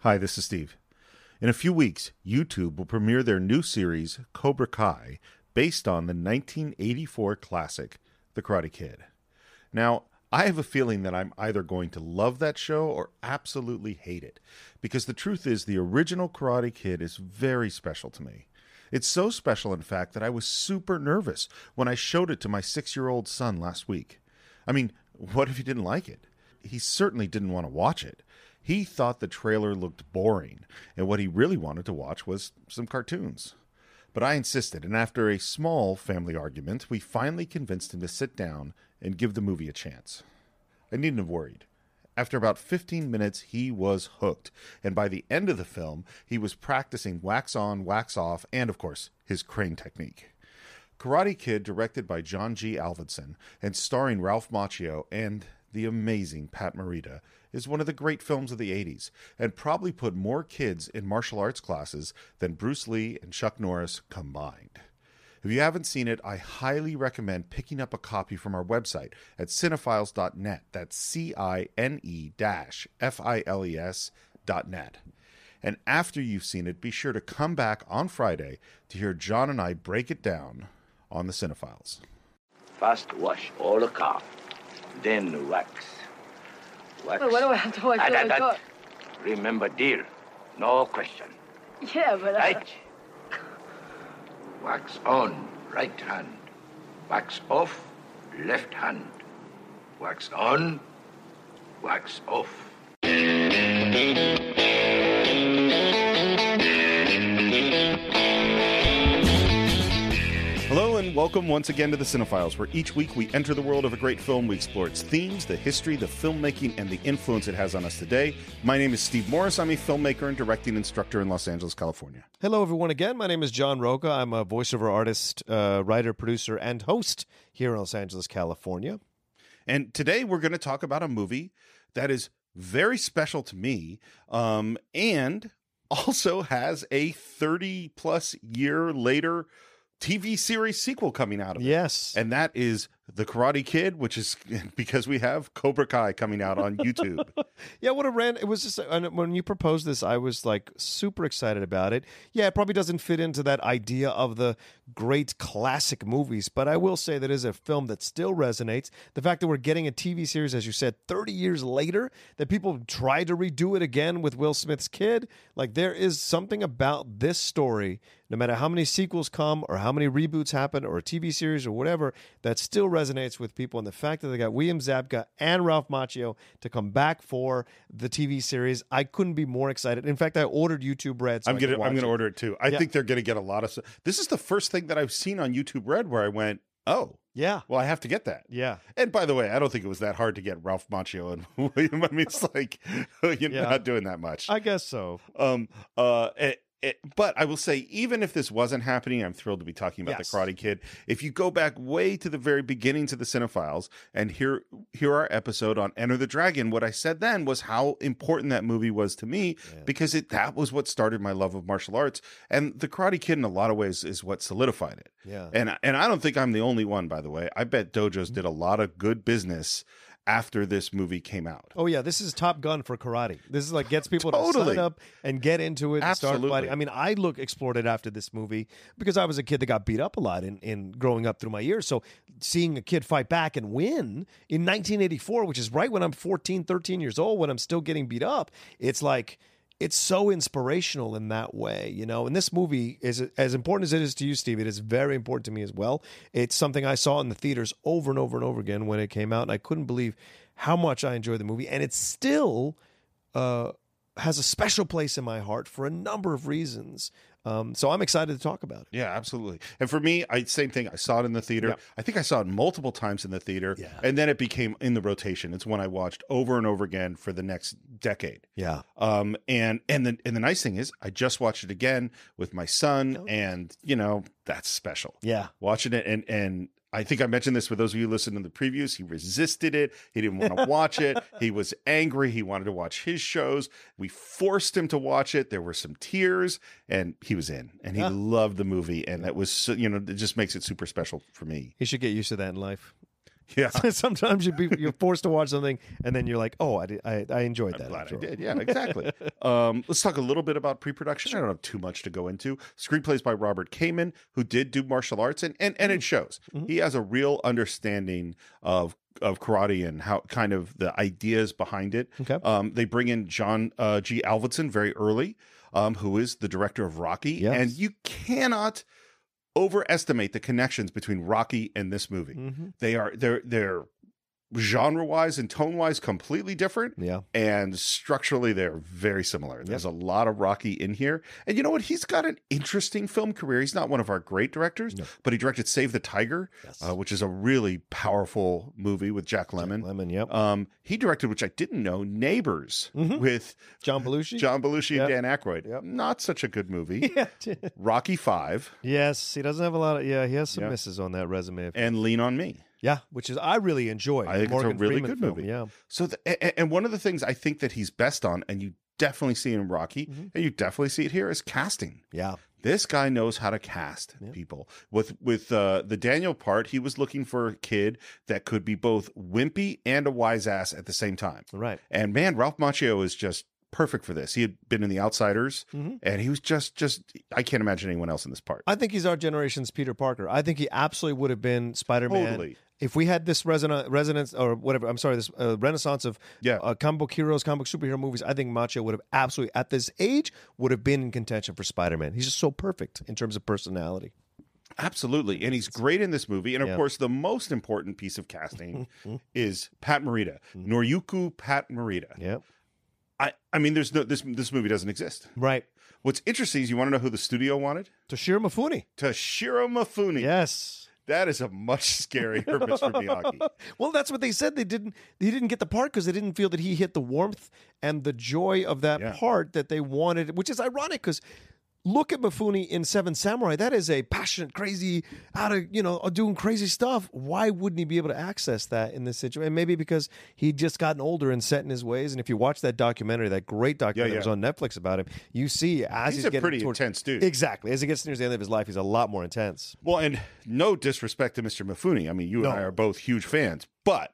Hi, this is Steve. In a few weeks, YouTube will premiere their new series, Cobra Kai, based on the 1984 classic, The Karate Kid. Now, I have a feeling that I'm either going to love that show or absolutely hate it, because the truth is, the original Karate Kid is very special to me. It's so special, in fact, that I was super nervous when I showed it to my six year old son last week. I mean, what if he didn't like it? He certainly didn't want to watch it. He thought the trailer looked boring, and what he really wanted to watch was some cartoons. But I insisted, and after a small family argument, we finally convinced him to sit down and give the movie a chance. I needn't have worried. After about 15 minutes, he was hooked, and by the end of the film, he was practicing wax on, wax off, and of course, his crane technique. Karate Kid, directed by John G. Alvinson and starring Ralph Macchio and the amazing Pat Morita, is one of the great films of the 80s and probably put more kids in martial arts classes than Bruce Lee and Chuck Norris combined. If you haven't seen it, I highly recommend picking up a copy from our website at cinephiles.net. That's C I N E F I L E S dot net. And after you've seen it, be sure to come back on Friday to hear John and I break it down on the Cinephiles. First wash all the car, then wax. Wax. But what do I have to watch? Ah, all that- the that- car? Remember, dear, no question. Yeah, uh, but I, Right? Wax on, right hand. Wax off, left hand. Wax on, wax off. Hello, and welcome once again to the Cinephiles, where each week we enter the world of a great film. We explore its themes, the history, the filmmaking, and the influence it has on us today. My name is Steve Morris. I'm a filmmaker and directing instructor in Los Angeles, California. Hello, everyone, again. My name is John Roca. I'm a voiceover artist, uh, writer, producer, and host here in Los Angeles, California. And today we're going to talk about a movie that is very special to me um, and also has a 30 plus year later TV series sequel coming out of it. Yes. And that is The Karate Kid, which is because we have Cobra Kai coming out on YouTube. yeah, what a rant. It was just, uh, and when you proposed this, I was like super excited about it. Yeah, it probably doesn't fit into that idea of the great classic movies, but I will say that is a film that still resonates. The fact that we're getting a TV series, as you said, 30 years later, that people tried to redo it again with Will Smith's kid. Like, there is something about this story, no matter how many sequels come or how many reboots happen or a TV series or whatever, that still resonates with people. And the fact that they got William Zabka and Ralph Macchio to come back for the TV series, I couldn't be more excited. In fact, I ordered YouTube Red. So I'm I could gonna I'm watch gonna it. order it too. I Yeah. think they're gonna get a lot of. s- This is the first thing that I've seen on YouTube Red where I went, oh, Yeah. well, I have to get that. Yeah. And by the way, I don't think it was that hard to get Ralph Macchio and William. I mean, it's like you're Yeah. not doing that much. I guess so. um, uh, it, it, but I will say, even if this wasn't happening, I'm thrilled to be talking about Yes. the Karate Kid. If you go back way to the very beginnings of the Cinephiles and hear hear our episode on Enter the Dragon, what I said then was how important that movie was to me because it that was what started my love of martial arts, and the Karate Kid in a lot of ways is what solidified it. Yeah. And and I don't think I'm the only one, by the way. I bet dojos Mm-hmm. did a lot of good business after this movie came out. Oh yeah, this is Top Gun for karate. This is like gets people to Totally. sign up and get into it. and Absolutely. Start fighting. I mean, I look explored it after this movie because I was a kid that got beat up a lot in, in growing up through my years. So seeing a kid fight back and win in 1984, which is right when I'm 14, 13 years old, when I'm still getting beat up, it's like it's so inspirational in that way, you know. And this movie is as important as it is to you, Steve. It is very important to me as well. It's something I saw in the theaters over and over and over again when it came out, and I couldn't believe how much I enjoyed the movie. And it's still uh, has a special place in my heart for a number of reasons. Um, so I'm excited to talk about it. Yeah, absolutely. And for me, I same thing. I saw it in the theater. Yeah. I think I saw it multiple times in the theater, Yeah. and then it became in the rotation. It's one I watched over and over again for the next decade. Yeah, Um, and and the and the nice thing is, I just watched it again with my son, Oh. and you know that's special. yeah, Watching it and and. I think I mentioned this for those of you listening to the previews. He resisted it. He didn't want to watch it. He was angry. He wanted to watch his shows. We forced him to watch it. There were some tears, and he was in. And he Yeah. loved the movie. And that was, so, you know, it just makes it super special for me. he should get used to that in life. Yeah. Sometimes you be, you're forced to watch something, and then you're like, "Oh, I did, I, I enjoyed that." Glad after I all. did. Yeah, exactly. um, let's talk a little bit about pre-production. I don't have too much to go into. Screenplays by Robert Kamen, who did do martial arts, and and, Mm-hmm. and it shows. He has a real understanding of of karate and how kind of the ideas behind it. Okay. Um, they bring in John uh, G. Alvinson very early, um, who is the director of Rocky, Yes. and you cannot overestimate the connections between Rocky and this movie. Mhm. They are they're they're genre wise and tone wise completely different Yeah. and structurally they're very similar. There's a lot of Rocky in here. And you know what? He's got an interesting film career. He's not one of our great directors, No. but he directed Save the Tiger, Yes. uh, which is a really powerful movie with Jack Lemmon. Lemon. Yep. Um, he directed, which I didn't know, Neighbors with John Belushi. John Belushi Mm-hmm. Yep. and Dan Aykroyd. Yep. Not such a good movie. Yeah. Rocky 5 yes, he doesn't have a lot of. Yeah, he has some Yeah. misses on that resume. and Lean on Me. Yeah, which is I really enjoy. I think Morgan it's a really Freeman good film, movie. Yeah. So, the, a- a- and one of the things I think that he's best on, and you definitely see in Rocky, Mm-hmm. and you definitely see it here, is casting. Yeah. this guy knows how to cast people with with uh, the daniel part he was looking for a kid that could be both wimpy and a wise ass at the same time Right. and man ralph macchio is just perfect for this he had been in the outsiders Mm-hmm. and he was just just i can't imagine anyone else in this part I think he's our generation's Peter Parker. I think he absolutely would have been Spider Man. Totally. If we had this resonance, resonance or whatever, I'm sorry, this uh, renaissance of Yeah. uh, comic book heroes, comic book superhero movies, I think Macho would have absolutely, at this age, would have been in contention for Spider Man. He's just so perfect in terms of personality. absolutely and he's great in this movie and of Yeah. Mm-hmm. course the most important piece of casting is pat morita noriyuku pat morita Yeah. i i mean there's no this this movie doesn't exist Right. what's interesting is you want to know who the studio wanted Toshiro Mifune. Toshiro Mifune. Yes. That is a much scarier Mr. Miyagi. Well, that's what they said. They didn't. He didn't get the part because they didn't feel that he hit the warmth and the joy of that Yeah. part that they wanted, which is ironic because look at Mifune in Seven Samurai. That is a passionate, crazy, out of you know, doing crazy stuff. Why wouldn't he be able to access that in this situation? And maybe because he'd just gotten older and set in his ways. And if you watch that documentary, that great documentary yeah. that was on Netflix about him, you see as He's he's, a getting pretty toward- intense dude. Exactly. As he gets near the end of his life, he's a lot more intense. Well, and no disrespect to Mr. Mifune. I mean, you and I are both huge fans, but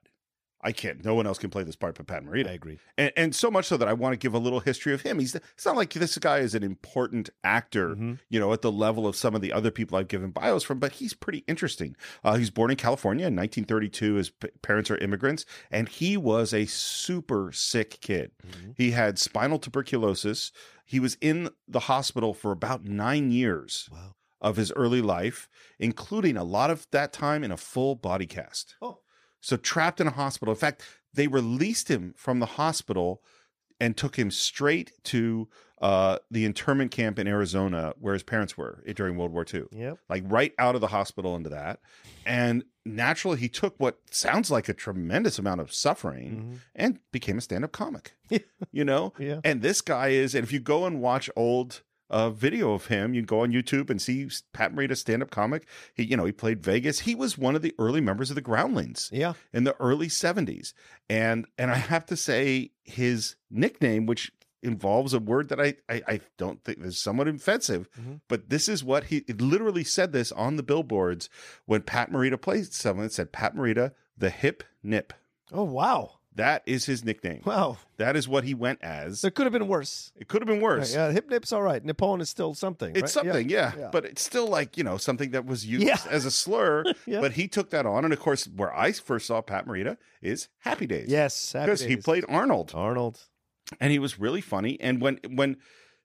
I can't. No one else can play this part but Pat Morita. I agree. And, and so much so that I want to give a little history of him. He's It's not like this guy is an important actor, Mm-hmm. you know, at the level of some of the other people I've given bios from, but he's pretty interesting. Uh, he's born in California in 1932. His p- parents are immigrants, and he was a super sick kid. Mm-hmm. He had spinal tuberculosis. He was in the hospital for about nine years Wow. of his early life, including a lot of that time in a full body cast. Oh. So trapped in a hospital. In fact, they released him from the hospital and took him straight to uh, the internment camp in Arizona where his parents were eh, during World War II. Yep. Like right out of the hospital into that. And naturally, he took what sounds like a tremendous amount of suffering and became a stand up comic. you know? Yeah. And this guy is, and if you go and watch old uh, video of him, you go on YouTube and see Pat Morita stand up comic. He, you know, he played Vegas. He was one of the early members of the Groundlings Mm-hmm. Yeah. in the early 70s. And and I have to say his nickname, which involves a word that I I, I don't think is somewhat offensive, Mm-hmm. but this is what he it literally said this on the billboards when Pat Morita played someone it said Pat Morita, the hip nip. Oh wow. That is his nickname. Wow. That is what he went as. So it could have been worse. It could have been worse. Yeah, hip nip's all right. Nippon is still something. It's right? something, yeah. yeah. But it's still like, you know, something that was used Yeah. as a slur. Yeah. But he took that on. And of course, where I first saw Pat Morita is Happy Days. Yes, Happy Because he Days. played Arnold. Arnold. and he was really funny. And when when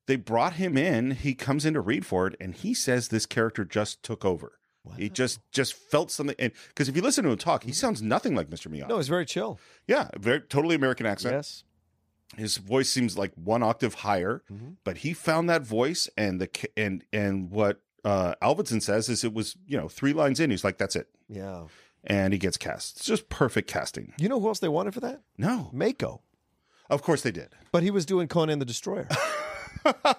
they brought him in, he comes in to read for it, and he says this character just took over. He just just felt something, and because if you listen to him talk, he sounds nothing like Mr. Miyagi. Mm-hmm. No, he's very chill. yeah, very totally American accent. yes. His voice seems like one octave higher, but he found that voice, and the ca- and and what uh, Alvinson says is it was you know three lines in, he's like that's it, Yeah. and he gets cast. It's just perfect casting. You know who else they wanted for that? No, Mako. of course they did. But he was doing Conan the Destroyer.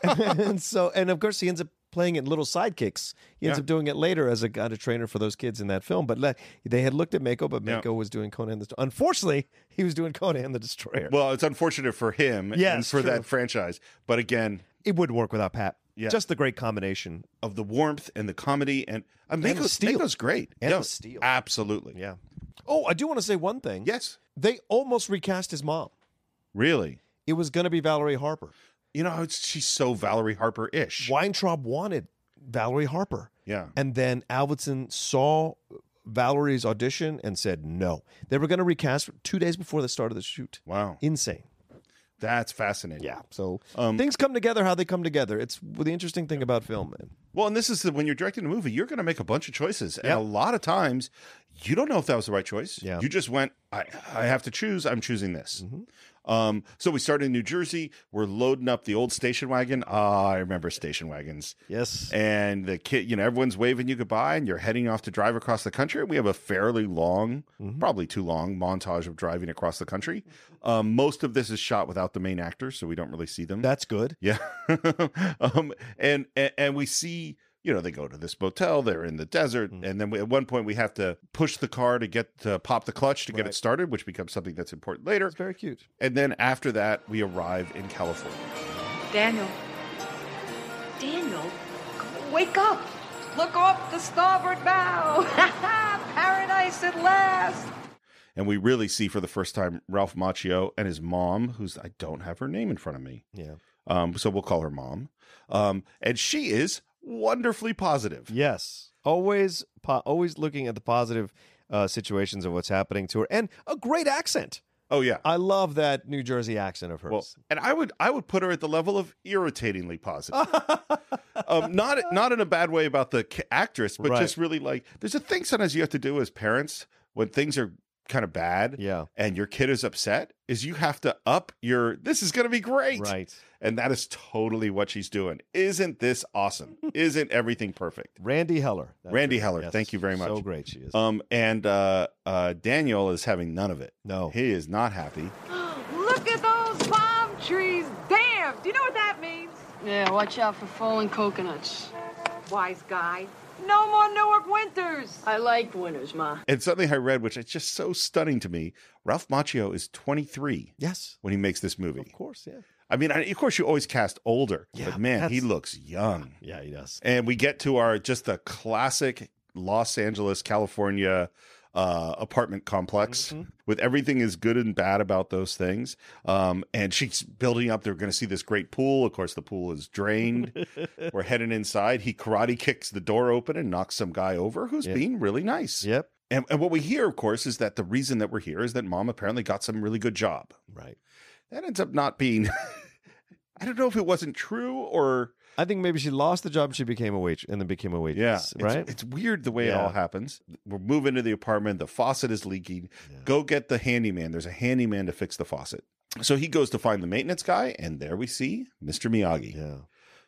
and so and of course he ends up playing it in little sidekicks. He ends Yeah. up doing it later as a kind of trainer for those kids in that film. But like, they had looked at Mako, but Yeah. Mako was doing Conan the Unfortunately, he was doing Conan the Destroyer. Well, it's unfortunate for him and Yes, for true. that franchise. But again, it would work without Pat. Yeah. Just the great combination. of the warmth and the comedy and uh, Mako's, steel. Mako's great. And Yeah, the steel. Absolutely. Yeah. Oh, I do want to say one thing. Yes. They almost recast his mom. Really? It was going to be Valerie Harper. You know, it's, she's so Valerie Harper ish. Weintraub wanted Valerie Harper. Yeah. And then Alvinson saw Valerie's audition and said no. They were going to recast two days before the start of the shoot. Wow. Insane. That's fascinating. Yeah. So um, things come together how they come together. It's the interesting thing about film, man. Well, and this is the, when you're directing a movie, you're going to make a bunch of choices, and Yep. a lot of times, you don't know if that was the right choice. Yeah. You just went, I, I have to choose. I'm choosing this. Mm-hmm. Um, so we started in New Jersey. We're loading up the old station wagon. Ah, I remember station wagons. Yes. And the kid, you know, everyone's waving you goodbye, and you're heading off to drive across the country. We have a fairly long, Mm-hmm. probably too long, montage of driving across the country. Um, most of this is shot without the main actors, so we don't really see them. That's good. Yeah. um, and, and and we see, you know, they go to this motel, they're in the desert, and then we, at one point we have to push the car to get to pop the clutch to get Right. it started, which becomes something that's important later. It's very cute. And then after that, we arrive in California. Daniel. Daniel, wake up! Look off the starboard bow! Paradise at last! And we really see for the first time Ralph Macchio and his mom, who's I don't have her name in front of me. Yeah. Um, so we'll call her mom. Um, and she is wonderfully positive. Yes. Always po- always looking at the positive uh, situations of what's happening to her and a great accent. Oh yeah. I love that New Jersey accent of hers. Well, and I would I would put her at the level of irritatingly positive. um, not not in a bad way about the ca- actress, but Right. just really like there's a thing sometimes you have to do as parents when things are kind of bad, Yeah. and your kid is upset, is you have to up your this is going to be great, right. And that is totally what she's doing. Isn't this awesome? Isn't everything perfect? Randy Heller. That's Randy her. Heller, thank you very So much. great she is. Um, and uh, uh, Daniel is having none of it. No. he is not happy. Look at those palm trees! Damn! Do you know what that means? Yeah, watch out for falling coconuts. Wise guy. No more Newark winters! I like winners, Ma. And something I read, which is just so stunning to me, Ralph Macchio is 23 yes. when he makes this movie. Of course, yeah. I mean, I, of course, you always cast older, Yeah, but man, he that's- looks young. Yeah, he does. And we get to our just the classic Los Angeles, California uh, apartment complex Mm-hmm. with everything is good and bad about those things. Um, and she's building up. They're going to see this great pool. Of course, the pool is drained. We're heading inside. He karate kicks the door open and knocks some guy over who's Yeah. being really nice. Yep. And, and what we hear, of course, is that the reason that we're here is that mom apparently got some really good job. Right. That ends up not being, I don't know if it wasn't true or. I think maybe she lost the job. She became a waitress and then became a waitress. it's, right. It's weird the way it Yeah. all happens. We're moving to the apartment. The faucet is leaking. Go get the handyman. There's a handyman to fix the faucet. So he goes to find the maintenance guy, and there we see Mr. Miyagi. yeah.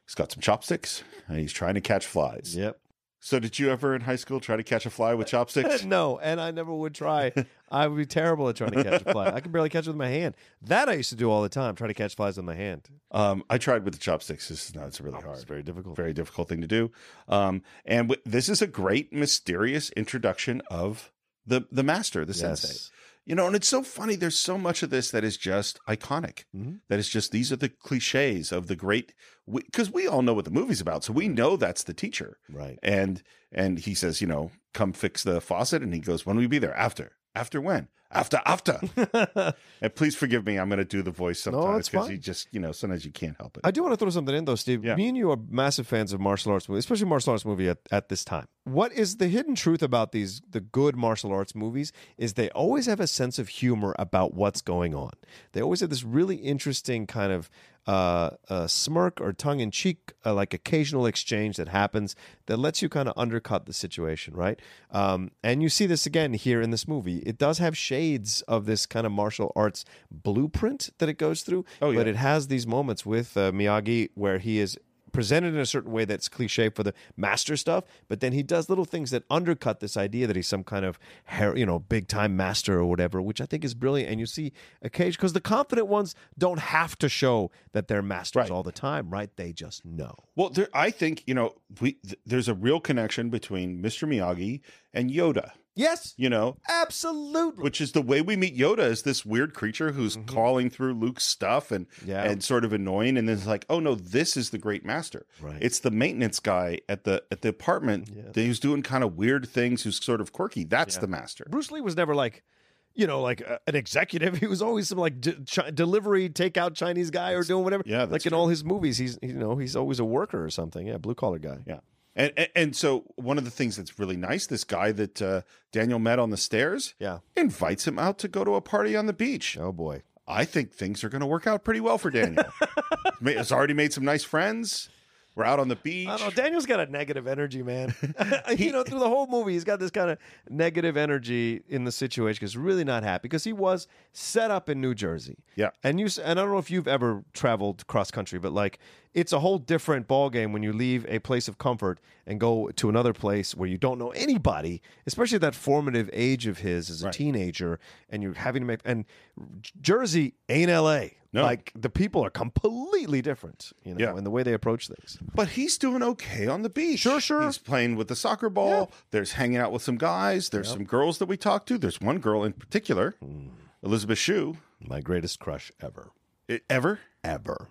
He's got some chopsticks, and he's trying to catch flies. Yep. So did you ever in high school try to catch a fly with chopsticks? no, and I never would try. I would be terrible at trying to catch a fly. I could barely catch it with my hand. That I used to do all the time. Try to catch flies with my hand. Um, I tried with the chopsticks. This is not, it's really hard. It's very difficult. Very difficult thing to do. Um, and w- this is a great mysterious introduction of the the master, the sensei. yes. You know, and it's so funny. There's so much of this that is just iconic. Mhm. That is just these are the cliches of the great because we all know what the movie's about, so we know that's the teacher. Right. And and he says, you know, come fix the faucet, and he goes, when will you be there? After. After when? After after. and please forgive me, I'm going to do the voice No, sometimes it's because fine. you just you know sometimes you can't help it. I do want to throw something in though, Steve. Yeah. Me and you are massive fans of martial arts movies, especially martial arts movie at, at this time. What is the hidden truth about these the good martial arts movies is they always have a sense of humor about what's going on. They always have this really interesting kind of uh, uh, smirk or tongue in cheek, uh, like occasional exchange that happens that lets you kind of undercut the situation, right? Um, and you see this again here in this movie. It does have shades of this kind of martial arts blueprint that it goes through, Oh, yeah. but it has these moments with uh, Miyagi where he is presented in a certain way that's cliche for the master stuff, but then he does little things that undercut this idea that he's some kind of her- you know big time master or whatever, which I think is brilliant. And you see occasion because the confident ones don't have to show that they're masters Right. all the time, right? They just know. Well, there, I think you know we th- there's a real connection between Mr. Miyagi and Yoda. Yes, you know? absolutely. Which is the way we meet Yoda is this weird creature who's calling through Luke's stuff and Mm-hmm. Yeah. and sort of annoying and then it's like, oh no, this is the great master. Right. It's the maintenance guy at the at the apartment that who's doing kind of weird things, who's sort of quirky. That's the master. Bruce Lee was never like, you know, like uh, an executive. He was always some like d- chi- delivery takeout Chinese guy or doing whatever. yeah, that's like in all his movies, he's you know he's always a worker or something. Yeah, blue collar guy. Yeah. And, and and so one of the things that's really nice, this guy that uh, Daniel met on the stairs, Yeah. invites him out to go to a party on the beach. Oh boy. I think things are going to work out pretty well for Daniel. Ma- Has already made some nice friends. We're out on the beach. I don't know. Daniel's got a negative energy, man. you know, through the whole movie, he's got this kind of negative energy in the situation. He's really not happy because he was set up in New Jersey. Yeah. and you s- and I don't know if you've ever traveled cross country, but like it's a whole different ballgame when you leave a place of comfort and go to another place where you don't know anybody, especially at that formative age of his as a teenager, and you're having to make and Jersey ain't L.A. No. Like the people are completely different, you know, Yeah. and the way they approach things. But he's doing okay on the beach. Sure, sure. He's playing with the soccer ball. There's hanging out with some guys. There's some girls that we talked to. There's one girl in particular, Hmm. Elizabeth Shue. My greatest crush ever. I- Ever? Ever.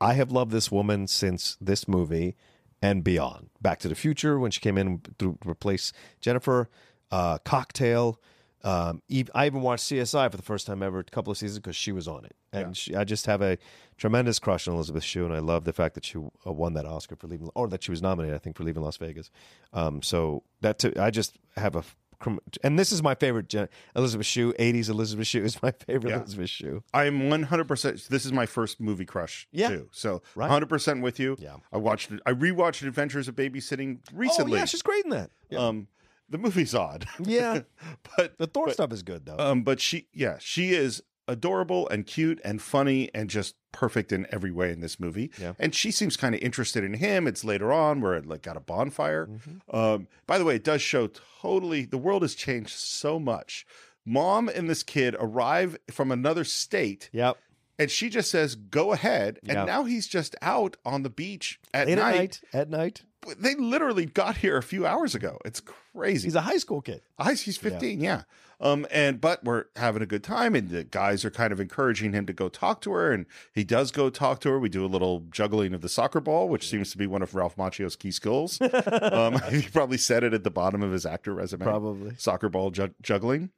I have loved this woman since this movie and beyond. Back to the Future, when she came in to replace Jennifer, uh, Cocktail. Um, ev- I even watched CSI for the first time ever a couple of seasons because she was on it. And she, I just have a tremendous crush on Elizabeth Shue, and I love the fact that she uh, won that Oscar for leaving, or that she was nominated, I think, for leaving Las Vegas. Um, so that, too, I just have a. f- crum- And this is my favorite Jen- Elizabeth Shue. 80s Elizabeth Shue is my favorite Yeah. Elizabeth Shue. I'm 100%. This is my first movie crush, Yeah. too. So Right. 100% with you. Yeah. I watched it. I rewatched Adventures of Babysitting recently. Oh yeah, she's great in that. um, the movie's odd. Yeah, but the Thor but- stuff is good though. Um, but she, yeah, she is adorable and cute and funny and just perfect in every way in this movie. Yeah. And she seems kind of interested in him. It's later on where it like got a bonfire. Mm-hmm. Um, by the way, it does show totally the world has changed so much. Mom and this kid arrive from another state, yep. and she just says, "Go ahead." And Yeah. now he's just out on the beach at Late night. At night. They literally got here a few hours ago. It's crazy. He's a high school kid. I he's 15, yeah. Um and but we're having a good time and the guys are kind of encouraging him to go talk to her and he does go talk to her. We do a little juggling of the soccer ball, which seems to be one of Ralph Macchio's key skills. um he probably said it at the bottom of his actor resume. Probably. Soccer ball jug- juggling.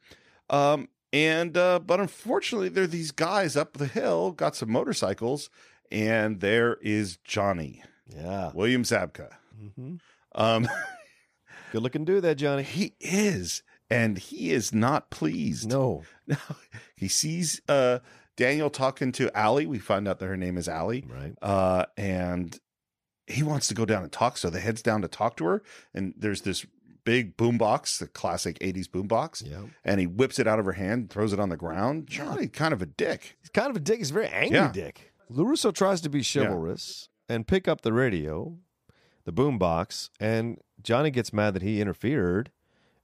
Um and uh but unfortunately there are these guys up the hill, got some motorcycles and there is Johnny, Yeah. William Zabka. Mhm. Um Good looking dude, that Johnny. he is and he is not pleased. No. No, he sees uh, Daniel talking to Allie. We find out that her name is Allie. Right. Uh, and he wants to go down and talk. So they heads down to talk to her. And there's this big boombox, the classic 80s boombox. Yeah. And he whips it out of her hand, throws it on the ground. Johnny, kind of a dick. He's kind of a dick. He's a very angry Yeah. dick. Larusso tries to be chivalrous and pick up the radio, the boombox, and Johnny gets mad that he interfered,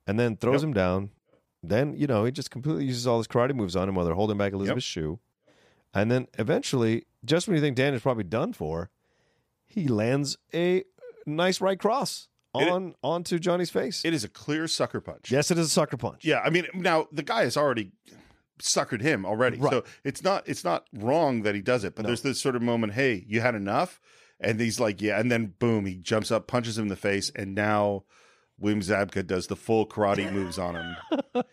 and then throws him down. Then you know he just completely uses all his karate moves on him while they're holding back Elizabeth's shoe, and then eventually, just when you think Daniel's probably done for, he lands a nice right cross It- on onto Johnny's face. It is a clear sucker punch. yes, it is a sucker punch. Yeah, I mean, now the guy has already suckered him already, Right. so it's not it's not wrong that he does it. But there's this sort of moment, hey, you had enough, and he's like, yeah, and then boom, he jumps up, punches him in the face, and now William Zabka does the full karate moves on him.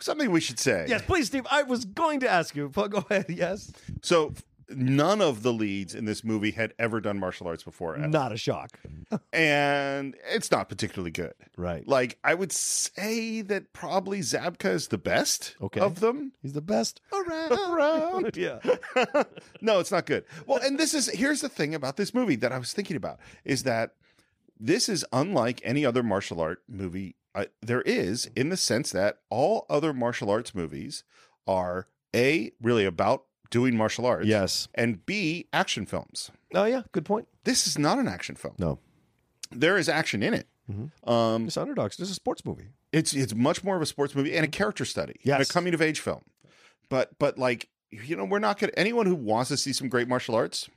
Something we should say. Yes, please, Steve. I was going to ask you, but go ahead. Yes, So none of the leads in this movie had ever done martial arts before, ever. not a shock. and it's not particularly good. Right. Like I would say that probably Zabka is the best Okay. of them. He's the best around. Around. yeah. no, it's not good. Well, and this is here's the thing about this movie that I was thinking about is that this is unlike any other martial art movie uh, there is in the sense that all other martial arts movies are a really about doing martial arts. Yes. And B action films. Oh yeah. Good point. This is not an action film. No. There is action in it. Um It's underdogs. This is a sports movie. it's it's much more of a sports movie and a character study and a Yes. coming of age film but but like you know we're not gonna anyone who wants to see some great martial arts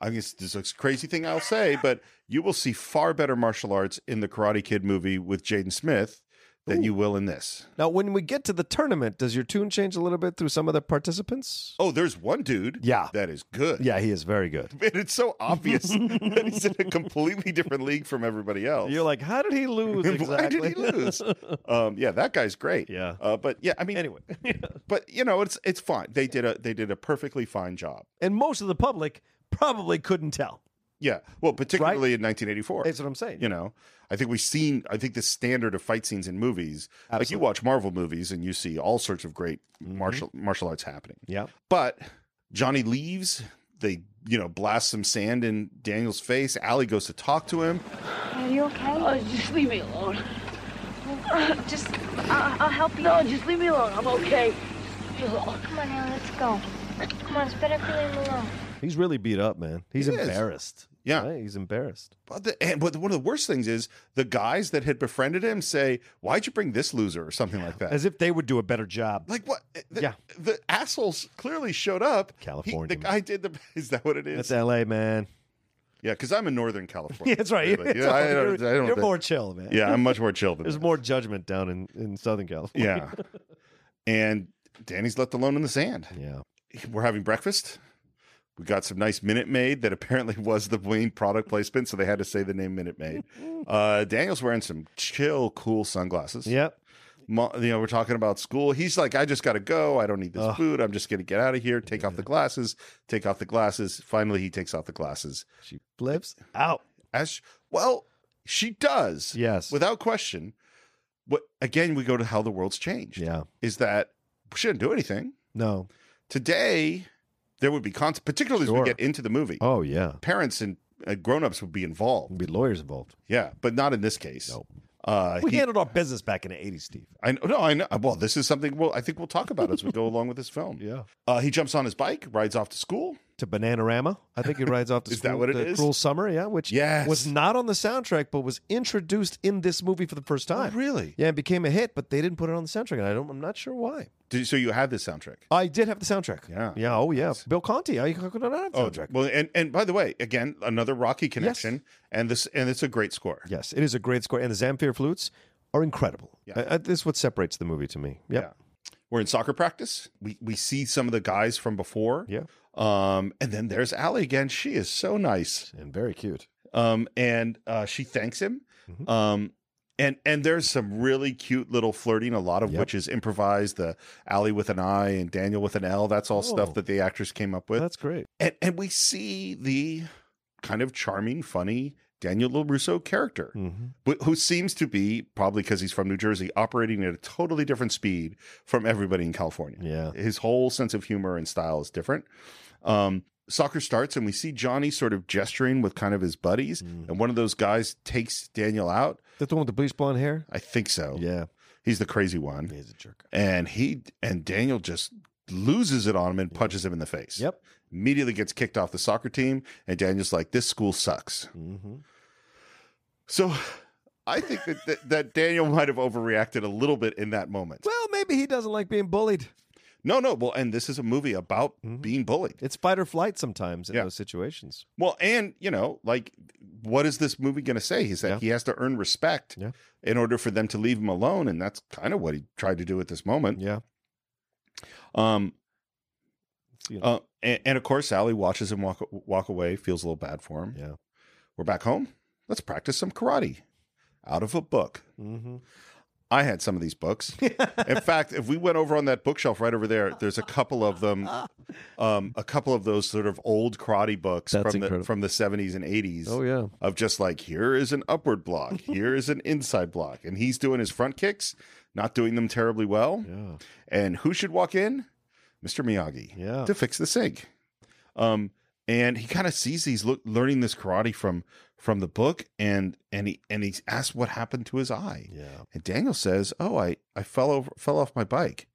i guess this is a crazy thing i'll say but you will see far better martial arts in the karate kid movie with jaden smith than you will in this. Now, when we get to the tournament, does your tune change a little bit through some of the participants? Oh, there's one dude. Yeah. That is good. Yeah, he is very good. Man, it's so obvious that he's in a completely different league from everybody else. You're like, how did he lose Why exactly? did he lose? um, yeah, that guy's great. Yeah. Uh, but yeah, I mean, Anyway, but you know, it's it's fine. They did a they did a perfectly fine job. and most of the public probably couldn't tell. Yeah. Well, particularly in 1984. That's what I'm saying. you know, I think we've seen. I think the standard of fight scenes in movies, like you watch Marvel movies and you see all sorts of great martial martial arts happening. Mm-hmm. Yeah. But Johnny leaves. They, you know, blast some sand in Daniel's face. Allie goes to talk to him. Are you okay? Oh, just leave me alone. just, I'll, I'll help you. No, just leave me alone. I'm okay. Just leave me alone. Come on, now, let's go. Come on, it's better if you leave him alone. He's really beat up, man. He's is. embarrassed. Yeah. Right? He's embarrassed. But the, and but one of the worst things is the guys that had befriended him say, "Why'd you bring this loser?" or something like that. As if they would do a better job. like what? The, Yeah. the assholes clearly showed up. He- California, the man. guy did the. Is that what it is? That's LA, man. yeah, because I'm in Northern California. Yeah, that's right. Really. It's Yeah, all- I don't. you're I don't you're think- more chill, man. Yeah, I'm much more chill than There's that. more judgment down in, in Southern California. Yeah. and Danny's left alone in the sand. Yeah. We're having breakfast. We got some nice Minute Maid that apparently was the main product placement, so they had to say the name Minute Maid. Uh, Daniel's wearing some chill, cool sunglasses. Yep. Mo- you know, we're talking about school. He's like, I just got to go. I don't need this food. I'm just going to get out of here. Take off the glasses. Take off the glasses. Finally, he takes off the glasses. She flips out. As sh- well, she does. Yes. without question. What again? We go to how the world's changed. Yeah. is that we shouldn't do anything No. today. There would be cons, particularly as Sure. we get into the movie. Oh, Mm. yeah. Parents and uh, grown-ups would be involved. Be lawyers involved. Yeah, but not in this case. Nope. Uh, We he- handled our business back in the 80s, Steve. I know. No, I know. Well, this is something we'll, I think we'll talk about as we go along with this film. Yeah. Uh, he jumps on his bike, rides off to school. To Bananarama. I think he rides off to Is that school what it to is? Cruel Summer, yeah, which Yes. was not on the soundtrack, but was introduced in this movie for the first time. really? Yeah, it became a hit, but they didn't put it on the soundtrack, and I don't, I'm not sure why. Did, so you had this soundtrack. I did have the soundtrack. Yeah. Oh, Yeah. Oh, yeah. Bill Conti. How you- how could I not have the soundtrack? well, and, and by the way, again, another Rocky connection, and this and it's a great score. yes, it is a great score, and the Zamfir flutes are incredible. Yeah. Uh, uh, this is what separates the movie to me. Yep. We're in soccer practice. We we see some of the guys from before. Yeah. Um, and then there's Allie again. She is so nice. And very cute. Um, and uh, she thanks him. Mm-hmm. Um, and and there's some really cute little flirting, a lot of Yep. which is improvised. The Allie with an I and Daniel with an L. That's all Oh. stuff that the actress came up with. That's great. and and we see the kind of charming, funny Daniel LaRusso character, Mm. Mm-hmm. wh- who seems to be probably because he's from New Jersey, operating at a totally different speed from everybody in California. Yeah. his whole sense of humor and style is different. Um, soccer starts, and we see Johnny sort of gesturing with kind of his buddies, Mm. and one of those guys takes Daniel out. That's the one with the bleached blonde hair. I think so. Yeah. he's the crazy one, He's Oh, a jerk. and he and Daniel just loses it on him and punches him in the face Yep. immediately gets kicked off the soccer team and daniel's like this school sucks Mm-hmm. so i think that, that, that daniel might have overreacted a little bit in that moment Well, maybe he doesn't like being bullied. no no well and this is a movie about Mm-hmm. being bullied It's fight or flight sometimes in Yeah. those situations. well and you know like what is this movie going to say he's that Yeah. he has to earn respect Yeah. in order for them to leave him alone and that's kind of what he tried to do at this moment Yeah. um You know, uh, and, and of course sally watches him walk walk away feels a little bad for him yeah. we're back home let's practice some karate out of a book Mm-hmm. I had some of these books. In fact, if we went over on that bookshelf right over there, there's a couple of them, um, a couple of those sort of old karate books That's from the, incredible. from the 70s and 80s. Oh, yeah. Of just like, here is an upward block, here is an inside block. And he's doing his front kicks, not doing them terribly well. Yeah. And who should walk in? Mr. Miyagi Yeah. to fix the sink. Um, and he kind of sees he's look, learning this karate from from the book, and and he and he's asked what happened to his eye. Yeah. And Daniel says, "Oh, I I fell over, fell off my bike."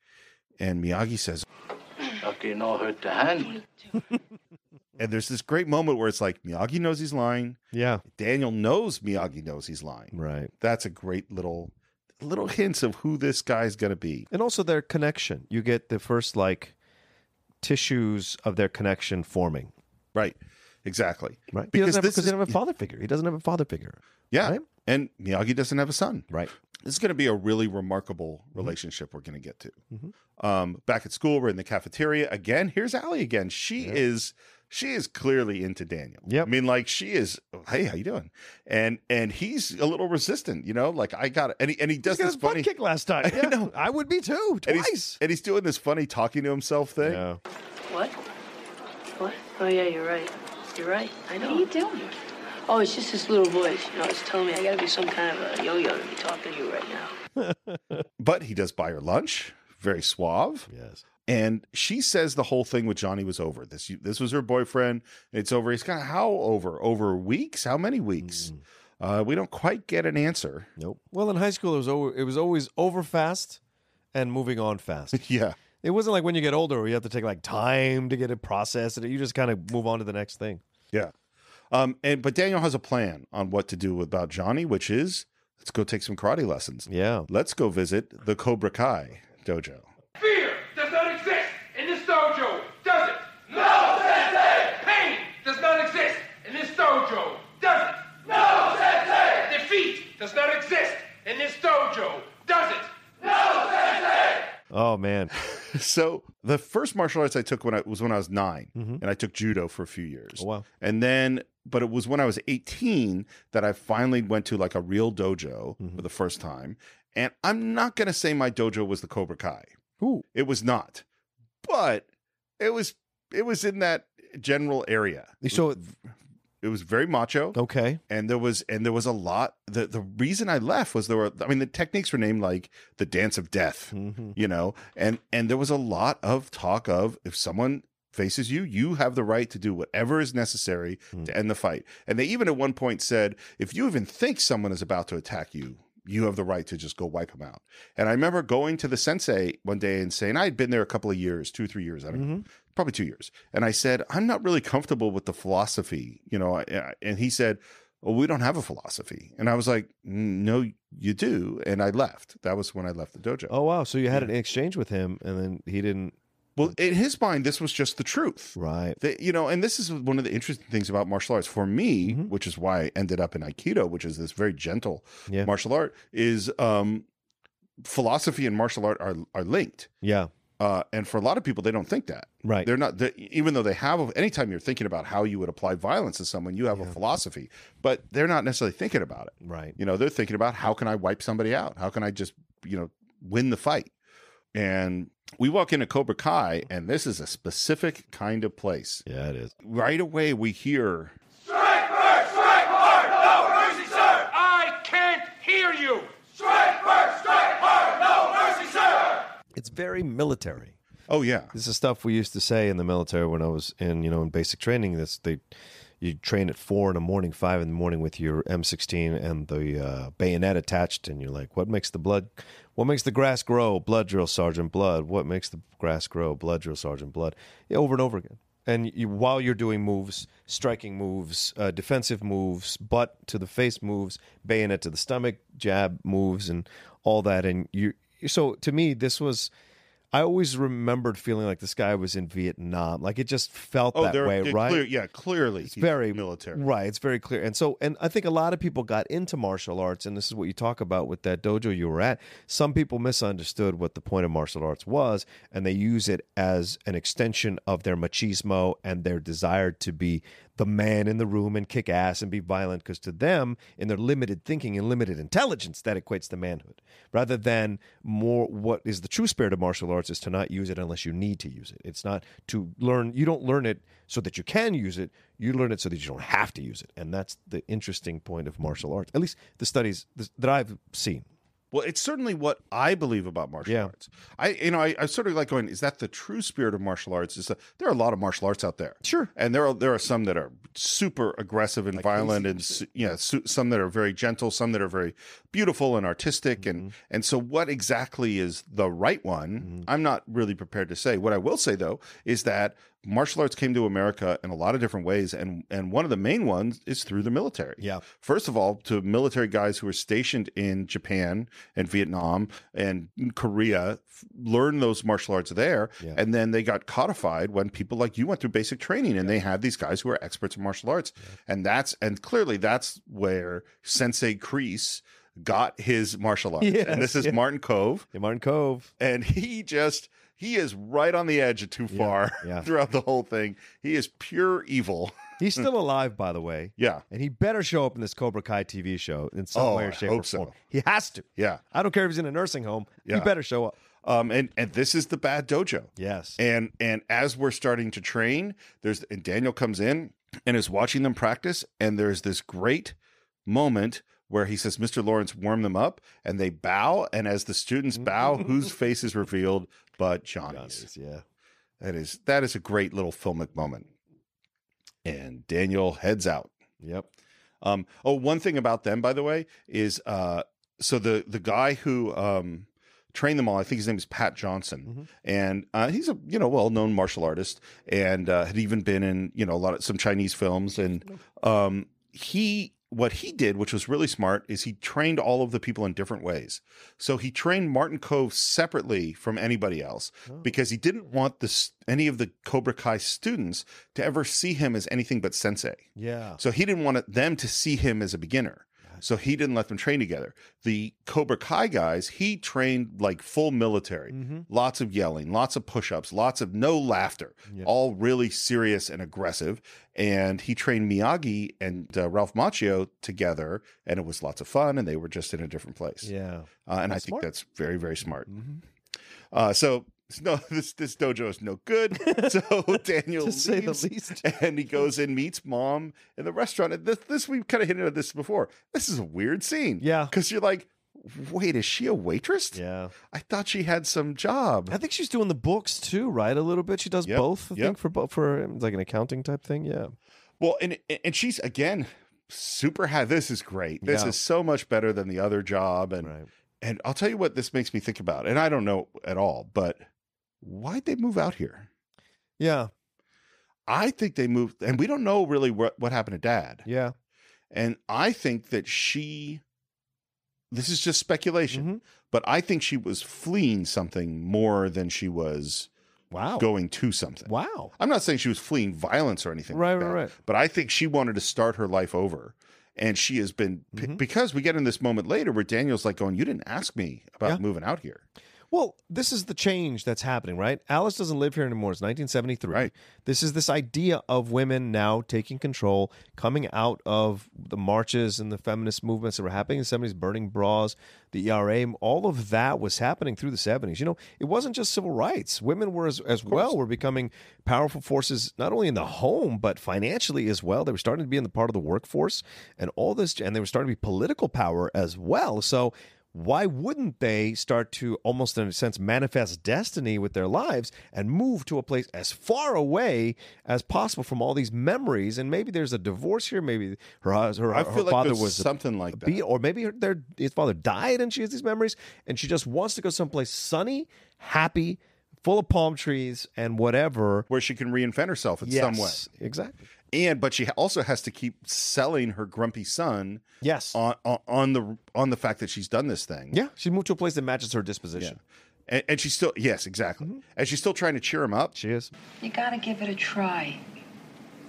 And Miyagi says, Lucky no hurt the hand. and there's this great moment where it's like Miyagi knows he's lying. Yeah. Daniel knows Miyagi knows he's lying. Right. That's a great little little hints of who this guy's gonna be. And also their connection. You get the first like tissues of their connection forming. Right. Exactly. Right? he Because doesn't have, this because is, he doesn't have a father figure. He doesn't have a father figure. yeah. right? And Miyagi doesn't have a son. Right. This is going to be a really remarkable Mm-hmm. relationship we're going to get to. Um, back at school, we're in the cafeteria again. Here's Allie again. She is she is clearly into Daniel. Yep. I mean, like she is. Hey, how you doing? And and he's a little resistant. You know, like I got it. And he, and he does He got this his butt funny. kicked last time. I Yeah. know. I would be too. and Twice. he's, and he's doing this funny talking to himself thing. Yeah. What? What? Oh yeah, you're right. You're right. I know. What are you doing? Oh, it's just this little voice. You know, it's telling me I gotta be some kind of a yo-yo to be talking to you right now. But he does buy her lunch. Very suave. Yes. and she says the whole thing with Johnny was over. This this was her boyfriend. It's over. He's got how over over weeks? How many weeks? Uh, we don't quite get an answer. Nope. Well, in high school, it was always, it was always over fast and moving on fast. Yeah, it wasn't like when you get older where you have to take like time to get it processed. and You just kind of move on to the next thing. yeah. Um, and but Daniel has a plan on what to do about Johnny, which is let's go take some karate lessons. Yeah. Let's go visit the Cobra Kai dojo. Fear does not exist in this dojo, does it? No, Sensei! Pain does not exist in this dojo, does it? No, Sensei! Defeat does not exist in this dojo, does it? No, Sensei! Oh man. So the first martial arts I took when I was when I was 9 and I took judo for a few years. Mm-hmm. Oh, wow. And then, but it was when I was eighteen that I finally went to like a real dojo Mm-hmm. for the first time. And I'm not going to say my dojo was the Cobra Kai. Ooh. It was not, but it was it was in that general area. So It was very macho okay. and there was and there was a lot the the reason i left was there were i mean the techniques were named like the dance of death Mm-hmm. you know and and there was a lot of talk of if someone faces you you have the right to do whatever is necessary to end the fight and they even at one point said if you even think someone is about to attack you you have the right to just go wipe them out and i remember going to the sensei one day and saying i had been there a couple of years two three years i don't know probably two years and i said i'm not really comfortable with the philosophy you know I- I- and he said well, we don't have a philosophy. And I was like, no, you do. And I left. That was when I left the dojo. Oh wow. So you had an exchange with him, and then he didn't. Well, in his mind, this was just the truth. Right. That, you know, and this is one of the interesting things about martial arts for me, Mm-hmm. which is why I ended up in Aikido, which is this very gentle Yeah. martial art, is um, philosophy and martial art are, are linked. Yeah. Uh, and for a lot of people, they don't think that. Right. They're not, they even though they have, anytime you're thinking about how you would apply violence to someone, you have a philosophy, but they're not necessarily thinking about it. Right. You know, they're thinking about how can I wipe somebody out? How can I just, you know, win the fight? And we walk into Cobra Kai, and this is a specific kind of place. Yeah, it is. Right away, we hear Strike first! Strike hard! No mercy, sir! I can't hear you! Strike first! Strike hard! No mercy, sir! It's very military. Oh, yeah. This is stuff we used to say in the military when I was in, you know, in basic training. This they, you train at four in the morning, five in the morning with your M16 and the uh, bayonet attached, and you're like, "What makes the blood? What makes the grass grow? Blood, drill sergeant, blood. What makes the grass grow? Blood, drill sergeant, blood." Yeah, over and over again. And you, while you're doing moves, striking moves, uh, defensive moves, butt to the face moves, bayonet to the stomach, jab moves, and all that, and you. So to me, this was. I always remembered feeling like this guy was in Vietnam. Like it just felt Oh, that they're, way, they're right? Clear, yeah, clearly. it's very military. right? It's very clear, and so and I think a lot of people got into martial arts, and this is what you talk about with that dojo you were at. Some people misunderstood what the point of martial arts was, and they use it as an extension of their machismo and their desire to be the man in the room and kick ass and be violent. Because to them, in their limited thinking and limited intelligence, that equates to manhood, rather than more what is the true spirit of martial arts is to not use it unless you need to use it. It's not to learn. You don't learn it so that you can use it. You learn it so that you don't have to use it. And that's the interesting point of martial arts, at least the studies th- that I've seen. Well, it's certainly what I believe about martial Yeah. arts. I, you know, I, I sort of like going, is that the true spirit of martial arts? Is that there are a lot of martial arts out there, Sure. and there are there are some that are super aggressive and violent, and su- yeah, su- some that are very gentle, some that are very beautiful and artistic, Mm-hmm. and and so what exactly is the right one? I'm not really prepared to say. What I will say though is that martial arts came to America in a lot of different ways, and and one of the main ones is through the military. Yeah. First of all, to military guys who are stationed in Japan and Vietnam and Korea, f- learn those martial arts there, Yeah. and then they got codified when people like you went through basic training, and they had these guys who are experts in martial arts, and that's and clearly that's where Sensei Crease got his martial arts, and this Yes, is yeah. Martin Cove Yeah, Martin Cove. and he just he is right on the edge of too far yeah. throughout the whole thing. He is pure evil. He's still alive, by the way. Hmm. Yeah, And he better show up in this Cobra Kai TV show in some Oh, way I or shape hope or form. so. He has to. yeah. I don't care if he's in a nursing home. Yeah. He better show up. Um, and and this is the bad dojo. Yes. And and as we're starting to train, there's and Daniel comes in and is watching them practice, and there's this great moment where he says, "Mr. Lawrence, warm them up," and they bow, and as the students bow, whose face is revealed but Johnny's. Johnny's, yeah. That is that is a great little filmic moment. And Daniel heads out. Yep. Um, oh, one thing about them, by the way, is uh, so the the guy who um, trained them all, I think his name is Pat Johnson, and uh, he's a you know well known martial artist, and uh, had even been in you know a lot of some Chinese films, and um, he what he did, which was really smart, is he trained all of the people in different ways. So he trained Martin Cove separately from anybody else because he didn't want this any of the Cobra Kai students to ever see him as anything but sensei. Yeah. So he didn't want it- them to see him as a beginner. So he didn't let them train together. The Cobra Kai guys, he trained like full military, Mm-hmm. lots of yelling, lots of push ups, lots of no laughter, all really serious and aggressive. And he trained Miyagi and uh, Ralph Macchio together, and it was lots of fun, and they were just in a different place. Yeah. Uh, and I That's think smart. Mm-hmm. that's very, very smart. Uh, so, no, this, this dojo is no good. So Daniel To say the leaves, least. and he goes and meets mom in the restaurant. And this, this we've kind of hinted at this before. This is a weird scene. Yeah. because you're like, wait, is she a waitress? Yeah. I thought she had some job. I think she's doing the books too, right? A little bit. She does Yep, both. I yep. think for both for um, like an accounting type thing. Yeah. Well, and and she's again super high. This is great. This Yeah. is so much better than the other job. And Right. and I'll tell you what this makes me think about. And I don't know at all, but why'd they move out here? Yeah. I think they moved, and we don't know really what, what happened to dad. Yeah. And I think that she, this is just speculation, Mm-hmm. but I think she was fleeing something more than she was Wow. going to something. Wow. I'm not saying she was fleeing violence or anything. Right, like right, that, right. But I think she wanted to start her life over. And she has been, Mm-hmm. because we get in this moment later where Daniel's like going, You didn't ask me about Yeah. moving out here. Well, this is the change that's happening, right? Alice doesn't live here anymore. It's 1973. Right. This is this idea of women now taking control, coming out of the marches and the feminist movements that were happening in the 70s, burning bras, the ERA, all of that was happening through the 70s. You know, it wasn't just civil rights. Women were as, as well were becoming powerful forces not only in the home but financially as well. They were starting to be in the part of the workforce and all this and they were starting to be political power as well. So why wouldn't they start to almost in a sense manifest destiny with their lives and move to a place as far away as possible from all these memories and maybe there's a divorce here maybe her hus- her, I her feel like father there's was a- something like that. be, or maybe her, their his father died and she has these memories and she just wants to go someplace sunny happy full of palm trees and whatever where she can reinvent herself in some way. Yes, exactly and but she also has to keep selling her grumpy son yes on, on on the on the fact that she's done this thing yeah she moved to a place that matches her disposition and, and she's still yes exactly Mm-hmm. and she's still trying to cheer him up she is You gotta give it a try.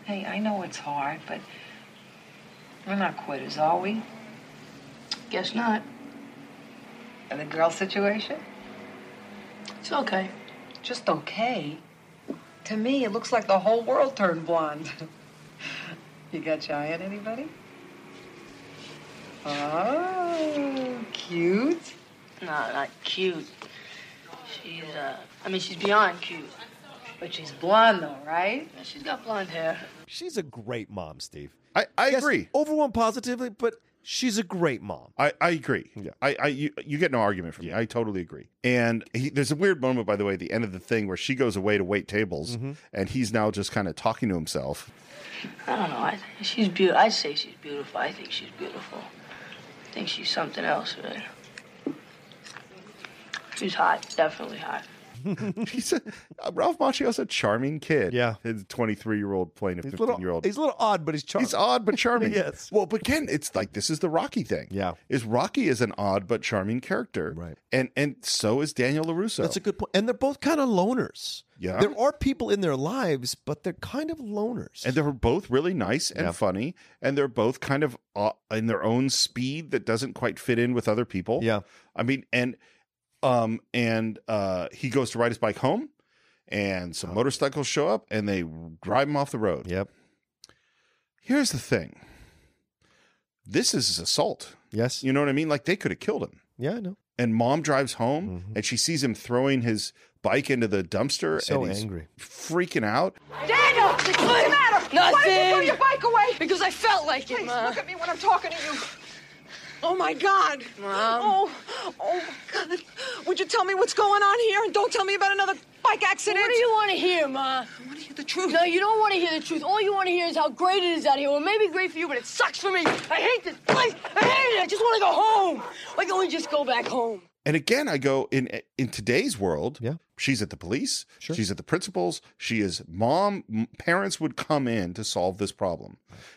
Hey, I know it's hard, but we're not quitters, are we? Guess not. And the girl situation? It's okay. Just okay. To me, it looks like the whole world turned blonde. you got your eye on anybody? Oh, cute. Nah, not cute. She's, uh, I mean, she's beyond cute. But she's blonde, though, right? Yeah, She's got blonde hair. she's a great mom steve i i Yes, agree overwhelmed positively but she's a great mom I, I agree. Yeah. I, I you, you get no argument from me. I totally agree. And he, there's a weird moment, by the way, at the end of the thing where she goes away to wait tables, Mm-hmm. and he's now just kind of talking to himself. I don't know. I think she's beautiful. I'd say she's beautiful. I think she's beautiful. I think she's something else, really. She's hot. Definitely hot. he's a, Ralph Macchio's a charming kid. Yeah. His 23 year old playing a He's a 15 year little, old. he's a little odd, but he's charming. He's odd but charming. Yes. Well, but again, it's like this is the Rocky thing. Yeah. Is Rocky is an odd but charming character. Right. And and so is Daniel LaRusso. That's a good point. And they're both kind of loners. Yeah. There are people in their lives, but they're kind of loners. and they're both really nice and Yeah. funny, and they're both kind of uh, in their own speed that doesn't quite fit in with other people. yeah. I mean, and um, and uh, he goes to ride his bike home, and Oh. some motorcycles show up, and they drive him off the road. Yep. Here's the thing. This is assault. Yes. You know what I mean? Like they could have killed him. Yeah, I know. And mom drives home, Mm-hmm. and she sees him throwing his bike into the dumpster, So and he's angry. freaking out. Daniel, what's the matter? Why did you throw Nothing. your bike away? Because I felt like it, Please Ma. look at me when I'm talking to you. Oh my God, Mom. Oh, oh God! Would you tell me what's going on here and don't tell me about another bike accident? What do you want to hear, Ma? I want to hear the truth. No, you don't want to hear the truth. All you want to hear is how great it is out here. Well, it may be great for you, but it sucks for me. I hate this place. I hate it. I just want to go home. Why can't we just go back home? And again, I go in in today's world. Yeah. she's at the police. Sure. She's at the principals. She is mom. m- Parents would come in to solve this problem.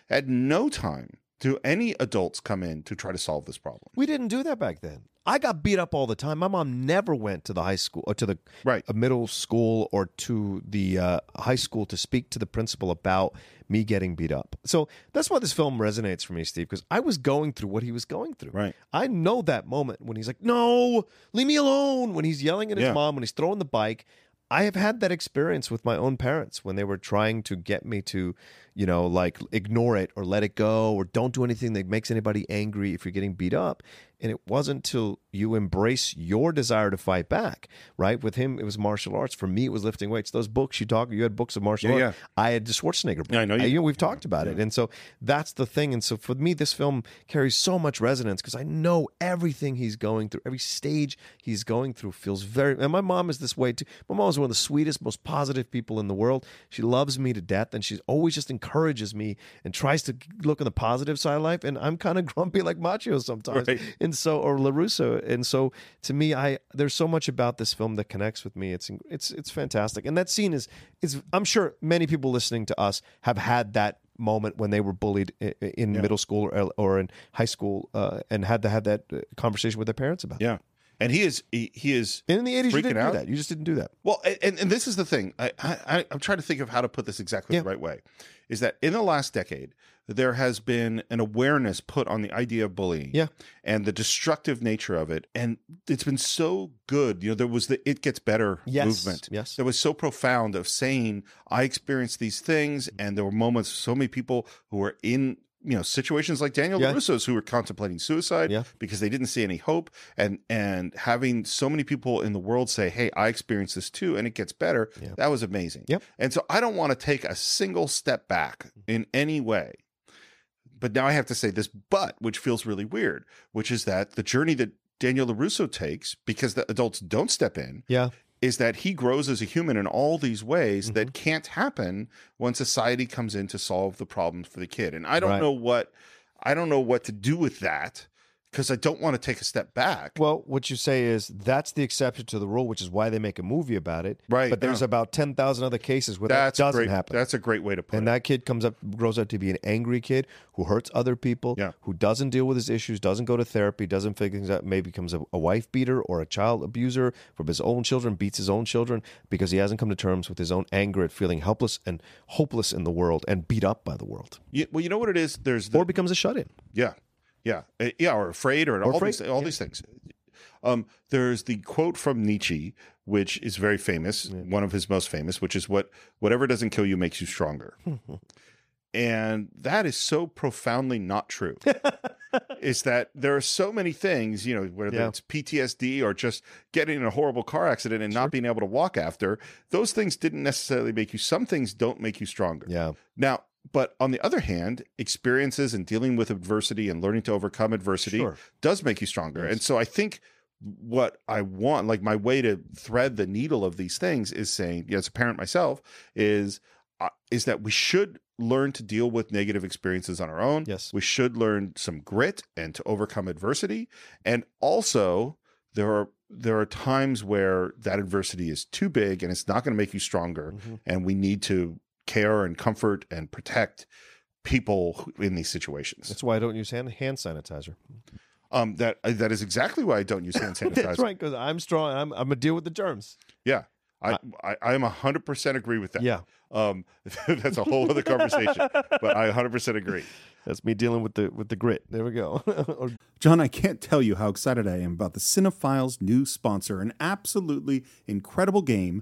At no time do any adults come in to try to solve this problem. We didn't do that back then. I got beat up all the time. My mom never went to the high school or to the Right. uh, middle school or to the uh, high school to speak to the principal about me getting beat up. So that's why this film resonates for me, Steve, because I was going through what he was going through. Right. I know that moment when he's like, "No, leave me alone!" When he's yelling at his Yeah. mom, when he's throwing the bike. I have had that experience with my own parents when they were trying to get me to, you know, like ignore it or let it go or don't do anything that makes anybody angry if you're getting beat up. And it wasn't till you embrace your desire to fight back, right? With him, it was martial arts. For me, it was lifting weights. Those books you talk, you had books of martial Yeah, arts. I had the Schwarzenegger book. Yeah, I know you- you know, we've talked about it. And so that's the thing. And so for me, this film carries so much resonance because I know everything he's going through, every stage he's going through feels very. And my mom is this way too. My mom is one of the sweetest, most positive people in the world. She loves me to death and she always just encourages me and tries to look on the positive side of life. And I'm kind of grumpy like Macho sometimes. Right. And so, or LaRusso. And so to me, I, there's so much about this film that connects with me. It's, it's, it's fantastic. And that scene is, is, I'm sure many people listening to us have had that moment when they were bullied i- i- in middle school or, or in high school uh, and had to have that uh, conversation with their parents about Yeah, and he is he, he is it. In the 80s, you Freaking didn't out. do that. You just didn't do that. Well, a- and, and this is the thing. I, I, I- I'm trying to think of how to put this exactly the Yeah. right way. Is that in the last decade, there has been an awareness put on the idea of bullying Yeah. and the destructive nature of it. And it's been so good. You know, there was the It Gets Better Yes, movement. yes. That was so profound of saying, I experienced these things. And there were moments, so many people who were in. You know situations like Daniel Yeah. LaRusso's who were contemplating suicide Yeah. because they didn't see any hope and and having so many people in the world say hey i experienced this too and it gets better that was amazing Yep. and so i don't want to take a single step back in any way but now i have to say this but which feels really weird which is that the journey that daniel larusso takes because the adults don't step in Yeah. is that he grows as a human in all these ways that Mm-hmm. can't happen when society comes in to solve the problems for the kid. And I don't Right. know what I don't know what to do with that because I don't want to take a step back. Well, what you say is that's the exception to the rule, which is why they make a movie about it. Right, But there's yeah. about 10,000 other cases where that's that doesn't great. happen. That's a great way to put and it. that kid comes up, grows up to be an angry kid who hurts other people, Yeah. who doesn't deal with his issues, doesn't go to therapy, doesn't figure things out, maybe becomes a, a wife beater or a child abuser from his own children, beats his own children because he hasn't come to terms with his own anger at feeling helpless and hopeless in the world and beat up by the world. You- well, you know what it is. There's the, Or becomes a shut in. Yeah. Yeah. Uh, Yeah. Or afraid or, all, afraid, These, all these things. Um, there's the quote from Nietzsche, which is very famous, one of his most famous, which is what whatever doesn't kill you makes you stronger. and that is so profoundly not true. is that there are so many things, you know, whether Yeah. it's PTSD or just getting in a horrible car accident and not being able to walk after, those things didn't necessarily make you some things don't make you stronger. Yeah. Now, but on the other hand, experiences and dealing with adversity and learning to overcome adversity Sure. does make you stronger. And so I think what I want, like my way to thread the needle of these things is saying, yeah, as a parent myself, is uh, is that we should learn to deal with negative experiences on our own. Yes. We should learn some grit and to overcome adversity and also there are there are times where that adversity is too big and it's not going to make you stronger and we need to care and comfort and protect people who- in these situations That's why I don't use hand, hand sanitizer. um that that is exactly why i don't use hand sanitizer That's right, because I'm strong. and I'm, I'm gonna deal with the germs. yeah I, I, I am 100% agree with that. Yeah. Um, that's a whole other conversation, but I 100% agree. That's me dealing with the with the grit. There we go. Or John, I can't tell you how excited I am about the Cinephiles' new sponsor, an absolutely incredible game,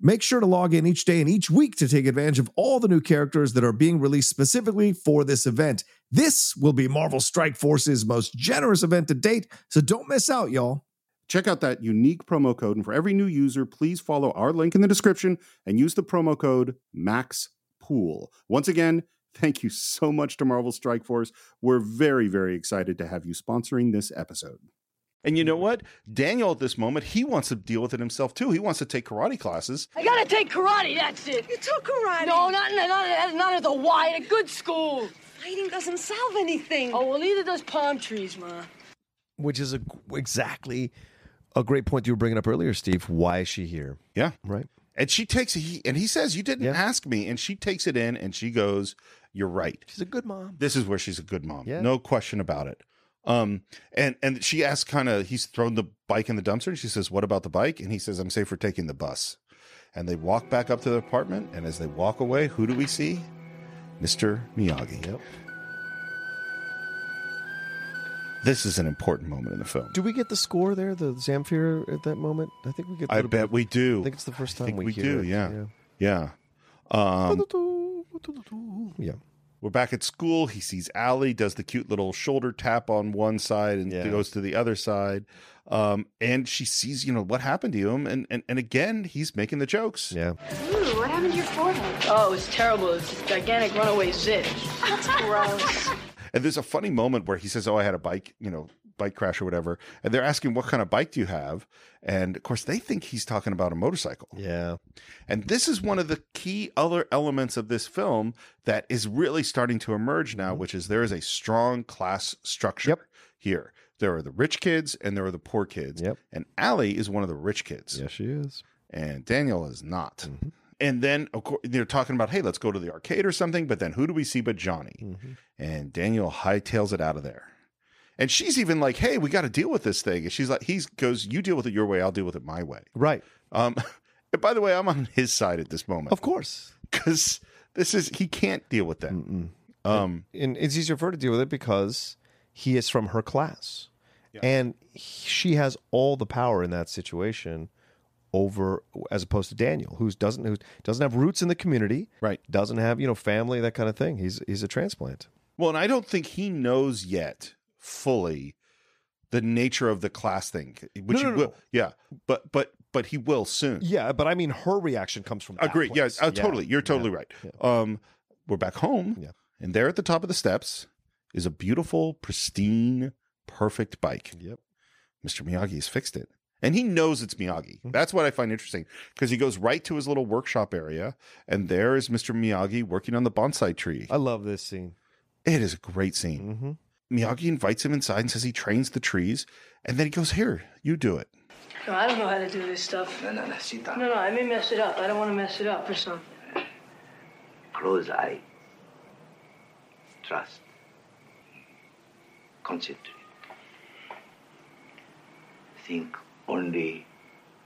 Make sure to log in each day and each week to take advantage of all the new characters that are being released specifically for this event. This will be Marvel Strike Force's most generous event to date, so don't miss out, y'all. Check out that unique promo code, and for every new user, please follow our link in the description and use the promo code MAXPOOL. Once again, thank you so much to Marvel Strike Force. We're very, very excited to have you sponsoring this episode. And you know what? Daniel at this moment, he wants to deal with it himself too. He wants to take karate classes. I gotta take karate, that's it. You took karate. No, not, not, not, not at the Y, at a good school. Fighting doesn't solve anything. Oh, well, neither does palm trees, ma. which is a, exactly a great point you were bringing up earlier, Steve. Why is she here? Yeah. Right. And she takes he and he says, You didn't Yeah. ask me. And she takes it in and she goes, You're right. She's a good mom. This is where she's a good mom. Yeah. No question about it. Um, and and she asks kind of he's thrown the bike in the dumpster and she says, What about the bike? And he says, I'm safer taking the bus. And they walk back up to the apartment, and as they walk away, who do we see? Mr. Miyagi. Yep. This is an important moment in the film. Do we get the score there, the Zamfir at that moment? I think we get. I bet we do. I think it's the first I time think we, we, hear do. it, Yeah. Yeah. Um, Yeah. we're back at school. He sees Allie, does the cute little shoulder tap on one side and Yeah. goes to the other side. Um, and she sees, you know, what happened to him. And, and, and again, he's making the jokes. Yeah. Ooh, what happened to your forehead? Oh, it's terrible. It's this gigantic runaway zit. That's gross. And there's a funny moment where he says, Oh, I had a bike, you know, bike crash or whatever. And they're asking, What kind of bike do you have? And of course, they think he's talking about a motorcycle. Yeah. And this is one of the key other elements of this film that is really starting to emerge now, which is there is a strong class structure Mm-hmm. Yep. here. There are the rich kids and there are the poor kids. Yep. And Allie is one of the rich kids, Yes, she is. and Daniel is not. Mm-hmm. And then, of course, they're talking about, hey, let's go to the arcade or something. But then who do we see but Johnny? Mm-hmm. And Daniel hightails it out of there. And she's even like, hey, we got to deal with this thing. And she's like, he goes, you deal with it your way, I'll deal with it my way. Right. Um, and by the way, I'm on his side at this moment Of course. because this is he can't deal with that. Um, and it's easier for her to deal with it because he is from her class, and he- she has all the power in that situation over as opposed to Daniel, who doesn't who doesn't have roots in the community, Right. Doesn't have you know family that kind of thing. He's he's a transplant. well, and I don't think he knows yet fully the nature of the class thing, which No, he no, no. will, yeah, but but but he will soon. Yeah, but I mean, her reaction comes from Agree. Yes, oh, totally. You're totally right. Um, we're back home, Yeah. and there at the top of the steps is a beautiful, pristine, perfect bike. Yep. Mr. Miyagi has fixed it. And he knows it's Miyagi. Mm-hmm. That's what I find interesting because he goes right to his little workshop area, and there is Mr. Miyagi working on the bonsai tree. I love this scene. It is a great scene. Mhm. Miyagi invites him inside and says he trains the trees, and then he goes, Here, you do it. No, I don't know how to do this stuff. No, no, no, sit down. No, no, I may mess it up. I don't want to mess it up or something. Close eye. Trust. Concentrate. Think only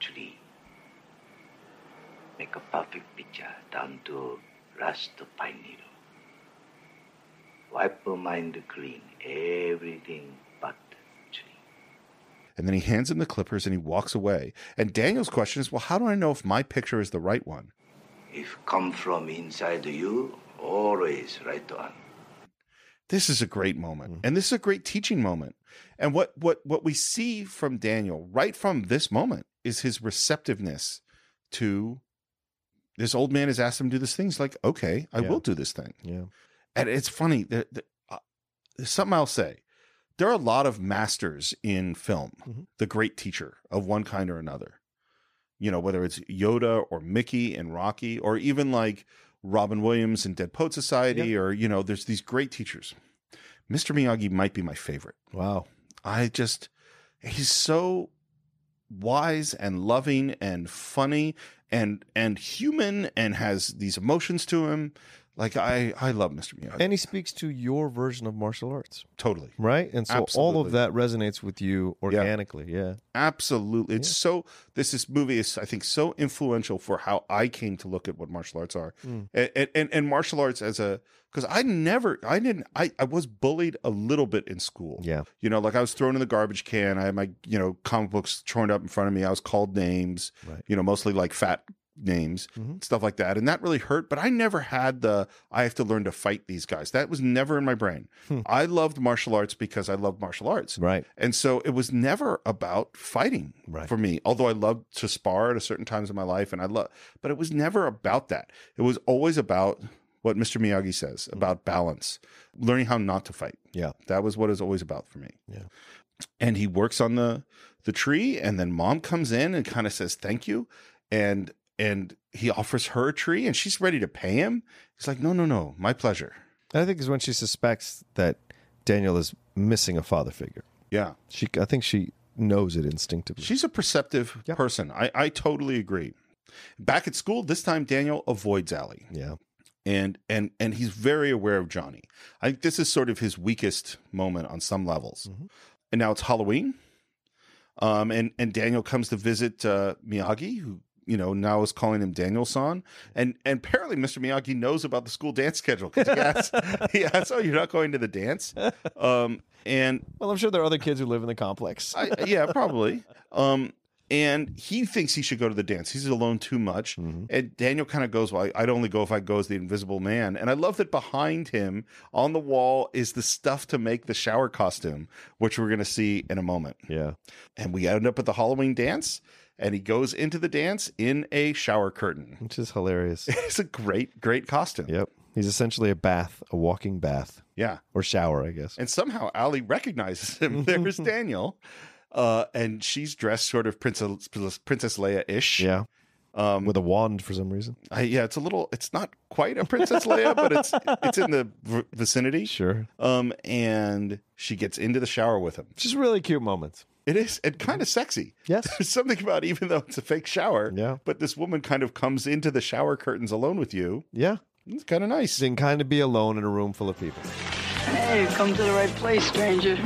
tree. Make a perfect picture down to rust to pine needle. Wipe her mind clean, everything but And then he hands him the clippers and he walks away. And Daniel's question is, well, how do I know if my picture is the right one? if come from inside you, always right on. This is a great moment. And this is a great teaching moment. And what what what we see from Daniel right from this moment is his receptiveness to this old man has asked him to do this thing. He's like, okay, I Yeah. will do this thing. Yeah. And it's funny. There, there- uh, there's something I'll say. There are a lot of masters in film, Mm-hmm. the great teacher of one kind or another. You know, whether it's Yoda or Mickey and Rocky, or even like Robin Williams and Dead Poet Society, or, you know, there's these great teachers. Mr. Miyagi might be my favorite. Wow. I just, he's so wise and loving and funny and and human and has these emotions to him. Like I I love Mr. Miyagi. And he speaks to your version of martial arts, totally. right? And so all Absolutely. of that resonates with you organically. Yeah. Absolutely. It's so this this movie is I think so influential for how I came to look at what martial arts are. Mm. And, and and martial arts as a cuz I never I didn't I I was bullied a little bit in school. Yeah. You know, like I was thrown in the garbage can. I had my, you know, comic books torn up in front of me. I was called names, Right. you know, mostly like fat names, Mm-hmm. stuff like that. And that really hurt. But I never had the, I have to learn to fight these guys. That was never in my brain. Hmm. I loved martial arts because I loved martial arts. Right. And so it was never about fighting Right. for me, although I loved to spar at a certain times in my life and I love, but it was never about that. It was always about what Mr. Miyagi says Mm. about balance, learning how not to fight. Yeah. That was what it was always about for me. Yeah. And he works on the the tree and then mom comes in and kind of says thank you and and he offers her a tree and she's ready to pay him. He's like, "No, no, no. My pleasure." And I think is when she suspects that Daniel is missing a father figure. Yeah. She, I think she knows it instinctively. She's a perceptive Yep. person. I I totally agree. Back at school this time Daniel avoids Allie. yeah. and and and he's very aware of Johnny. I think this is sort of his weakest moment on some levels. And now it's Halloween, um, and and Daniel comes to visit uh, Miyagi, who you know now is calling him Daniel San, and and apparently Mr. Miyagi knows about the school dance schedule because he asks, he asks, "Oh, you're not going to the dance?" Um, and Well, I'm sure there are other kids who live in the complex. I, yeah, probably. Um, and he thinks he should go to the dance. He's alone too much. And Daniel kind of goes, "Well, I- I'd only go if I go as the Invisible Man." And I love that behind him on the wall is the stuff to make the shower costume, which we're going to see in a moment. yeah. And we end up at the Halloween dance, and he goes into the dance in a shower curtain. Which is hilarious. It's a great, great costume. yep. He's essentially a bath, a walking bath Yeah. or shower, I guess. And somehow Ali recognizes him. There's Daniel. Uh, and she's dressed sort of Princess, Princess Leia ish. yeah. With a wand for some reason. I, yeah, it's a little. It's not quite a Princess Leia, but it's it's in the v- vicinity. Sure. Um, and she gets into the shower with him. Just really cute moments. It is and kind of sexy. Mm-hmm. Yes. there's something about even though it's a fake shower. Yeah. but this woman kind of comes into the shower curtains alone with you. Yeah. It's kind of nice. Then kind of be alone in a room full of people. Hey, you've come to the right place, stranger.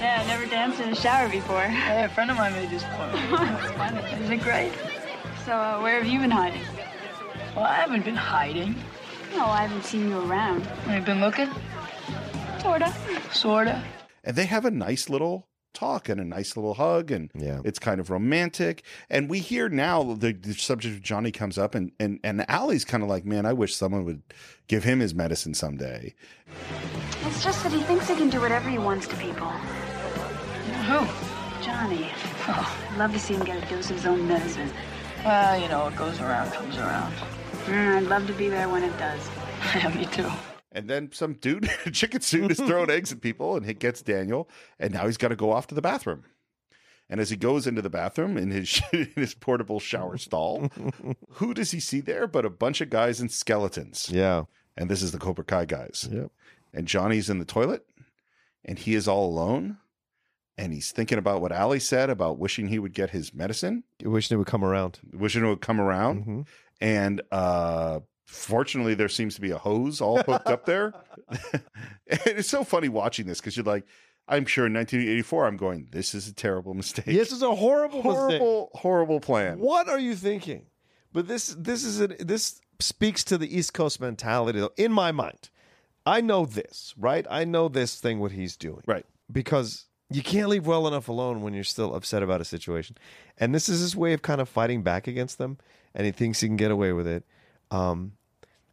Yeah, I never danced in a shower before. Hey, a friend of mine made this point. Is it great? So, uh, where have you been hiding? Well, I haven't been hiding. No, I haven't seen you around. I've been looking, Sorta. sorta. and they have a nice little talk and a nice little hug and Yeah. it's kind of romantic and we hear now the, the subject of johnny comes up and and and Allie's kind of like man i wish someone would give him his medicine someday It's just that he thinks he can do whatever he wants to people. Who? Johnny. Oh, I'd love to see him get a dose of his own medicine. Well, Uh, you know, what goes around comes around. Mm, I'd love to be there when it does. Yeah, me too. And then some dude in a chicken suit is throwing eggs at people and it gets Daniel. And now he's got to go off to the bathroom. And as he goes into the bathroom in his in his portable shower stall, who does he see there but a bunch of guys in skeletons? Yeah. And this is the Cobra Kai guys. Yep. And Johnny's in the toilet and he is all alone. And he's thinking about what Ali said about wishing he would get his medicine, Wishing it would come around. wishing it would come around Mm-hmm. and uh fortunately there seems to be a hose all hooked up there And it's so funny watching this because you're like I'm sure in 1984, I'm going, this is a terrible mistake. This is a horrible, horrible, mistake. horrible plan. What are you thinking? But this, this is an, this speaks to the East Coast mentality, though. In my mind, I know this, right? I know this thing what he's doing, right? Because you can't leave well enough alone when you're still upset about a situation, and this is his way of kind of fighting back against them, and he thinks he can get away with it. Um,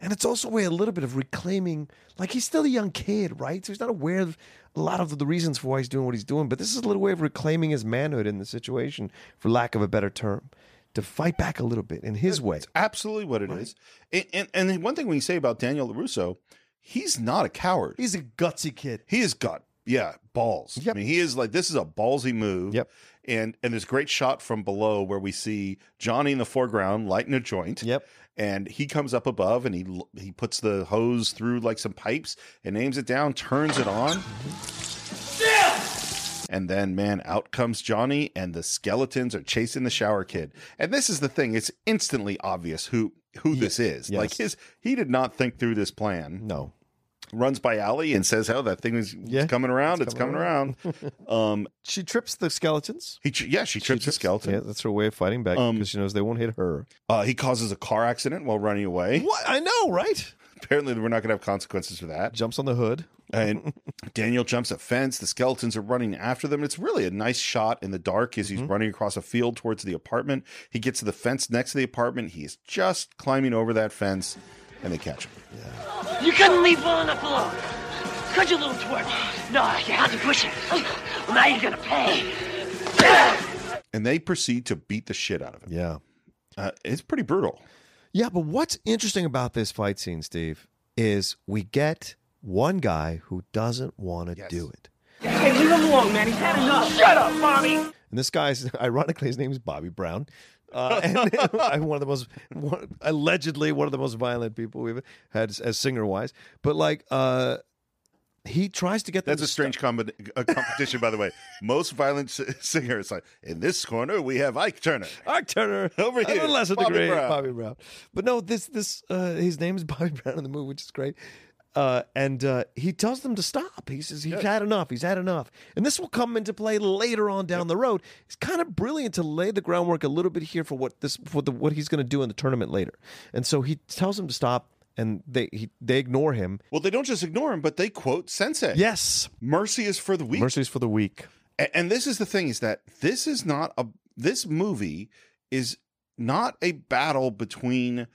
and it's also a way a little bit of reclaiming, like he's still a young kid, right? So he's not aware of a lot of the reasons for why he's doing what he's doing. But this is a little way of reclaiming his manhood in the situation, for lack of a better term, to fight back a little bit in his way. It's absolutely what it is. And, and and one thing we say about Daniel Larusso, he's not a coward. He's a gutsy kid. He has got yeah balls. I mean, he is like this is a ballsy move. Yep. And and there's a great shot from below where we see Johnny in the foreground lighting a joint. Yep. And he comes up above and he l- he puts the hose through like some pipes and aims it down, turns it on. And then, man, out comes Johnny, and the skeletons are chasing the shower kid. And this is the thing; it's instantly obvious who who this is. Like his, he did not think through this plan. No, runs by Allie and says, "Oh, that thing is it's coming around. It's, coming, around." um, she trips the skeletons. Um, He, tr- yeah, she trips the skeleton. Yeah, that's her way of fighting back because she knows they won't hit her. Uh, he causes a car accident while running away. What I know, right? Apparently, we're not going to have consequences for that. Jumps on the hood. and Daniel jumps a fence. The skeletons are running after them. It's really a nice shot in the dark as he's running across a field towards the apartment. He gets to the fence next to the apartment. He is just climbing over that fence, and they catch him. You couldn't leave well enough alone. Could you, little twerp? No, you had to push it. Well, now you're gonna pay. And they proceed to beat the shit out of him. Yeah. Uh, it's pretty brutal. Yeah, but what's interesting about this fight scene, Steve, is we get one guy who doesn't want to do it. Hey, leave him alone, man. He's had enough. Shut up, Bobby. And this guy's ironically his name is Bobby Brown. Uh, and one of the most one, allegedly one of the most violent people we've had as, singer wise. But like uh he tries to get them That's a to strange combi- a competition, by the way. Most violent s- singers like in this corner we have Ike Turner. Ike Turner over I here. don't lesser Bobby degree, Brown. Bobby Brown. But no, this this uh, his name is Bobby Brown in the movie, which is great. Uh, and uh, he tells them to stop. He says he's had enough. He's had enough. And this will come into play later on down the road. It's kind of brilliant to lay the groundwork a little bit here for what this for the what he's going to do in the tournament later. And so he tells them to stop, and they he, they ignore him. Well, they don't just ignore him, but they quote Sensei. Yes, mercy is for the weak. mercies for the weak. A- and this is the thing is that this is not a this movie is not a battle between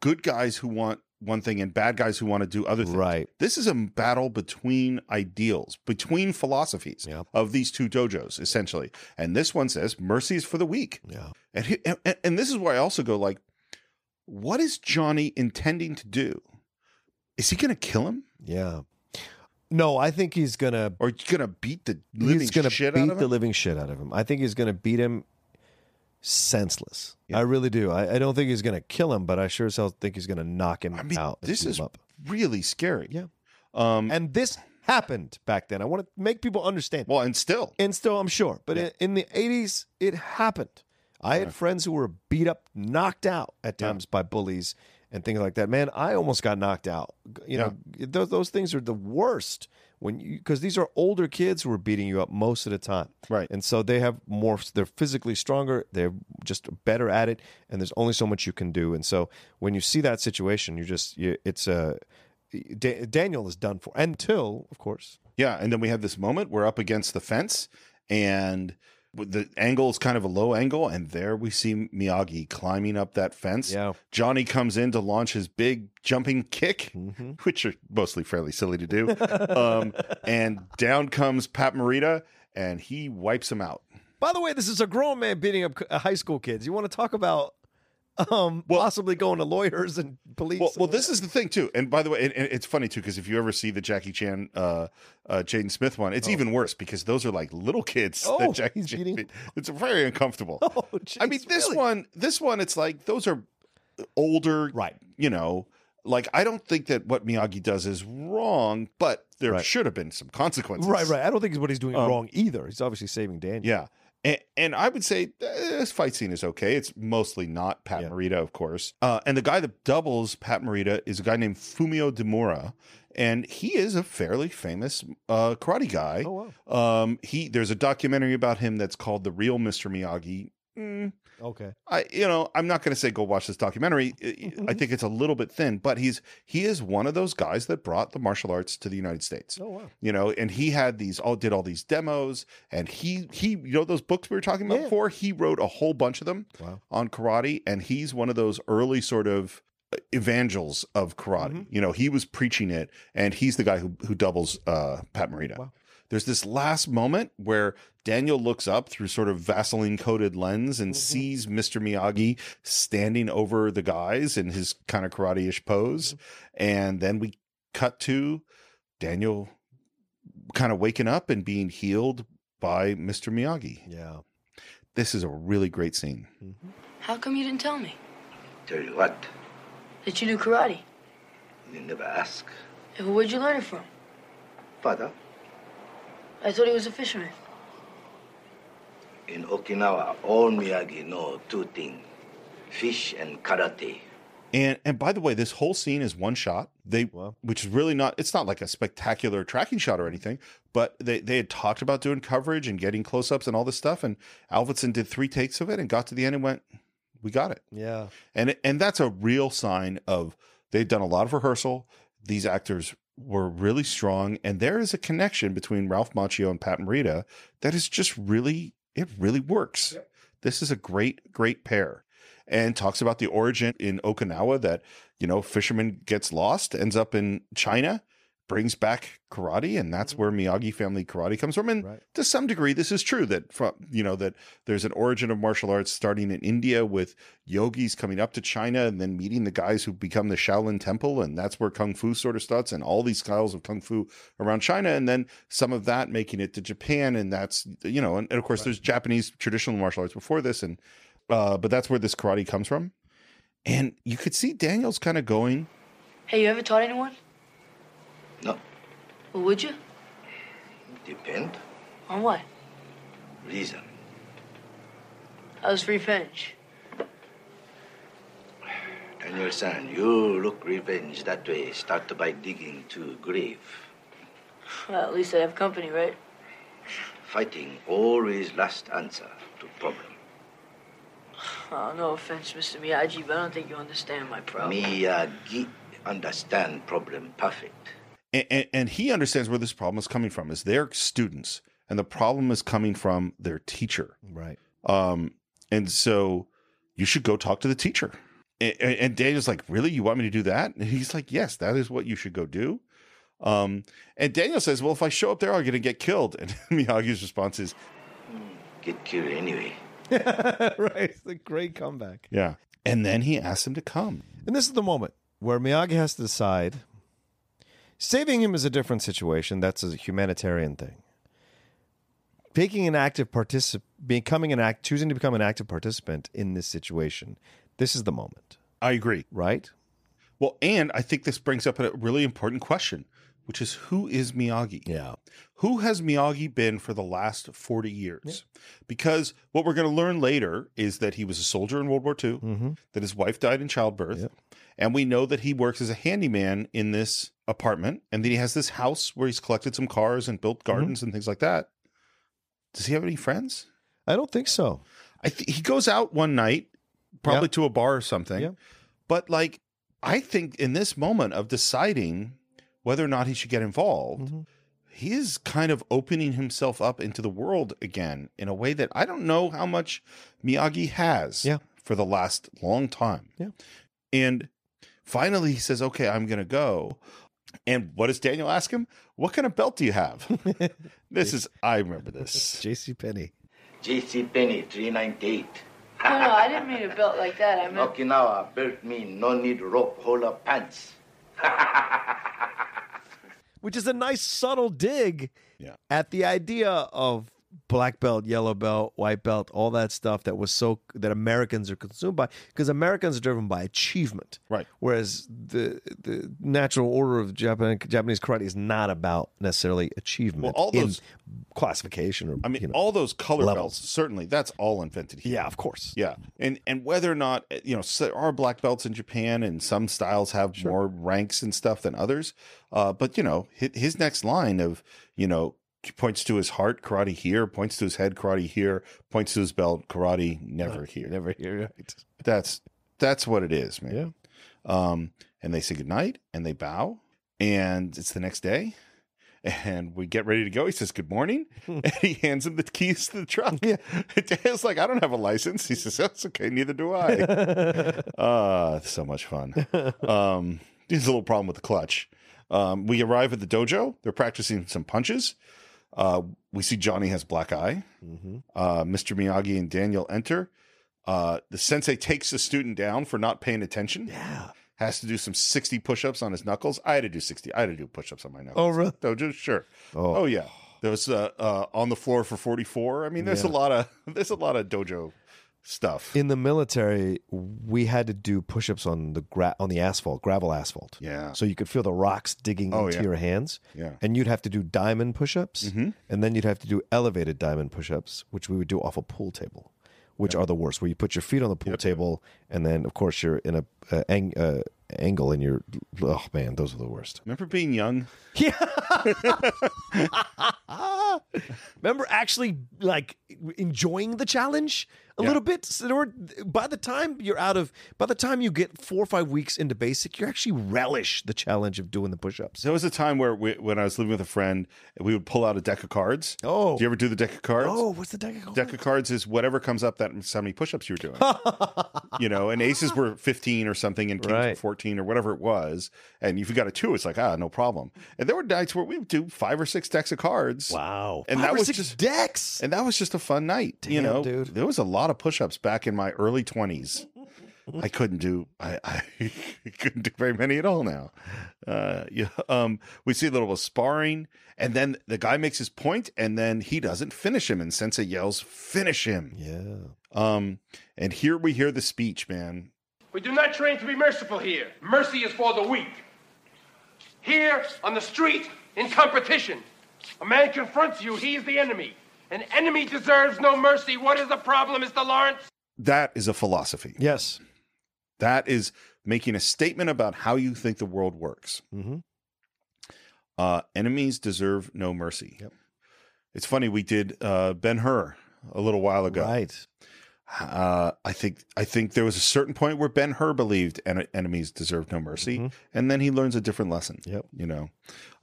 good guys who want one thing and bad guys who want to do other things. Right. This is a battle between ideals, between philosophies of these two dojos, essentially. And this one says mercy is for the weak. Yeah. And he, and, and this is where I also go like, what is Johnny intending to do? Is he going to kill him? Yeah. No, I think he's gonna Or going to beat the living he's gonna shit beat out of him? the living shit out of him. I think he's gonna beat him senseless. I really do. I, I don't think he's gonna kill him, but I sure as hell think he's gonna knock him I mean, out. and this beat is him up. really scary. Yeah. Um, and this happened back then. I want to make people understand. well, and still, and still, I'm sure, but in, in the '80s, it happened. I had friends who were beat up, knocked out at times by bullies and things like that. Man, I almost got knocked out. You know, those, those things are the worst when you because these are older kids who are beating you up most of the time, Right. And so they have more. They're physically stronger. They're just better at it, and there's only so much you can do. And so when you see that situation, you just you, it's a da- Daniel is done for until, of course, yeah. And then we have this moment. We're up against the fence, and with the angle is kind of a low angle. And there we see Miyagi climbing up that fence. Yeah. Johnny comes in to launch his big jumping kick, Mm-hmm. which are mostly fairly silly to do. um, and down comes Pat Morita, and he wipes him out. By the way, this is a grown man beating up c- uh, high school kids. You want to talk about um, possibly going to lawyers and police? Well, well, this is the thing too. And by the way, and, and it's funny too because if you ever see the Jackie Chan, uh, uh, Jaden Smith one, it's even worse because those are like little kids. Oh, that Jackie he's Chan eating- beat. It's very uncomfortable. Oh, I mean, jeez, this really? one, this one, it's like those are uh, older, Right. You know, like I don't think that what Miyagi does is wrong, but there Right. should have been some consequences. right, right. I don't think what he's doing Um, wrong either. He's obviously saving Daniel. Yeah. And, and I would say eh, this fight scene is okay. It's mostly not Pat Morita, of course. Uh, and the guy that doubles Pat Morita is a guy named Fumio Demura, and he is a fairly famous uh, karate guy. Oh wow! Um, he there's a documentary about him that's called "The Real Mr. Miyagi." Mm, Okay. I you know I'm not going to say go watch this documentary. eh, I- I think it's a little bit thin, but he's he is one of those guys that brought the martial arts to the United States. Oh wow. You know, and he had these all did all these demos, and he he you know those books we were talking about before. He wrote a whole bunch of them Wow. on karate, and he's one of those early sort of uh, evangels of karate. You know, he was preaching it, and he's the guy who who doubles uh, Pat Morita. There's this last moment where Daniel looks up through sort of Vaseline coated lens and sees Mr. Miyagi standing over the guys in his kind of karate ish pose. And then we cut to Daniel kind of waking up and being healed by Mr. Miyagi. Yeah. This is a really great scene. How come you didn't tell me Tell you what, that you do karate? you never ask. And Where'd you learn it from? Father, I thought he was a fisherman. in Okinawa, all Miyagi know two things fish and karate. And and by the way, this whole scene is one shot. They which is really not it's not like a spectacular tracking shot or anything, but they they had talked about doing coverage and getting close-ups and all this stuff and Alvinson did 3 takes of it and got to the end and went, "We got it." Yeah. And and that's a real sign of they've done a lot of rehearsal. These actors were really strong and there is a connection between Ralph Macchio and Pat Morita that is just really it really works. This is a great great pair. And talks about the origin in Okinawa that, you know, fisherman gets lost, ends up in China, brings back karate and that's where Miyagi family karate comes from and to some degree this is true that from you know that there's an origin of martial arts starting in India with yogis coming up to China and then meeting the guys who become the Shaolin temple and that's where kung fu sort of starts and all these styles of kung fu around China and then some of that making it to Japan and that's you know and, and of course there's Japanese traditional martial arts before this and uh but that's where this karate comes from and you could see Daniel's kind of going Hey, you ever taught anyone? No. Well, would you? Depend, On what? reason. How's revenge? Daniel san, you look revenge that way. Start by digging to grave. Well, at least I have company, right? Fighting always last answer to problem. Oh, no offense, Mr. Miyagi, but I don't think you understand my problem. Miyagi understand problem perfect. and, and, and he understands where this problem is coming from is their students and the problem is coming from their teacher Right. um and so you should go talk to the teacher and, and, and daniel's like really you want me to do that and he's like yes that is what you should go do um and daniel says well if i show up there i'm gonna get killed and miyagi's response is Get killed anyway. right. It's a great comeback. yeah and then he asks him to come And this is the moment where Miyagi has to decide saving him is a different situation. That's a humanitarian thing. Taking an active particip becoming an act, choosing to become an active participant in this situation, this is the moment. I agree. Right? Well, and I think this brings up a really important question, which is who is Miyagi? Yeah. Who has Miyagi been for the last 40 years? Because what we're going to learn later is that he was a soldier in World War II, Mm-hmm. that his wife died in childbirth, and we know that he works as a handyman in this apartment and that he has this house where he's collected some cars and built gardens and things like that. Does he have any friends? I don't think so. I th- he goes out one night, probably to a bar or something. Yeah. But like, I think in this moment of deciding whether or not he should get involved, Mm-hmm. he is kind of opening himself up into the world again in a way that I don't know how much Miyagi has Yeah. for the last long time. Yeah. And finally, he says, "Okay, I'm going to go." And what does Daniel ask him? What kind of belt do you have? this is I remember this. J.C. Penny. J.C. Penny, 398. No, no, I didn't mean a belt like that. I In meant. Okinawa, belt mean no need rope, hold up pants. Which is a nice subtle dig Yeah. at the idea of black belt, yellow belt, white belt, all that stuff that was so that Americans are consumed by because Americans are driven by achievement. Right. Whereas the the natural order of Japan, Japanese karate is not about necessarily achievement. Well, all in those- classification or I mean, you know, all those color levels. belts certainly that's all invented here. Yeah, of course. Yeah, and and whether or not eh, you know so there are black belts in Japan, and some styles have more ranks and stuff than others. Uh, but you know, his, his next line of you know points to his heart karate here, points to his head karate here, points to his belt karate never here, never here. Right. That's that's what it is, man. Yeah. Um, and they say goodnight and they bow, and it's the next day. And we get ready to go. He says, Good morning. and he hands him the keys to the truck. Yeah. Dale's like, I don't have a license. He says, That's okay. Neither do I. uh, so much fun. Um, there's a little problem with the clutch. Um, we arrive at the dojo. They're practicing some punches. Uh, we see Johnny has black eye. Mm-hmm. Uh, Mr. Miyagi and Daniel enter. Uh, the sensei takes the student down for not paying attention. Yeah. Has to do some 60 push ups on his knuckles. I had to do 60. I had to do push ups on my knuckles. Oh, really? Dojo, sure. Oh, yeah. There was uh, uh, on the floor for 44. I mean, there's Yeah. a lot of there's a lot of dojo stuff. In the military, we had to do push-ups on the gra- on the asphalt, gravel asphalt. Yeah. So you could feel the rocks digging Oh, into yeah. your hands. Yeah. And you'd have to do diamond push-ups, Mhm. and then you'd have to do elevated diamond push-ups, which we would do off a pool table, which are the worst, where you put your feet on the pool table, and then of course you're in a uh, ang- uh, angle, and you're oh man, those are the worst. Remember being young? Remember actually like enjoying the challenge a Yeah. little bit. So there were- by the time you're out of, by the time you get four or five weeks into basic, you actually relish the challenge of doing the push-ups. There was a time where we, when I was living with a friend, we would pull out a deck of cards. Oh. Do you ever do the deck of cards? Oh, what's the deck? of- Deck of cards is whatever comes up that so many push-ups you were doing. you know, and aces were 15 or something and kings were Right. 14 or whatever it was. And if you got a two, it's like, ah, no problem. And there were nights where we would do five or six decks of cards. Wow. And Five that or was six just- decks. And that was just a fun night. you Damn, know, dude. there was a lot of push-ups back in my early 20s. I couldn't do I, I couldn't do very many at all now. Uh, yeah, um, we see a little bit of sparring, and then the guy makes his point, and then he doesn't finish him, and Sensei yells, "Finish him!" Yeah. Um, and here we hear the speech, man. We do not train to be merciful here. Mercy is for the weak. Here, on the street, in competition, a man confronts you, he is the enemy. An enemy deserves no mercy. What is the problem, Mr. Lawrence? That is a philosophy. Yes. That is making a statement about how you think the world works. Mhm. Uh, enemies deserve no mercy. Yep. It's funny we did uh, Ben Hur a little while ago. Right. Uh, I think I think there was a certain point where Ben Hur believed en- enemies deserve no mercy, and then he learns a different lesson. Mm-hmm. Yep. You know,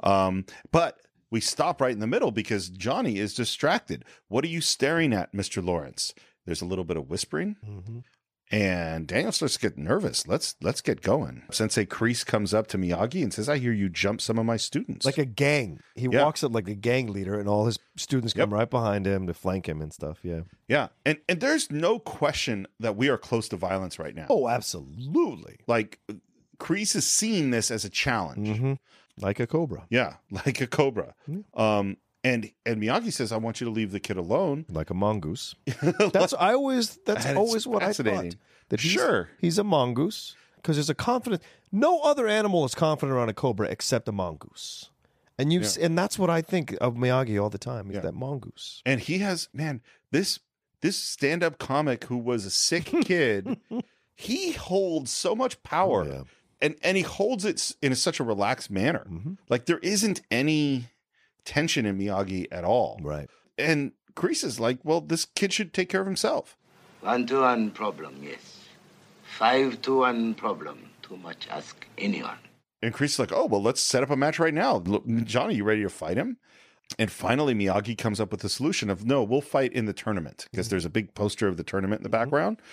um, but we stop right in the middle because Johnny is distracted. What are you staring at, Mister Lawrence? There's a little bit of whispering Mm-hmm. and Daniel starts to get nervous. Let's let's get going. Sensei Kreese comes up to Miyagi and says, "I hear you jump some of my students." Like a gang. He Yeah. walks up like a gang leader, and all his students come right behind him to flank him and stuff. Yeah. yeah, and and there's no question that we are close to violence right now. Oh, absolutely. Like Kreese is seeing this as a challenge. hmm Like a cobra. Yeah, like a cobra. Mm-hmm. Um, and and Miyagi says, "I want you to leave the kid alone." like a mongoose. That's I always that's And it's always what I thought. fascinating. That he's, Sure. he's a mongoose because there's a confident. No other animal is confident around a cobra except a mongoose, and you have and that's what I think of Miyagi all the time is Yeah. that mongoose. And he has man this this stand up comic who was a sick kid. he holds so much power, yeah. and and he holds it s- in such a relaxed manner. Like there isn't any tension in Miyagi at all. Right. And Kreese is like, well, this kid should take care of himself. One to one problem, yes. Five to one problem. Too much ask anyone. And Kreese is like, oh well, let's set up a match right now. Look, Johnny, you ready to fight him? And finally, Miyagi comes up with the solution of no, we'll fight in the tournament because there's a big poster of the tournament in the background.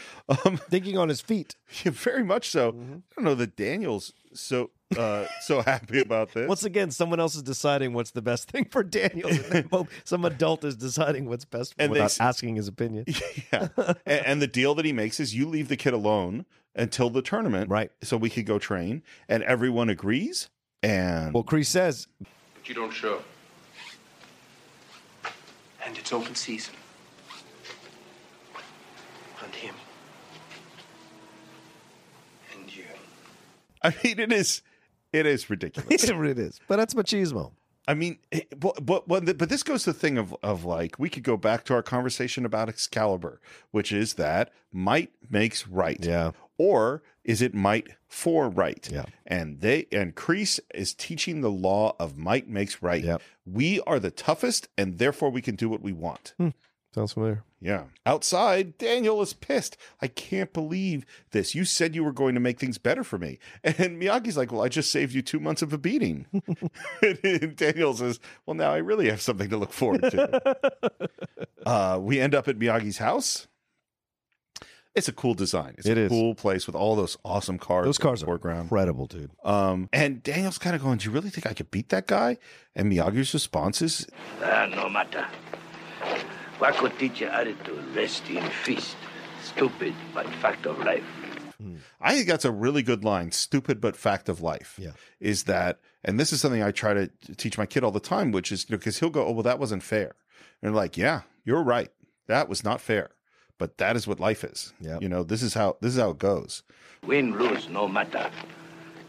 Um, Thinking on his feet. Yeah, very much so. I don't know that Daniel's so uh so happy about this. Once again, someone else is deciding what's the best thing for Daniel. in that moment. Some adult is deciding what's best for him And they without s- asking his opinion. yeah. And, and the deal that he makes is you leave the kid alone until the tournament, Right. So we could go train, and everyone agrees. And Well, Kreese says But you don't show. and it's open season. On him. And you. I mean, it is it is ridiculous. it is, but that's machismo. I mean, it, but, but but but this goes to the thing of of like we could go back to our conversation about Excalibur, which is that might makes right. Yeah. Or is it might for right? Yeah. And they and Crease is teaching the law of might makes right. We are the toughest, and therefore we can do what we want. Sounds familiar. Yeah. Outside, Daniel is pissed. I can't believe this. You said you were going to make things better for me. And Miyagi's like, Well, I just saved you two months of a beating. and Daniel says, Well, now I really have something to look forward to. uh, we end up at Miyagi's house. It's a cool design. It's It a is. cool place with all those awesome cars. Those cars are foreground. incredible, dude. Um, and Daniel's kind of going, Do you really think I could beat that guy? And Miyagi's response is, Ah, no matter. Wako teach you how to rest in feast. Stupid, but fact of life. I think that's a really good line, stupid but fact of life. Yeah. Is that, and this is something I try to teach my kid all the time, which is because he'll go, oh, well, that wasn't fair. And like, yeah, you're right. That was not fair. But that is what life is. Yeah. You know, this is how this is how it goes. Win, lose, no matter.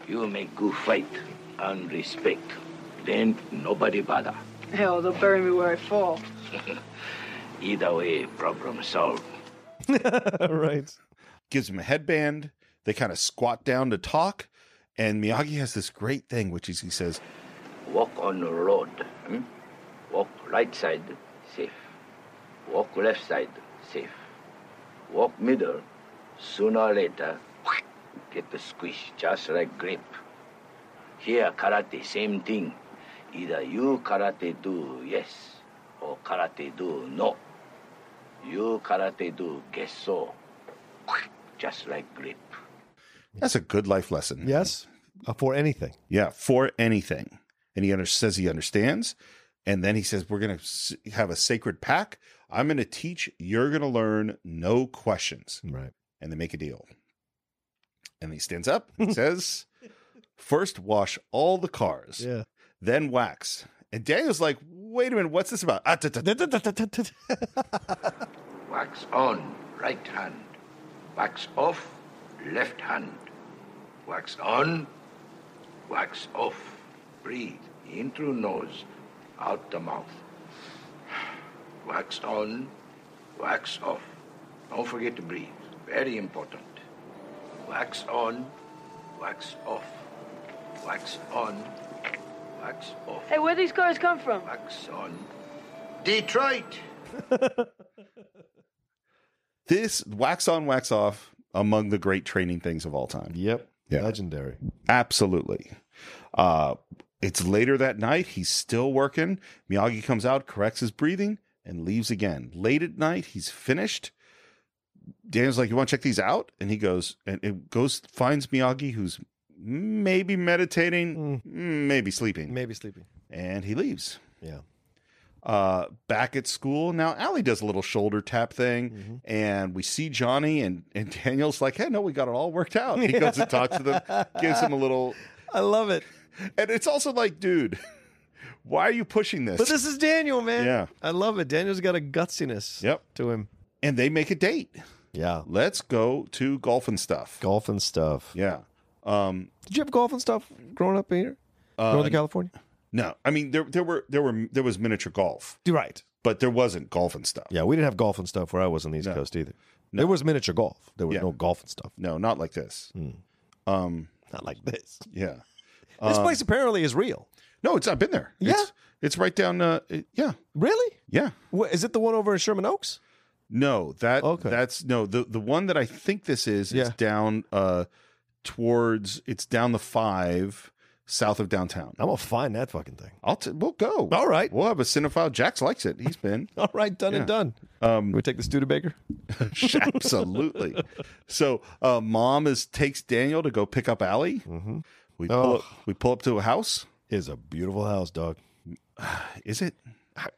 You make good fight and respect. Then nobody bother. Hell, they'll bury me where I fall. Either way, problem solved. right. Gives him a headband. They kind of squat down to talk. And Miyagi has this great thing, which is he says, Walk on the road. hmm? Walk right side, safe. Walk left side, safe. Walk middle. Sooner or later, get the squish just like grape. Here, karate, same thing. Either you karate do yes, or karate do no. You karate do guess so. Just like grape. that's a good life lesson. Yes, uh, for anything. Yeah, for anything. And he under- says he understands. And then he says, We're going to s- have a sacred pack. I'm going to teach. You're going to learn no questions. Right. And they make a deal. And he stands up and says, First, wash all the cars, Yeah. then wax. And Daniel's like, Wait a minute, what's this about? Ah, da, da, da, da, da, da, da. Wax on, right hand. Wax off, left hand. Wax on, wax off. Breathe in through nose, out the mouth. Wax on, wax off. Don't forget to breathe. Very important. Wax on, wax off. Wax on, wax off. Hey, where these cars come from? Wax on. Detroit! This wax on, wax off among the great training things of all time. Yep. Yeah. Legendary. Absolutely. Uh, it's later that night. He's still working. Miyagi comes out, corrects his breathing, and leaves again. Late at night, he's finished. Daniel's like, "You want to check these out?" And he goes and it goes finds Miyagi, who's maybe meditating, maybe sleeping, Maybe sleeping. and he leaves. Yeah. Uh, back at school now, Allie does a little shoulder tap thing, and we see Johnny and and Daniel's like, "Hey, no, we got it all worked out." He goes and talks to them, gives him a little I love it. and it's also like, dude, why are you pushing this? But this is Daniel, man. Yeah. I love it. Daniel's got a gutsiness Yep. to him. and they make a date. Yeah. Let's go to golf and stuff. Golf and stuff. Yeah. Um, Did you have golf and stuff growing up here? Uh, Northern California? no, I mean there there were there were there was miniature golf, Do right. but there wasn't golf and stuff. Yeah, we didn't have golf and stuff where I was on the East Coast either. There was miniature golf. There was Yeah. no golf and stuff. No, not like this. Hmm. Um, Not like this. yeah. this Uh, place apparently is real. No, it's I've been there. Yeah? It's, it's right down uh it- yeah. Really? Yeah. What, is it the one over in Sherman Oaks? No, that Okay. that's no the the one that I think this is Yeah. is down uh towards it's down the 5 south of downtown. I'm gonna find that fucking thing. I'll t- we'll go. Oh. All right. We'll have a cinephile. Jax likes it. He's been All right, done Yeah. and done. Can we take the Studebaker? absolutely. So, uh, mom is takes Daniel to go pick up Allie. We pull Oh. up, we pull up to a house. Is a beautiful house, dog. Is it?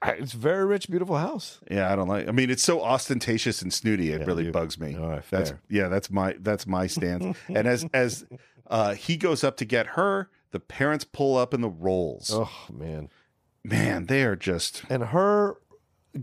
It's a very rich, beautiful house. Yeah, I don't like. I mean, it's so ostentatious and snooty. It really you- bugs me. all right, that's fair. yeah. That's my that's my stance. and as as uh, he goes up to get her, the parents pull up in the rolls. Oh man. Man, they are just And her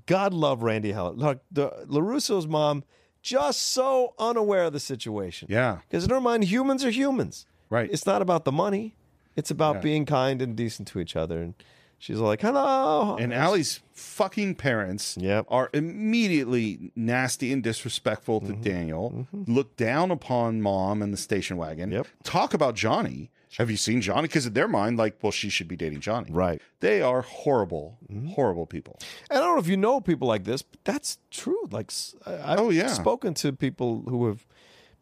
God love Randy Helen. Look, the LaRusso's mom just so unaware of the situation. Yeah. Because in her mind, humans are humans. Right. It's not about the money. It's about Yeah. being kind and decent to each other. And she's like, hello. And Allie's fucking parents are immediately nasty and disrespectful to Daniel, look down upon mom and the station wagon, talk about Johnny. Have you seen Johnny? Because in their mind, like, well, she should be dating Johnny. Right. They are horrible, horrible people. And I don't know if you know people like this, but that's true. Like, s- I- I've Oh, yeah. spoken to people who have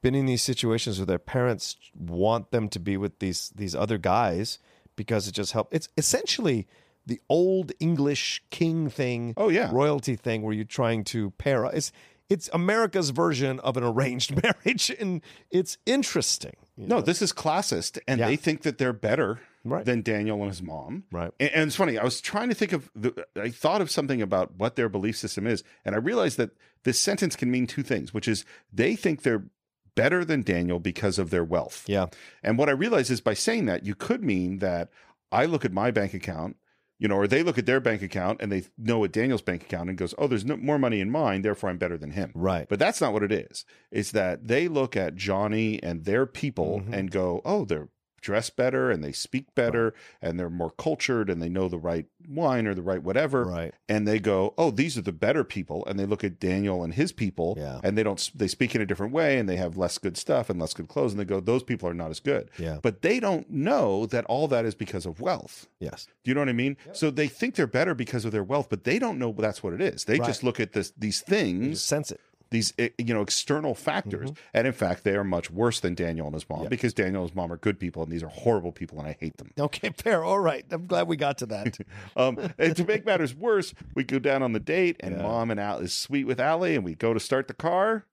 been in these situations where their parents want them to be with these these other guys because it just helps. It's essentially the old English king thing. Oh yeah, royalty thing where you're trying to pair. up. It's it's America's version of an arranged marriage, and it's interesting. you No, know? this is classist, and they think that they're better than Daniel and his mom. Right. And, and it's funny. I was trying to think of. The, I thought of something about what their belief system is, and I realized that this sentence can mean two things, which is they think they're better than Daniel because of their wealth. Yeah. And what I realized is by saying that, you could mean that I look at my bank account. You know, or they look at their bank account and they know at Daniel's bank account and goes, "Oh, there's no, more money in mine, therefore I'm better than him." Right. But that's not what it is. It's that they look at Johnny and their people Mm-hmm. and go, oh, they're dressed better and they speak better and they're more cultured and they know the right wine or the right whatever. Right. And they go, oh, these are the better people. And they look at Daniel and his people and they don't, they speak in a different way and they have less good stuff and less good clothes. And they go, those people are not as good. Yeah. But they don't know that all that is because of wealth. yes. Do you know what I mean? So they think they're better because of their wealth, but they don't know that's what it is. They Right. just look at this these things, sense it. These eh, you know external factors, Mm-hmm. and in fact, they are much worse than Daniel and his mom because Daniel and his mom are good people, and these are horrible people, and I hate them. Okay, fair. All right. I'm glad we got to that. Um, and to make matters worse, we go down on the date, and mom and Al is sweet with Allie, and we go to start the car.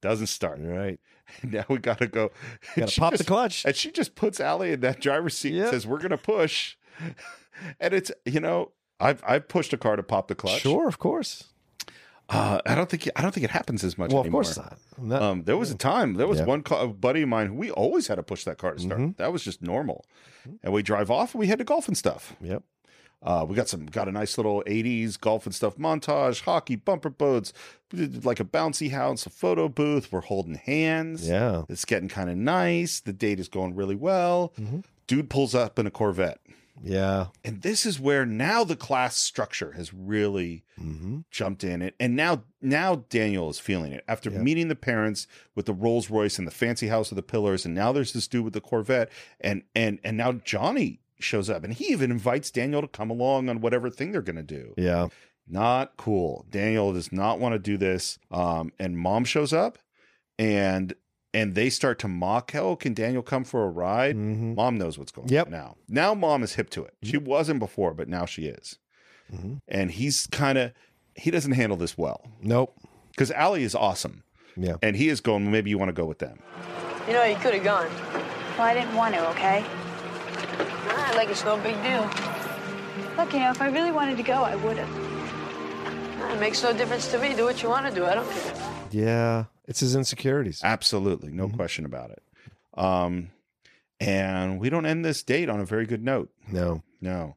Doesn't start. Right. Now we gotta go. Gotta She pop the just- clutch. And she just puts Allie in that driver's seat and says, We're gonna push. And it's you know, I've I've pushed a car to pop the clutch. Sure, of course. Uh, I don't think I don't think it happens as much. Well, of anymore. course not. I'm not- Uh, um, there was a time. There was Yeah. Mm-hmm. one car, a buddy of mine. who We always had to push that car to start. That was just normal. And we drive off. and We head to golf and stuff. Yep. Uh, we got some got a nice little '80s golf and stuff montage, hockey, bumper boats, like a bouncy house, a photo booth. We're holding hands. Yeah. it's getting kind of nice. The date is going really well. Dude pulls up in a Corvette. Yeah. And this is where now the class structure has really Mm-hmm. jumped in it. And now now Daniel is feeling it. After meeting the parents with the Rolls Royce and the fancy house with the pillars, and now there's this dude with the Corvette, and and and now Johnny shows up and he even invites Daniel to come along on whatever thing they're gonna do. Yeah. Not cool. Daniel does not want to do this. Um, and mom shows up and and they start to mock, oh, can Daniel come for a ride? Mom knows what's going Mm-hmm. Yep. on now. Now mom is hip to it. She wasn't before, but now she is. And he's kind of he doesn't handle this well. Nope. Because Allie is awesome. Yeah. And he is going, maybe you want to go with them. You know, you could have gone. Well, I didn't want to, okay? Ah, like it's no big deal. Look, you know, if I really wanted to go, I would have. Ah, It makes no difference to me. Do what you want to do. I don't care. Yeah. It's his insecurities. Ah. Absolutely. No question about it. Um, and we don't end this date on a very good note. No. No.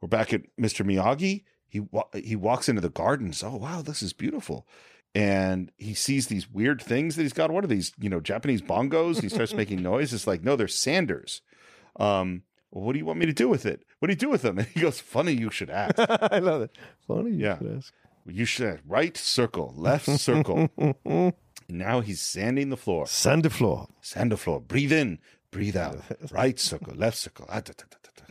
We're back at Mr. Miyagi. He wa- he walks into the gardens. Oh wow, this is beautiful. And he sees these weird things that he's got. What are these, you know, Japanese bongos? He starts making noise. It's like, no, they're sanders. Um, what do you want me to do with it? What do you do with them? And he goes, funny you should ask. I love it. Funny you Yeah. should ask. You should right circle, left circle. And now he's sanding the floor. Sand the floor. Sand the floor. Breathe in, breathe out. Right circle, left circle. Ah, da, da, da, da, da.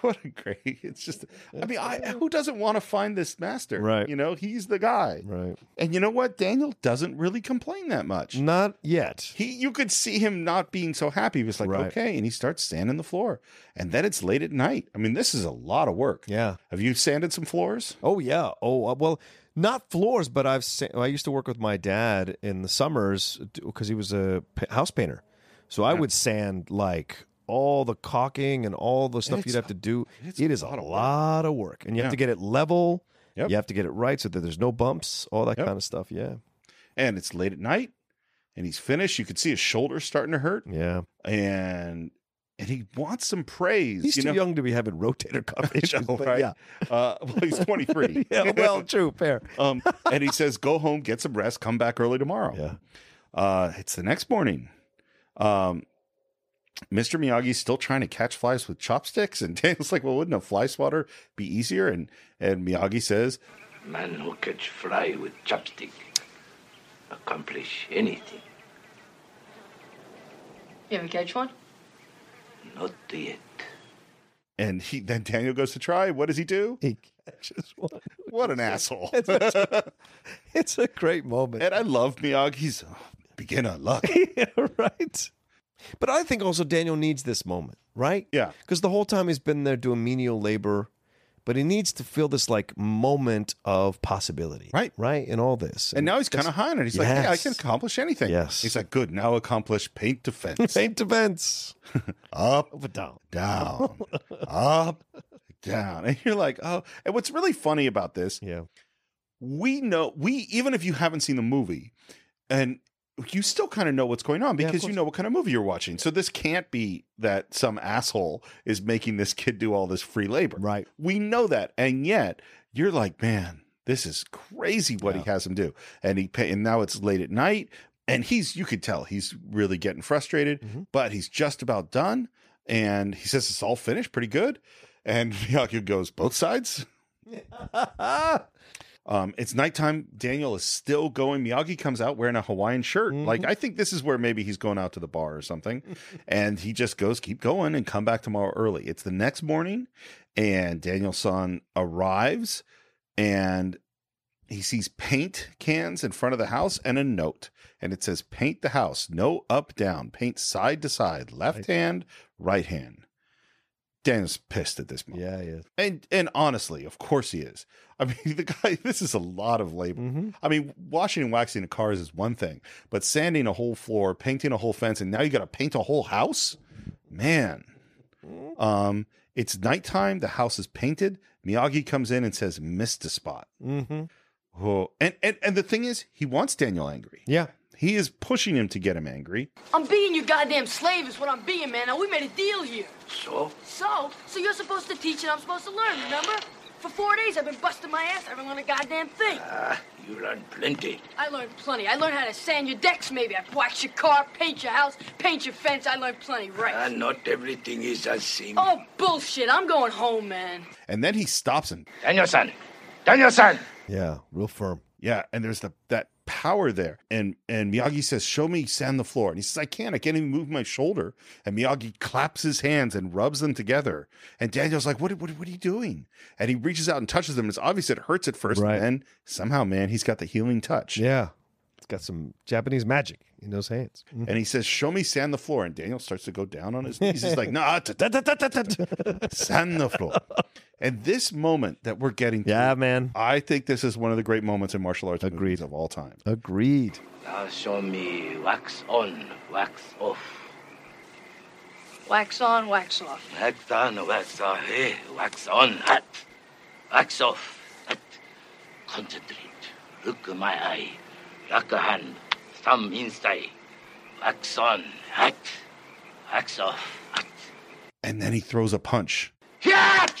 what a great! It's just, I mean, I, who doesn't want to find this master? Right. You know, he's the guy. Right. And you know what? Daniel doesn't really complain that much. Not yet. He, you could see him not being so happy. He was like, Right. okay, and he starts sanding the floor. And then it's late at night. I mean, this is a lot of work. Yeah. Have you sanded some floors? Oh yeah. Oh uh, well, not floors, but I've sa- I used to work with my dad in the summers because he was a p- house painter, so I would sand like all the caulking and all the stuff It's you'd have to do. it's It a is a lot of work. lot of work, and you have to Yeah. get it level. Yep. You have to get it right so that there's no bumps, all that Yep. kind of stuff. Yeah. And it's late at night, and he's finished. You could see his shoulders starting to hurt. Yeah. and and he wants some praise. He's you too know? young to be having rotator cuff I issues, know, but right? yeah. Uh, well, he's 23. Yeah, well, true, fair. Um, and he says, go home, get some rest, come back early tomorrow. Yeah. Uh, it's the next morning. Um, Mr. Miyagi's still trying to catch flies with chopsticks. And Daniel's like, well, wouldn't a fly swatter be easier? And, and Miyagi says, Man who catch fly with chopstick accomplish anything. You ever catch one? Not yet. and he then Daniel goes to try. What does he do? He catches one. What an asshole. It's a, it's a great moment. And I love Miyagi's oh, beginner luck. right. But I think also Daniel needs this moment, right? Yeah. Because the whole time he's been there doing menial labor, but he needs to feel this like moment of possibility. Right. Right. In all this. And now he's kind of high on it. He's like, hey, I Yes. can accomplish anything. Yes. He's like, good, now accomplish paint defense. Paint defense. up, Up and down. down, up, down. And you're like, oh. And what's really funny about this, Yeah. we know, we, even if you haven't seen the movie, and you still kind of know what's going on Yeah, of because you course. know what kind of movie you're watching. So this can't be that some asshole is making this kid do all this free labor. Right. We know that, and yet you're like, man, this is crazy what he has him do. And he pay, and now it's late at night, and he's you could tell he's really getting frustrated, Mm-hmm. but he's just about done, and he says it's all finished, pretty good. And Miyagi goes both sides. Um, it's nighttime. Daniel is still going. Miyagi comes out wearing a Hawaiian shirt. Like I think this is where maybe he's going out to the bar or something, and he just goes, "Keep going and come back tomorrow early." It's the next morning, and Daniel's son arrives, and he sees paint cans in front of the house and a note, and it says, "Paint the house, no up down, paint side to side, left hand, right hand." Daniel's pissed at this moment. Yeah. Yeah. And and honestly, of course he is. I mean, the guy. This is a lot of labor. Mm-hmm. I mean, washing and waxing the cars is one thing, but sanding a whole floor, painting a whole fence, and now you got to paint a whole house. Man, Mm-hmm. um, it's nighttime. The house is painted. Miyagi comes in and says, "Missed a spot." Mm-hmm. Oh, and and and the thing is, he wants Daniel angry. Yeah. He is pushing him to get him angry. I'm being your goddamn slave is what I'm being, man. Now we made a deal here. So, So, so you're supposed to teach and I'm supposed to learn, remember? For four days I've been busting my ass, I haven't learned a goddamn thing. you learn plenty. I learned plenty. I learned how to sand your decks, maybe. I wax your car, paint your house, paint your fence. I learned plenty, right? And not everything is as seen. Oh, bullshit. I'm going home, man. And then he stops him. Danielson! Danielson! Yeah. Real firm. Yeah, and there's the that power there. And and Miyagi says, "Show me sand the floor." And he says, "I can't. I can't even move my shoulder." And Miyagi claps his hands and rubs them together. And Daniel's like, "What? What? What are you doing?" And he reaches out and touches them. It's obvious it hurts at first, Right. and then somehow, man, he's got the healing touch. Yeah. It's got some Japanese magic in those hands. And he says, "Show me sand the floor." And Daniel starts to go down on his knees. He's like, "Nah, ta- ta- ta- ta- ta- ta- ta. sand the floor." And this moment that we're getting, to, Yeah, man. I think this is one of the great moments in martial arts movies Agreed. of all time. Agreed. Now show me wax on, wax off. Wax on, wax off. Wax on, wax off. Hey, wax on, hat. Wax off, hat. Concentrate. Look at my eye. Like a hand. Thumb inside. Wax on, hat. Wax off, hat. And then he throws a punch. That!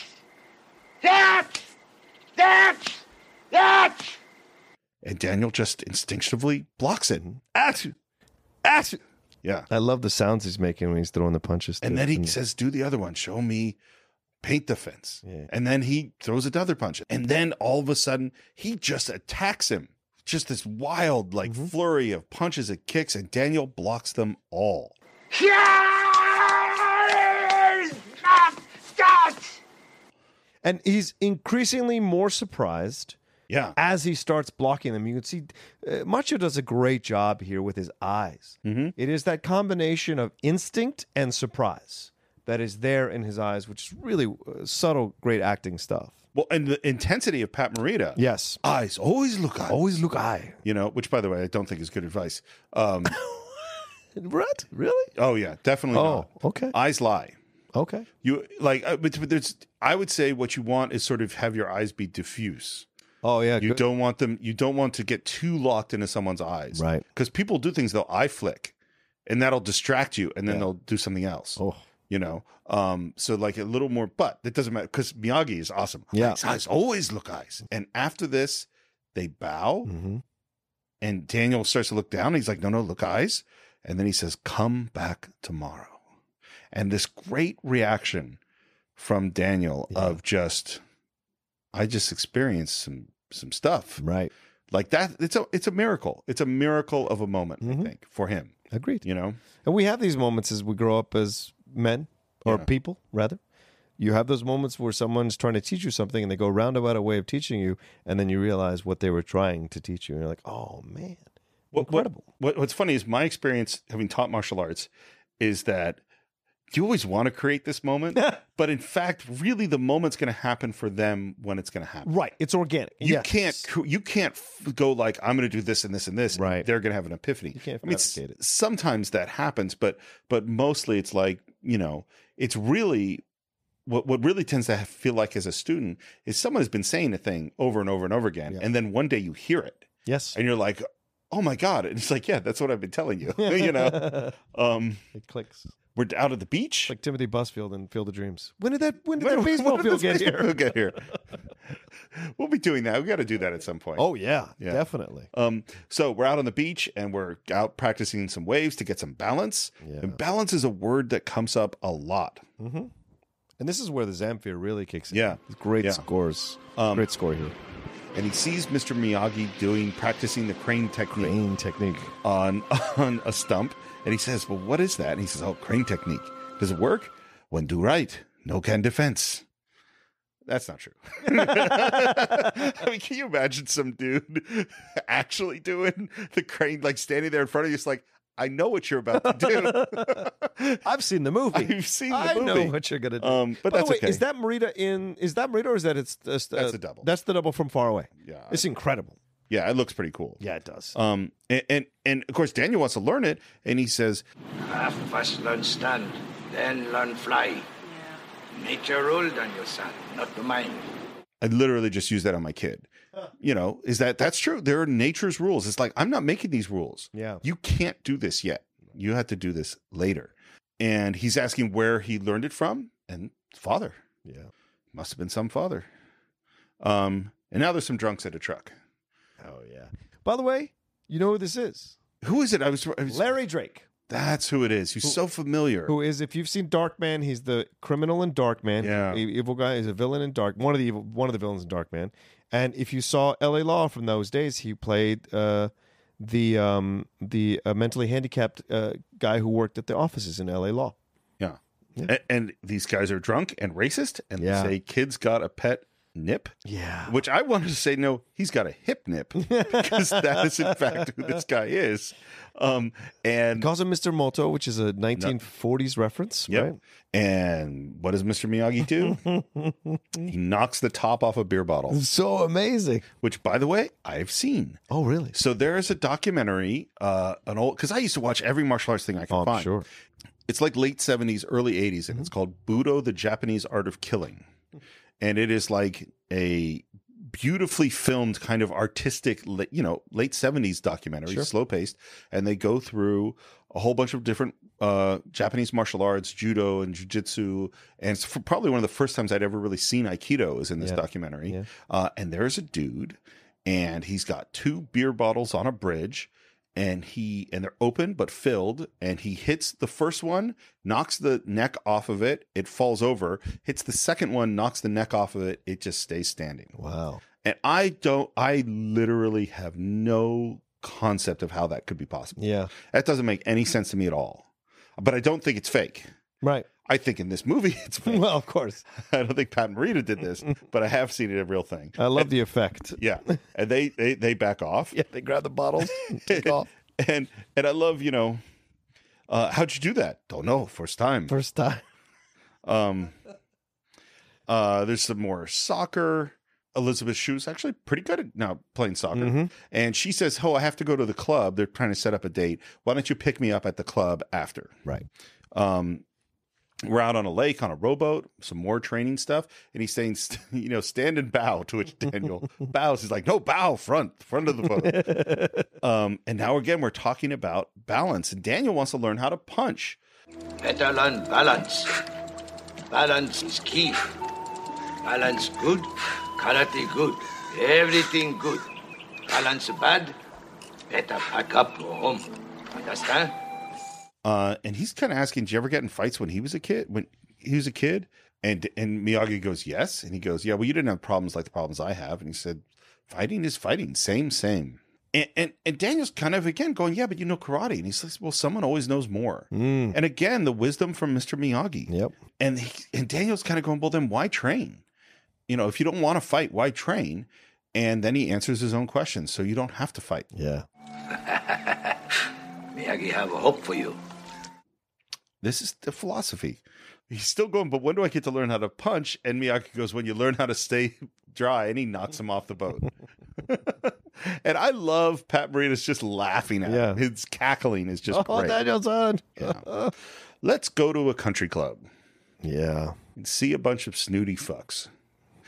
That! That! That! and Daniel just instinctively blocks it. At at Yeah. I love the sounds he's making when he's throwing the punches. And too. then he says, Do the other one. Show me paint the fence. Yeah. And then he throws another punch. And then all of a sudden, he just attacks him. Just this wild, like, Mm-hmm. flurry of punches and kicks. And Daniel blocks them all. Stop! Stop! and he's increasingly more surprised Yeah. as he starts blocking them. You can see uh, Macho does a great job here with his eyes. It is that combination of instinct and surprise that is there in his eyes, which is really uh, subtle, great acting stuff. Well, and the intensity of Pat Morita. Yes. Eyes always look eyes. Always look eye. You know, which by the way, I don't think is good advice. Um, What? Really? oh, yeah, definitely. Oh, not. okay. Eyes lie. Okay. You like, uh, but, but there's, I would say what you want is sort of have your eyes be diffuse. Oh yeah. You good. don't want them. You don't want to get too locked into someone's eyes, Right. Because people do things they'll eye flick, and that'll distract you, and then Yeah. they'll do something else. Oh. you know. Um, so like a little more, but it doesn't matter because Miyagi is awesome. Yeah. His eyes always look eyes. And after this, they bow, Mm-hmm. and Daniel starts to look down. He's like, "No, no, look eyes," and then he says, "Come back tomorrow." And this great reaction from Daniel of just, I just experienced some some stuff, right? Like that. It's a it's a miracle. It's a miracle of a moment, I think, for him. Agreed. You know, And we have these moments as we grow up as men or people, rather. You have those moments where someone's trying to teach you something and they go roundabout a way of teaching you, and then you realize what they were trying to teach you. And you're like, oh, man. What, what, what, what's funny is my experience having taught martial arts is that you always want to create this moment, but in fact, really the moment's going to happen for them when it's going to happen. Right. It's organic. You Yes. can't cr- you can't f- go like I'm going to do this and this and this. Right. They're going to have an epiphany. You can't I mean, s- fabricate sometimes that happens, but but mostly it's like you know it's really what what really tends to have- feel like as a student is someone has been saying a thing over and over and over again, and then one day you hear it. Yes. And you're like, oh my god! And it's like, yeah, that's what I've been telling you. you know, um, it clicks. We're out at the beach, like Timothy Busfield in Field of Dreams. When did that? When did that baseball when did field this get here? baseball get here? we'll be doing that. We got to do that at some point. Oh yeah, definitely. Um, so we're out on the beach and we're out practicing some waves to get some balance. And balance is a word that comes up a lot. Mm-hmm. And this is where the Zamfir really kicks in. Yeah. Great scores. Great score here. And he sees Mr. Miyagi doing practicing the crane technique. Crane technique on on a stump, and he says, "Well, what is that?" And he says, "Oh, crane technique. Does it work? When do right, no can defense." That's not true. I mean, can you imagine some dude actually doing the crane, like standing there in front of you, just like, I know what you're about to do. I've seen the movie. I've seen the I movie. know what you're gonna do. Um, but By that's the way, okay. Is that Marita in? Is that Marita or is that it's that's That's a double. That's the double from far away. Yeah. it's incredible. Uh, Yeah, it looks pretty cool. Yeah, it does. Um, and, and and of course Daniel wants to learn it, and he says, Ah, first learn stand, then learn fly. Nature ruled on your son, not mine. I literally just use that on my kid. You know, is that that's true? There are nature's rules. It's like I'm not making these rules. Yeah. You can't do this yet. You have to do this later. And he's asking where he learned it from and father. Yeah. Must have been some father. Um and now there's some drunks at a truck. Oh yeah. By the way, you know who this is? Who is it? I was, I was- Larry Drake. That's who it is. He's so familiar. Who is? If you've seen Darkman, he's the criminal in Darkman. Yeah. E- evil guy is a villain in Dark. One of the evil, one of the villains in Darkman. And if you saw L.A. Law from those days, he played uh, the um, the uh, mentally handicapped uh, guy who worked at the offices in L.A. Law. Yeah. A- And, these guys are drunk and racist and Yeah. they say kids got a pet nip. Yeah. Which I wanted to say no, he's got a hip nip because that is in fact who this guy is. Um and Calls him Mr. Moto, which is a 1940s reference. Yep. Right? And what does Mr. Miyagi do? he knocks the top off a beer bottle. So amazing. Which, by the way, I've seen. Oh, really? So there is a documentary, uh, an old because I used to watch every martial arts thing I could Oh, I'm find. sure. It's like late seventies, early eighties, and it's called Budo: The Japanese Art of Killing, and it is like a beautifully filmed kind of artistic, la- you know, late seventies documentary, Sure. slow paced, and they go through a whole bunch of different uh, Japanese martial arts, judo and jujitsu, and it's f- probably one of the first times I'd ever really seen aikido is in this Yeah. documentary. Uh, and there's a dude, and he's got two beer bottles on a bridge, and he and they're open but filled, and he hits the first one, knocks the neck off of it, it falls over. Hits the second one, knocks the neck off of it, it just stays standing. Wow. And I don't, I literally have no concept of how that could be possible. Yeah. That doesn't make any sense to me at all. But I don't think it's fake. Right. I think in this movie it's fake. Well, of course. I don't think Pat Morita did this, but I have seen it a real thing. I love the effect. Yeah. And they they, they back off. Uh, Yeah, they grab the bottles, take off. And and I love, you know, uh, how'd you do that? Don't know. First time. First time. Um, uh, there's some more soccer. Elizabeth Shue's actually pretty good at now playing soccer. And she says, Oh, I have to go to the club. They're trying to set up a date. Why don't you pick me up at the club after? Right. Um, we're out on a lake on a rowboat, some more training stuff. And he's saying, st- you know, stand and bow, to which Daniel bows. He's like, no, bow, front, front of the boat. um, and now again, we're talking about balance. And Daniel wants to learn how to punch. Better learn balance. Balance is key. Balance good, karate good, everything good. Balance bad, better pack up, go home. Understand? Uh, and he's kind of asking, "Did you ever get in fights when he was a kid? When he was a kid?" And and Miyagi goes, "Yes." And he goes, "Yeah, well, you didn't have problems like the problems I have." And he said, "Fighting is fighting, same, same." And and, and Daniel's kind of again going, "Yeah, but you know karate." And he says, "Well, someone always knows more." And again, the wisdom from Mister Miyagi. Yep. And he, and Daniel's kind of going, "Well, then why train? You know, if you don't want to fight, why train?" And then he answers his own question, so you don't have to fight. Yeah. Miyagi have a hope for you. This is the philosophy. He's still going, but when do I get to learn how to punch? And Miyagi goes, when you learn how to stay dry, and he knocks him off the boat. and I love Pat Morita's just laughing at him. His cackling is just oh, great. Daniel's on. Yeah. Let's go to a country club Yeah. and see a bunch of snooty fucks.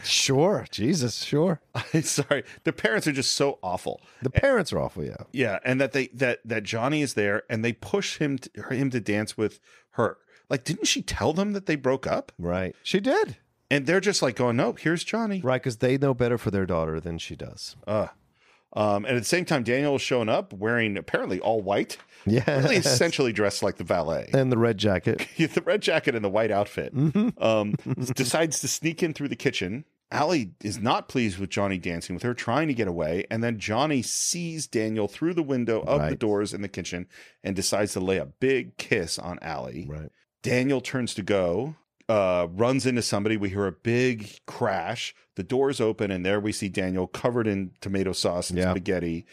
Sure. Jesus. Sure. Sorry, their parents are just so awful. The parents are awful. Yeah. Yeah, and that they that that Johnny is there, and they push him to, him to dance with her. Like, didn't she tell them that they broke up? Right. She did. And they're just like going, nope, here's Johnny. Right, because they know better for their daughter than she does. Uh, um, and at the same time, Daniel is showing up wearing apparently all white. Yeah. Really essentially dressed like the valet. And the red jacket. the red jacket and the white outfit. Mm-hmm. Um, decides to sneak in through the kitchen. Allie is not pleased with Johnny dancing with her, trying to get away. And then Johnny sees Daniel through the window of the Right. doors in the kitchen and decides to lay a big kiss on Allie. Right. Daniel turns to go, uh, runs into somebody. We hear a big crash. The doors open, and there we see Daniel covered in tomato sauce and Yeah. spaghetti.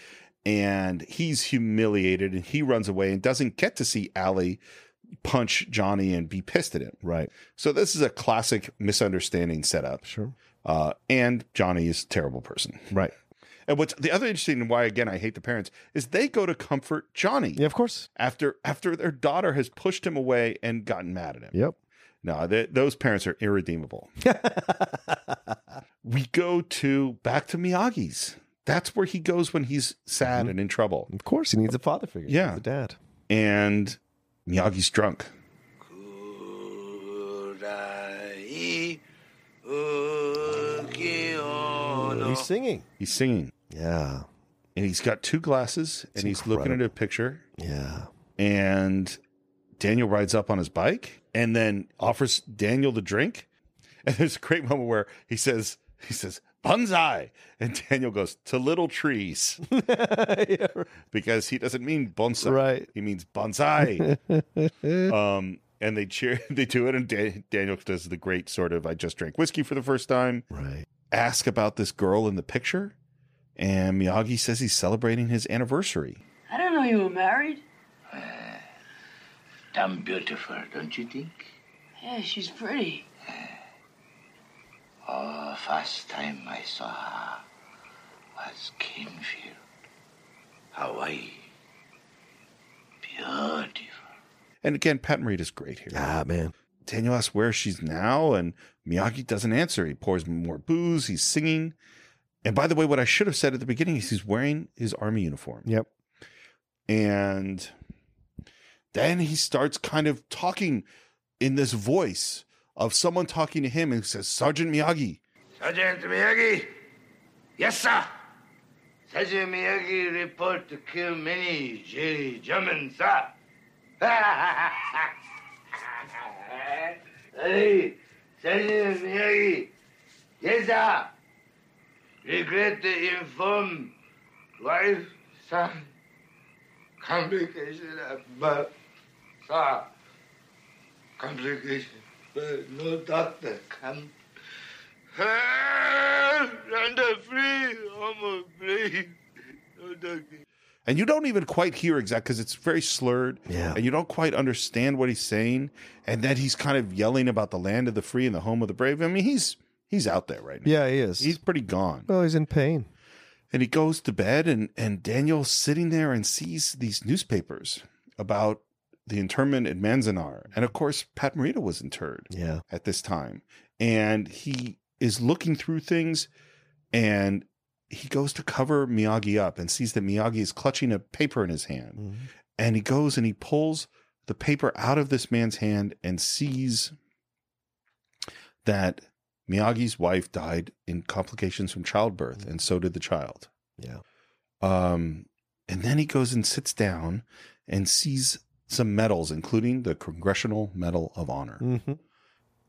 And he's humiliated and he runs away and doesn't get to see Allie punch Johnny and be pissed at him. Right. So, this is a classic misunderstanding setup. Sure. Uh, and Johnny is a terrible person. Right. And what's the other interesting and why again I hate the parents is they go to comfort Johnny Yeah, of course. after after their daughter has pushed him away and gotten mad at him. Yep. No, th those parents are irredeemable. we go to back to Miyagi's. That's where he goes when he's sad and in trouble. Of course, he needs a father figure. Yeah. He's a dad. And Miyagi's drunk. Urai, uki ono. He's singing. He's singing Yeah. and he's got two glasses and he's looking at a picture Yeah. and Daniel rides up on his bike and then offers Daniel the drink. And there's a great moment where he says he says bonsai and Daniel goes to little trees. because he doesn't mean bonsai. Right. He means bonsai. um, and they cheer, they do it, and Dan- Daniel does the great sort of "I just drank whiskey for the first time." Right. Ask about this girl in the picture, and Miyagi says he's celebrating his anniversary. I don't know you were married. Damn beautiful, don't you think? Yeah, she's pretty. Oh, first time I saw her was Kinfield, Hawaii. Beautiful. And again, Pat Morita's great here. Ah, man. Daniel asks where she's now, and Miyagi doesn't answer. He pours more booze. He's singing. And by the way, what I should have said at the beginning is he's wearing his army uniform. Yep. and then he starts kind of talking in this voice of someone talking to him and says sergeant miyagi Sergeant Miyagi? Yes, sir. Sergeant Miyagi report to kill many J. German, sir. hey, Sergeant Miyagi. Yes, sir. Regret to inform wife, son, complication of birth, sir. Complication, but no doctor can Render free, homo free. No ducky. and you don't even quite hear exact because it's very slurred Yeah. and you don't quite understand what he's saying and then he's kind of yelling about the land of the free and the home of the brave i mean he's he's out there right now Yeah, he is. he's pretty gone well, he's in pain. and he goes to bed and and daniel's sitting there and sees these newspapers about the internment at manzanar and of course pat morita was interred Yeah. at this time. And he is looking through things and he goes to cover Miyagi up and sees that Miyagi is clutching a paper in his hand. And he goes and he pulls the paper out of this man's hand and sees that Miyagi's wife died in complications from childbirth, and so did the child. Yeah. Um, and then he goes and sits down and sees some medals, including the Congressional Medal of Honor.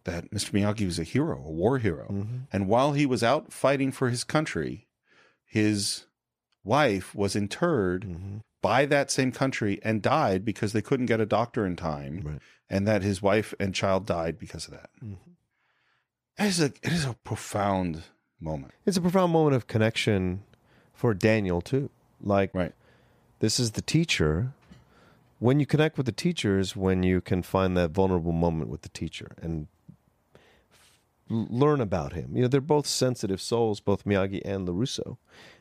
That Mr. Miyagi was a hero, a war hero. Mm. Mm-hmm. And while he was out fighting for his country, his wife was interred Mm. Mm-hmm. by that same country and died because they couldn't get a doctor in time, and that his wife and child died because of that. Mm-hmm. It is a it is a profound moment. It's a profound moment of connection for Daniel too. Like this is the teacher. When you connect with the teacher is when you can find that vulnerable moment with the teacher and l- learn about him. You know, they're both sensitive souls, both Miyagi and LaRusso.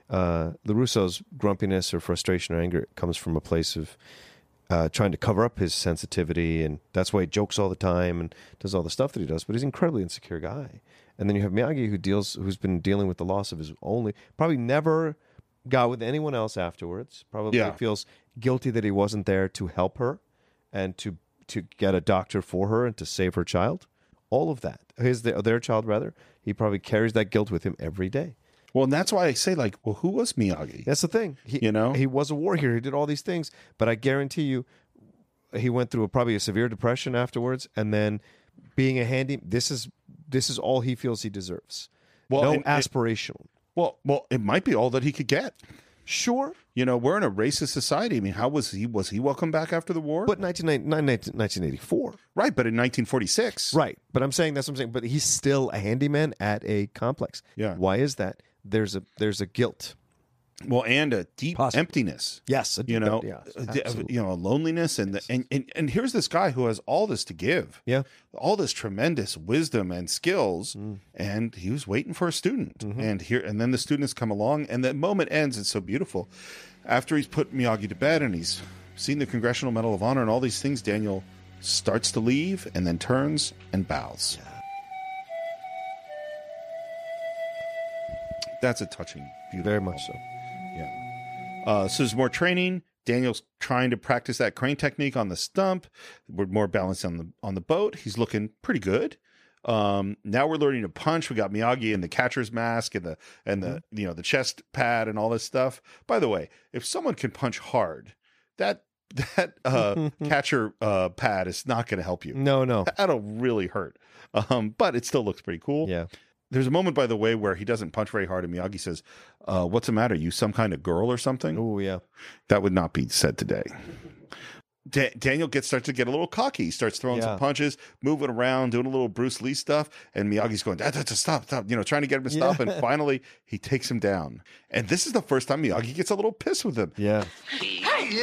Uh, LaRusso's grumpiness or frustration or anger comes from a place of uh, trying to cover up his sensitivity, and that's why he jokes all the time and does all the stuff that he does. But he's an incredibly insecure guy. And then you have Miyagi, who deals, who's been dealing with the loss of his only, probably never got with anyone else afterwards. Probably Yeah. feels guilty that he wasn't there to help her and to to get a doctor for her and to save her child. All of that, his their child rather. He probably carries that guilt with him every day. Well, and that's why I say, like, well, who was Miyagi? That's the thing. He, you know, he was a war hero. He did all these things, but I guarantee you, he went through a, probably a severe depression afterwards, and then being a handy. This is this is all he feels he deserves. Well, no and it- aspirational. Well, well, it might be all that he could get. Sure. You know, we're in a racist society. I mean, how was he? Was he welcome back after the war? But 1984. Right, but in 1946. Right. But I'm saying that's what I'm saying. But he's still a handyman at a complex. Yeah. Why is that? There's a there's a guilt. Well, and a deep emptiness. Yes, a you deep know, empty- yes, uh, the- absolutely. you know, loneliness and, the, and and and here's this guy who has all this to give. Yeah, Mm. all this tremendous wisdom and skills, and he was waiting for a student. Mm-hmm. And here, and then the students come along, and that moment ends. It's so beautiful. After he's put Miyagi to bed, and he's seen the Congressional Medal of Honor and all these things, Daniel starts to leave, and then turns and bows. That's a touching, beautiful. Very much so. Yeah. Uh, so there's more training. Daniel's trying to practice that crane technique on the stump. We're more balanced on the on the boat. He's looking pretty good. Um, now we're learning to punch. We got Miyagi and the catcher's mask and the and the Mm-hmm. you know the chest pad and all this stuff. By the way, if someone can punch hard, that that uh, catcher uh, pad is not going to help you. No, no, that'll really hurt. Um, but it still looks pretty cool. Yeah. There's a moment, by the way, where he doesn't punch very hard, and Miyagi says, uh, "What's the matter? You some kind of girl or something?" Oh yeah, that would not be said today. Da- Daniel gets starts to get a little cocky. He starts throwing Yeah. some punches, moving around, doing a little Bruce Lee stuff, and Miyagi's going, "Ah, ah, ah, "Stop, stop!" You know, trying to get him to Yeah. stop, and finally he takes him down. And this is the first time Miyagi gets a little pissed with him. Yeah,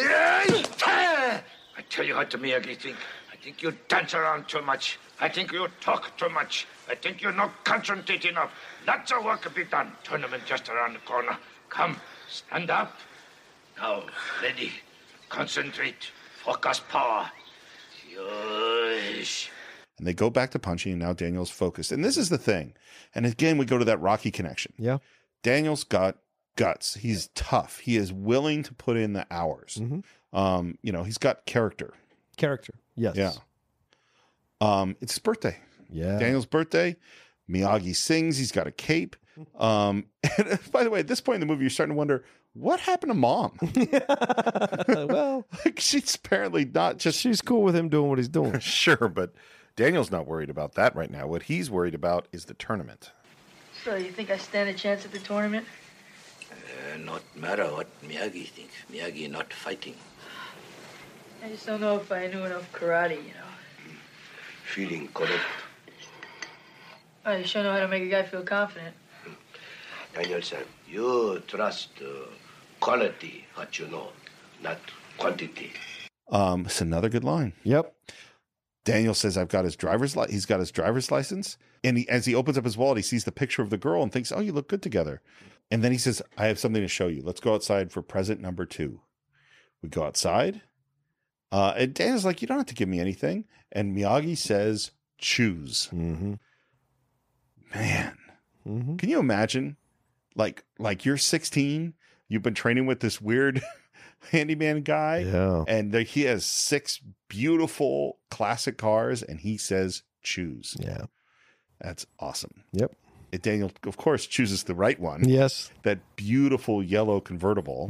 I tell you what, Miyagi, think. I think you dance around too much. I think you talk too much. I think you not concentrate enough. Lots of work to be done. Tournament just around the corner. Come, stand up. Now, ready. Concentrate. Focus power. Yes. and they go back to punching, and now Daniel's focused. And this is the thing. And again, we go to that Rocky connection. Yeah. Daniel's got guts. He's tough. He is willing to put in the hours. Um, you know, he's got character. character. Yes. Yeah. Um, it's his birthday. Yeah. Daniel's birthday. Miyagi sings. He's got a cape. Um, and by the way, at this point in the movie, you're starting to wonder what happened to mom. well, like she's apparently not just. She's cool with him doing what he's doing. sure, but Daniel's not worried about that right now. What he's worried about is the tournament. So you think I stand a chance at the tournament? Uh, not matter what Miyagi thinks. Miyagi not fighting. I just don't know if I knew enough karate, you know. Feeling correct. I sure know how to make a guy feel confident. Daniel said, you trust uh, quality, what you know, not quantity. Um, it's another good line. Yep. Daniel says, "I've got his driver's li- he's got his driver's license." And he, as he opens up his wallet, he sees the picture of the girl and thinks, "Oh, you look good together." And then he says, "I have something to show you. Let's go outside for present number two. We go outside, uh, and Daniel's like, "You don't have to give me anything." And Miyagi says, "Choose." Mm-hmm. Man, can you imagine? Like, like you're 16. You've been training with this weird handyman guy. Yeah. And there, he has six beautiful classic cars, and he says, choose. Yeah. That's awesome. Yep. And Daniel, of course, chooses the right one. Yes. That beautiful yellow convertible,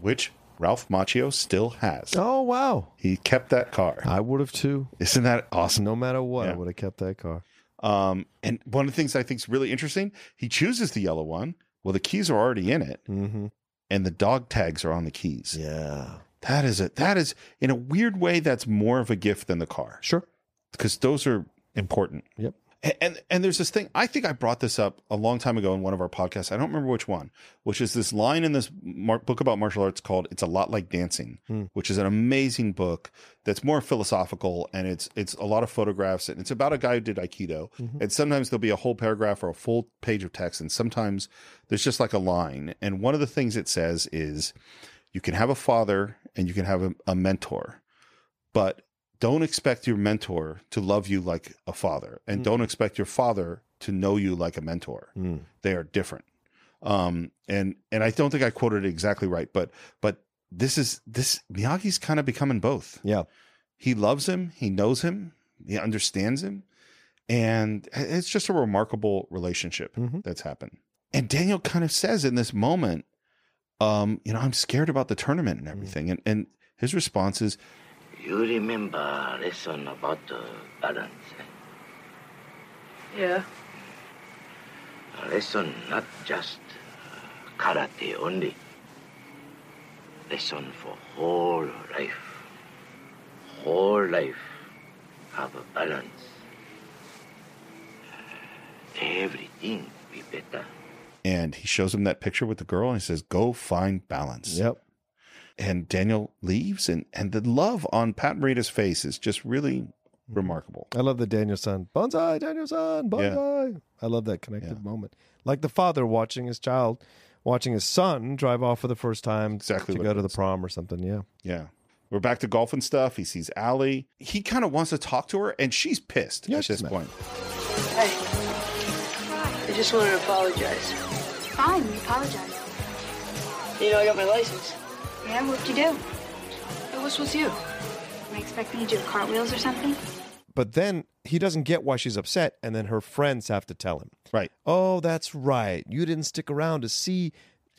which Ralph Macchio still has. Mm-hmm. Oh wow. He kept that car. I would have too. Isn't that awesome? No matter what, I Yeah. would have kept that car. Um, and one of the things I think is really interesting, he chooses the yellow one. Well, the keys are already in it, Mhm. and the dog tags are on the keys. Yeah. That is it. That is in a weird way. That's more of a gift than the car, Sure. because those are important. Yep. A- And and there's this thing. I think I brought this up a long time ago in one of our podcasts. I don't remember which one. Which is this line in this mar- book about martial arts called "It's a Lot Like Dancing," Hmm. which is an amazing book that's more philosophical and it's it's a lot of photographs and it's about a guy who did aikido. Mm-hmm. And sometimes there'll be a whole paragraph or a full page of text, and sometimes there's just like a line. And one of the things it says is, you can have a father and you can have a, a mentor, but don't expect your mentor to love you like a father, and don't expect your father to know you like a mentor. Mm. They are different. Um, and and I don't think I quoted it exactly right, but but this is this Miyagi's kind of becoming both. Yeah. He loves him, he knows him, he understands him, and it's just a remarkable relationship that's happened. And Daniel kind of says in this moment, um, you know, I'm scared about the tournament and everything. And and his response is, You remember lesson about uh, balance. eh? Yeah. A lesson not just uh, karate only. Lesson for whole life. Whole life have a balance. Uh, everything be better. and he shows him that picture with the girl and he says, Go find balance. Yep. And Daniel leaves and and the love on Pat Morita's face is just really remarkable. I love the Daniel son. Bonsai, Daniel son, bonsai. I love that connected moment. Like the father watching his child, watching his son drive off for the first time Exactly to what go it to the prom or something. Yeah. Yeah. We're back to golf and stuff. He sees Allie. He kind of wants to talk to her, and she's pissed Yeah, at she's this mad. point. Hey. I just wanted to apologize. Fine, you apologize. You know, I got my license. Yeah, what'd you do? Hey, what's with you? Am I expecting you to do cartwheels or something? But then he doesn't get why she's upset, and then her friends have to tell him. Right. Oh, that's right. You didn't stick around to see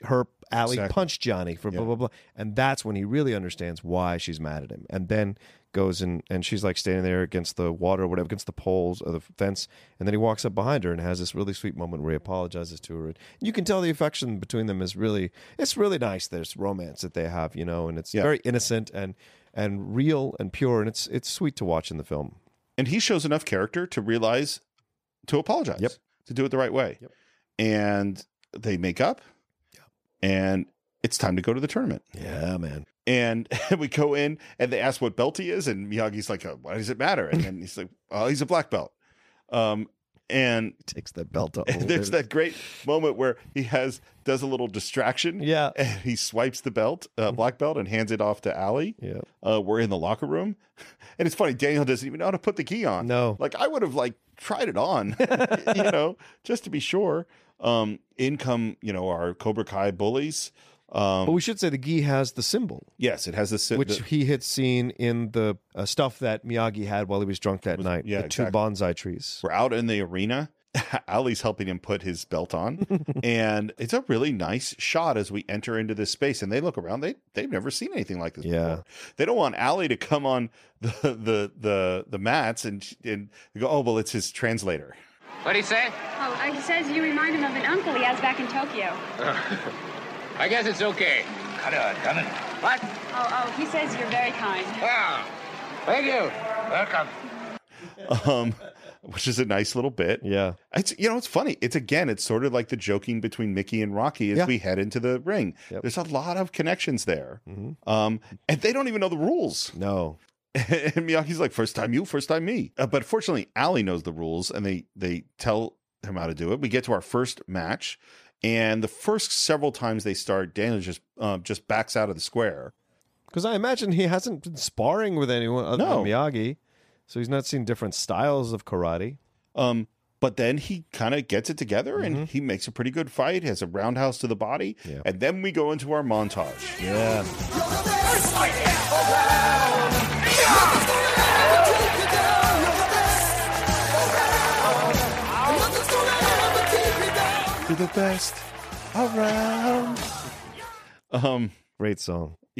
her Allie Exactly. punch Johnny for blah Yeah. blah blah. And that's when he really understands why she's mad at him. And then goes and and she's like standing there against the water or whatever, against the poles or the fence. And then he walks up behind her and has this really sweet moment where he apologizes to her. And you can tell the affection between them is really it's really nice. There's romance that they have, you know, and it's Yeah. very innocent and and real and pure. And it's it's sweet to watch in the film. And he shows enough character to realize to apologize, Yep. to do it the right way. Yep. And they make up, and it's time to go to the tournament. Yeah, man. And we go in, and they ask what belt he is, and Miyagi's like, oh, "Why does it matter?" And then he's like, "Oh, he's a black belt." Um, and Takes that belt off. there's that great moment where he has does a little distraction. Yeah. Mm-hmm. and he swipes the belt, uh, black belt, and hands it off to Allie. Yeah. uh, we're in the locker room, and it's funny. Daniel doesn't even know how to put the key on. No. like I would have like tried it on, you know, just to be sure. Um, in come you know our Cobra Kai bullies. But Um, we should say the gi has the symbol. yes, it has this. uh, which he had seen in the uh, stuff that Miyagi had while he was drunk that night. yeah, the two exactly. bonsai trees. We're out in the arena. Ali's helping him put his belt on, and it's a really nice shot as we enter into this space. And they look around; they they've never seen anything like this. Yeah. before. they don't want Ali to come on the the the the mats and and go. Oh well, it's his translator. What'd he say? Oh, I just says you remind him of an uncle he has back in Tokyo. I guess it's okay. What? Oh, oh, he says you're very kind. Wow. Thank you. Welcome. um, which is a nice little bit. Yeah. It's you know it's funny. It's again, it's sort of like the joking between Mickey and Rocky as Yeah. we head into the ring. Yep. Mm-hmm. There's a lot of connections there, um, and they don't even know the rules. No. and Miyagi's like, first time you, first time me. Uh, but fortunately, Ali knows the rules, and they they tell him how to do it. We get to our first match, and the first several times they start, Daniel just uh, just backs out of the square. Because I imagine he hasn't been sparring with anyone other No. than Miyagi. So he's not seen different styles of karate. Um, But then he kind of gets it together Mm-hmm. and he makes a pretty good fight, has a roundhouse to the body. And then we go into our montage. Yeah. You're the best around. Um, Great song.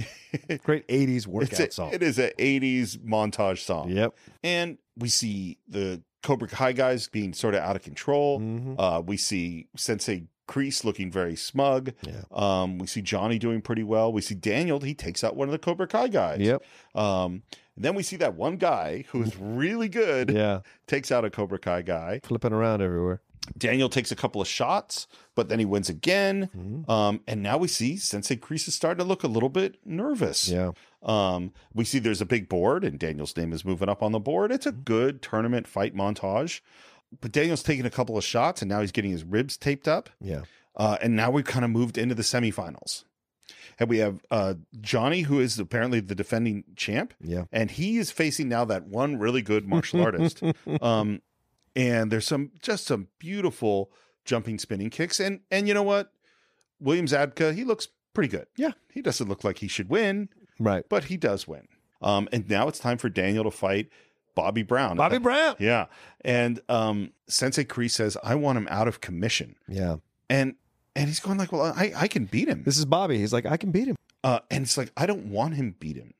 Great 80s it's workout a, song. It is an 80s montage song. Yep. And we see the Cobra Kai guys being sort of out of control. Mm-hmm. Uh, we see Sensei Crease looking very smug. Yeah. Um, we see Johnny doing pretty well. We see Daniel, he takes out one of the Cobra Kai guys. Yep. Um, and then we see that one guy who is really good Yeah. takes out a Cobra Kai guy. Flipping around everywhere. Daniel takes a couple of shots, but then he wins again. Um, and now we see Sensei Kreese is starting to look a little bit nervous. Yeah. Um, we see there's a big board, and Daniel's name is moving up on the board. It's a good tournament fight montage. But Daniel's taking a couple of shots, and now he's getting his ribs taped up. Yeah. Uh, and now we've kind of moved into the semifinals. And we have uh, Johnny, who is apparently the defending champ. Yeah. And he is facing now that one really good martial artist. Um, and there's some just some beautiful jumping spinning kicks. And and you know what? Williams Abka, he looks pretty good. Yeah. He doesn't look like he should win, Right. but he does win. Um, and now it's time for Daniel to fight Bobby Brown. Bobby Brown. Yeah. And um, Sensei Kree says, I want him out of commission. Yeah. And and he's going like, well, I, I can beat him. This is Bobby. He's like, I can beat him. Uh, and it's like, I don't want him beat him.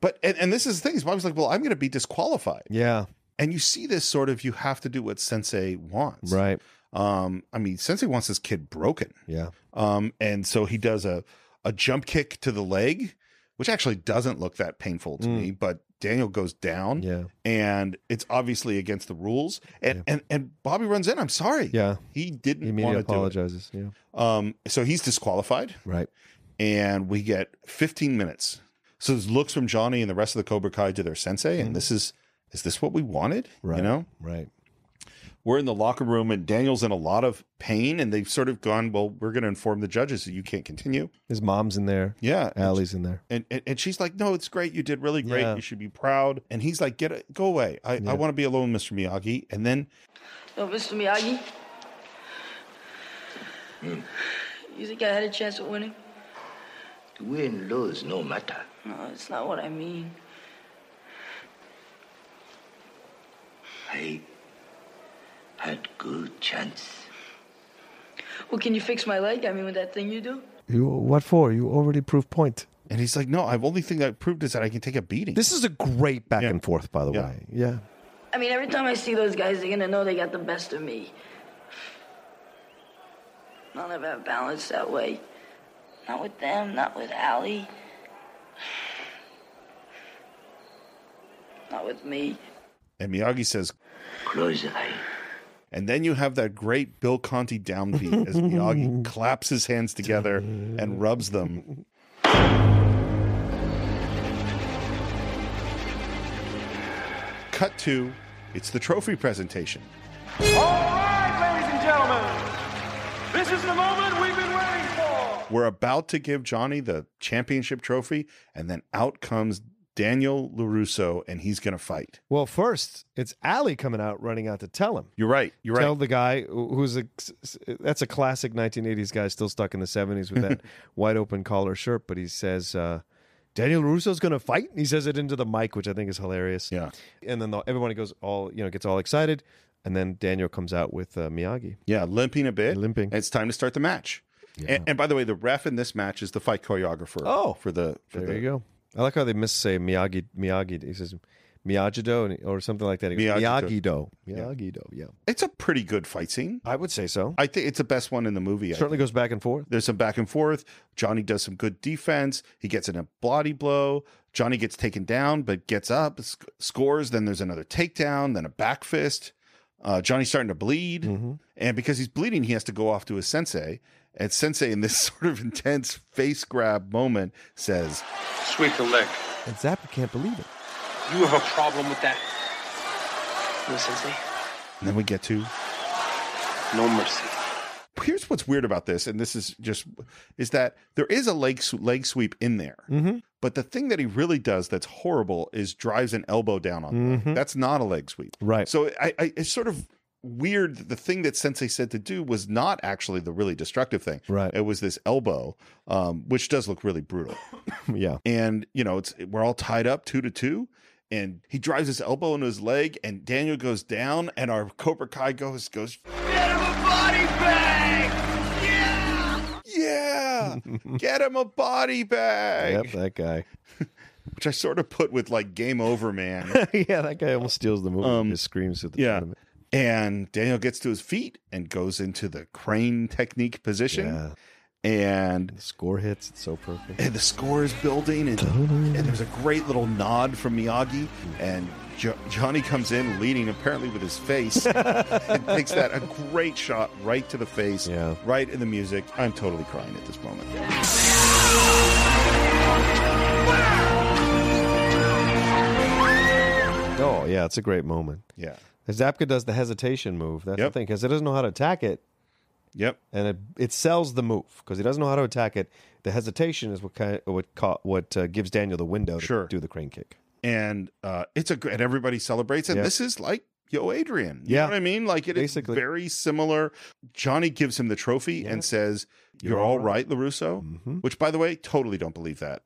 But and, and this is the thing, his mom's like, Well, I'm gonna be disqualified. Yeah. And you see this sort of you have to do what Sensei wants. Right. Um, I mean, Sensei wants this kid broken. Yeah. Um, and so he does a a jump kick to the leg, which actually doesn't look that painful to me, but Daniel goes down Mm. Yeah. and it's obviously against the rules. And Yeah. and, and Bobby runs in. I'm sorry. Yeah. He He didn't immediately want to do it. apologizes. Yeah. Um, so he's disqualified Right. and we get 15 minutes. So there's looks from Johnny and the rest of the Cobra Kai to their sensei, and this is is this what we wanted? Mm. Right. You know, Right. we're in the locker room, and Daniel's in a lot of pain, and they've sort of gone, well, we're going to inform the judges that you can't continue. His mom's in there. Yeah, Allie's in there. And, and and she's like, no, it's great. You did really great. Yeah. You should be proud. And he's like, get it, go away. I, I want to be alone, Mr. Miyagi. And then Yo, Mr. Miyagi. You think I had a chance of winning? Win, lose, no matter. No, it's not what I mean. I had good chance. Well, can you fix my leg? I mean, with that thing you do? You what for? You already proved point. and he's like, no, I've only thing I proved is that I can take a beating. This is a great back Yeah. and forth, by the Yeah. way. Yeah. I mean, every time I see those guys, they're gonna know they got the best of me. I'll never have balance that way. Not with them, not with Allie. Not with me. and Miyagi says, Close your eye. And then you have that great Bill Conti downbeat as Miyagi claps his hands together and rubs them. Cut to it's the trophy presentation. All right, ladies and gentlemen, this is the moment we've been waiting for. We're about to give Johnny the championship trophy, and then out comes Daniel LaRusso, and he's going to fight. Well, first, it's Allie coming out running out to tell him. You're right. You're Tell right. the guy who- who's a that's a classic 1980s guy still stuck in the 70s with that wide open collar shirt, but he says uh, Daniel Russo's going to fight. And he says it into the mic, which I think is hilarious. Yeah. And then the, everyone goes all you know gets all excited, and then Daniel comes out with uh, Miyagi. Yeah, limping a bit. Limping. It's time to start the match. And, and by the way, the ref in this match is the fight choreographer. Oh. for the for There the, you go. I like how they miss say Miyagi Miyagi. He says Miyagido and- or something like that. He goes, Miyagi-do. Miyagi-do. Miyagi-do. Yeah. It's a pretty good fight scene. I would say so. I think it's the best one in the movie. I Certainly think. goes back and forth. There's some back and forth. Johnny does some good defense. He gets in a body blow. Johnny gets taken down, but gets up, sc- scores. Then there's another takedown, then a back fist. Uh, Johnny's starting to bleed. And because he's bleeding, he has to go off to his sensei. And sensei, in this sort of intense face grab moment, says, Sweep the leg. And Zappa can't believe it. You have a problem with that. No, Sensei. and then we get to No mercy. here's what's weird about this, and this is just is that there is a leg sw- leg sweep in there, Mm-hmm. but the thing that he really does that's horrible is drives an elbow down on. the leg. That's not a leg sweep, Mm-hmm. Right. So I, I it's sort of weird that the thing that Sensei said to do was not actually the really destructive thing. Right. It was this elbow, um, which does look really brutal. yeah. And you know, it's we're all tied up two to two, and he drives his elbow into his leg, and Daniel goes down, and our Cobra Kai goes goes. Get him a body bag. Yeah, get him a body bag. Yep, that guy. Which I sort of put with like game over, man. yeah, that guy almost steals the movie. Um, just screams at the yeah. front of it. And Daniel gets to his feet and goes into the crane technique position. Yeah. And The score hits. It's so perfect. and the score is building, and, and there's a great little nod from Miyagi, and jo- Johnny comes in leading apparently with his face, and takes that a great shot right to the face, Yeah. right in the music. I'm totally crying at this moment. Oh yeah, it's a great moment. Yeah. As Zapka does the hesitation move. That's Yep. the thing because he doesn't know how to attack it, Yep. and it, it sells the move because he doesn't know how to attack it. The hesitation is what kind what ca- what uh, gives Daniel the window to Sure. do the crane kick. And uh, it's a great, and everybody celebrates, and Yeah. this is like. Yo, Adrian. You Yeah. know what I mean? Like it is Basically. very similar. Johnny gives him the trophy Yeah. and says, You're, You're all all right, LaRusso. Mhm. Which by the way, totally don't believe that.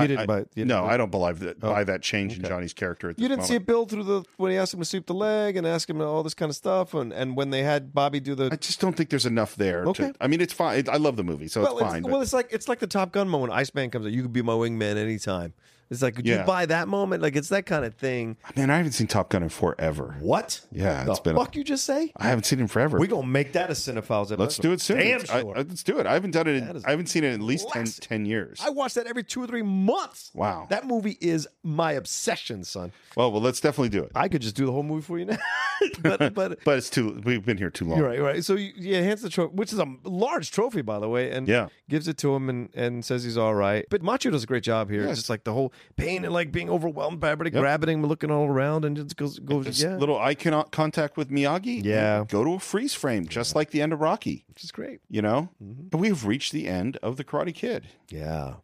You didn't buy- you didn't no, buy- I don't believe that Oh, buy that change in okay. Johnny's character. At this You didn't see moment. it build through the when he asked him to sweep the leg and ask him all this kind of stuff, and, and when they had Bobby do the I just don't think there's enough there. Okay. To, I mean, it's fine. I love the movie, so well, it's fine. It's, but well, it's like it's like the Top Gun moment. Iceman comes out. You could be my wingman anytime. It's like could Yeah. you buy that moment? Like it's that kind of thing. man, I haven't seen Top Gun in forever. What? Yeah, the it's been. fuck you just say? I haven't seen it in forever. We gonna make that a cinephiles episode. let's do it soon. Damn It's- I- sure. I- let's do it. I haven't done it. That In, is I haven't seen it in at least 10, classic. 10 years. I watch that every two or three months. Wow. that movie is my obsession, son. well, well, let's definitely do it. I could just do the whole movie for you now, but but But it's too. We've been here too long. You're right, you're right. So you, you enhance the trophy, which is a large trophy, by the way, and Yeah. gives it to him and, and says he's all right. But Macho does a great job here. Yes. Just like the whole pain and like being overwhelmed by everybody, grabbing him, looking all around, and just goes, goes Just yeah, little eye con- contact with Miyagi. Yeah. Go to a freeze frame, just like the end of Rocky. which is great. You know, Mm-hmm. and we have reached the end of the Karate Kid. Yeah,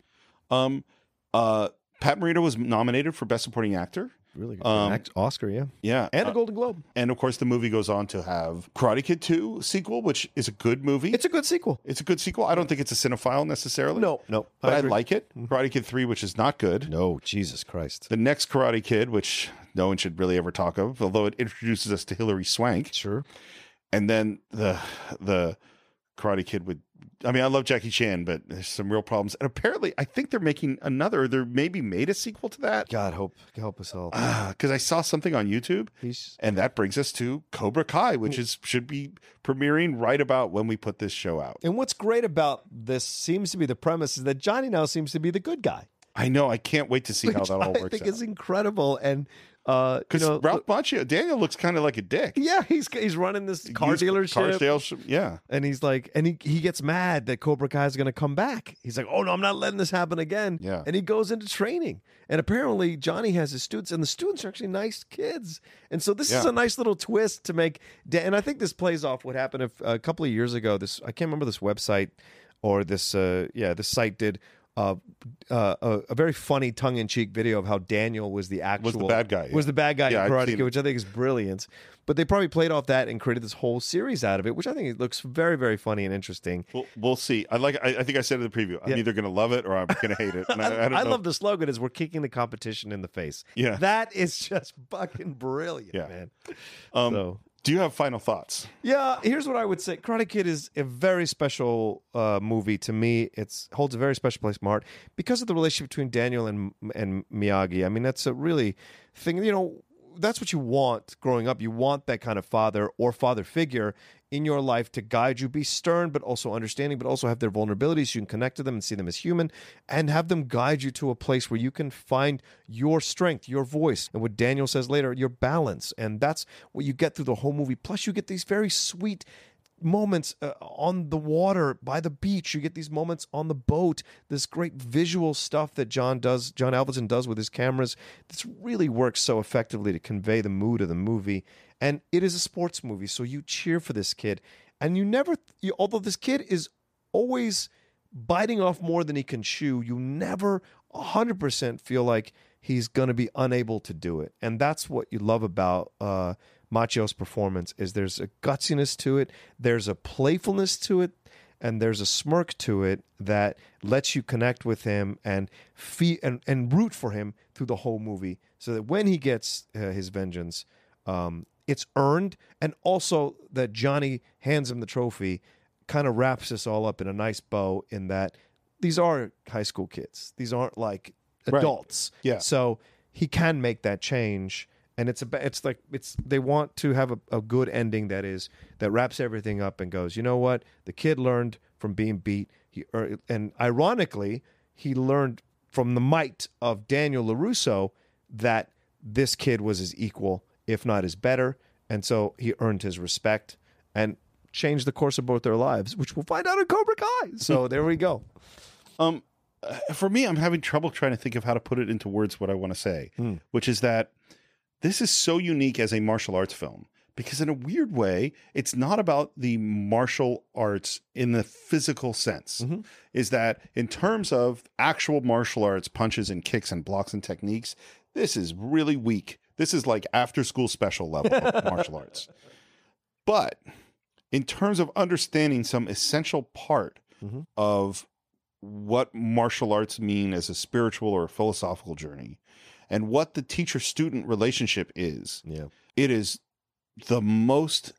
Um, uh, Pat Morita was nominated for Best Supporting Actor. really good. Um, Act- Oscar, yeah, Yeah, and Uh, a Golden Globe. and of course the movie goes on to have Karate Kid Two sequel, which is a good movie. It's a good sequel. It's a good sequel. I don't think it's a cinephile necessarily. No, no, but I, agree. Mm-hmm. like it. Karate Kid Three, which is not good. No, Jesus Christ, The next Karate Kid, which no one should really ever talk of, although it introduces us to Hilary Swank, sure. and then the the Karate Kid with. I mean, I love Jackie Chan, but there's some real problems. And apparently, I think they're making another. They're maybe made a sequel to that God, hope help us all. because I saw something on YouTube. He's And that brings us to Cobra Kai, which is should be premiering right about when we put this show out. and what's great about this seems to be the premise is that Johnny now seems to be the good guy. I know. I can't wait to see how which that all I works think out. is incredible. And uh, you Because know, Ralph Macchio, Daniel looks kind of like a dick. yeah, he's he's running this car Used- dealership, Car dealership. Yeah. and he's like, and he he gets mad that Cobra Kai is going to come back. He's like, oh no, I'm not letting this happen again. Yeah. and he goes into training, and apparently Johnny has his students, and the students are actually nice kids, and so this is Yeah. a nice little twist to make. Da- And I think this plays off what happened a, a couple of years ago. This I can't remember this website or this uh, yeah this site did. Uh, uh, a, a very funny tongue-in-cheek video of how Daniel was the actual bad guy, yeah. was the bad guy Yeah, I've in Karate seen Kid, it. which I think is brilliant. But they probably played off that and created this whole series out of it, which I think it looks very, very funny and interesting. We'll, we'll see. I like. I, I think I said in the preview, I'm Yeah. either going to love it or I'm going to hate it. And I, I, I, don't know. love the slogan is "We're kicking the competition in the face." Yeah. that is just fucking brilliant, Yeah. man. Um, so. Do you have final thoughts? Yeah, here's what I would say. Karate Kid is a very special uh, movie to me. It holds a very special place in my heart because of the relationship between Daniel and and Miyagi. I mean, that's a really thing. You know, that's what you want growing up. You want that kind of father or father figure in your life to guide you, be stern but also understanding, but also have their vulnerabilities. You can connect to them and see them as human, and have them guide you to a place where you can find your strength, your voice, and what Daniel says later, your balance. And that's what you get through the whole movie. Plus, you get these very sweet moments uh, on the water by the beach you get these moments on the boat this great visual stuff that john does john alvinson does with his cameras this really works so effectively to convey the mood of the movie and it is a sports movie so you cheer for this kid and you never you, although this kid is always biting off more than he can chew, you never 100% feel like he's going to be unable to do it. And that's what you love about uh, Macho's performance is there's a gutsiness to it, there's a playfulness to it, and there's a smirk to it that lets you connect with him and fee- and and root for him through the whole movie, so that when he gets uh, his vengeance, um, it's earned, and also that Johnny hands him the trophy, kind of wraps this all up in a nice bow. In that these are high school kids; these aren't like adults. Right. Yeah. So he can make that change and it's a it's like it's they want to have a, a good ending that is that wraps everything up and goes you know what the kid learned from being beat he er, and ironically he learned from the might of Daniel Larusso that this kid was his equal if not his better and so he earned his respect and changed the course of both their lives which we'll find out in Cobra Kai so there we go um for me I'm having trouble trying to think of how to put it into words what I want to say mm. which is that this is so unique as a martial arts film because in a weird way it's not about the martial arts in the physical sense mm-hmm. is that in terms of actual martial arts punches and kicks and blocks and techniques this is really weak this is like after school special level of martial arts but in terms of understanding some essential part mm-hmm. of what martial arts mean as a spiritual or a philosophical journey and what the teacher student relationship is. Yeah. It is the most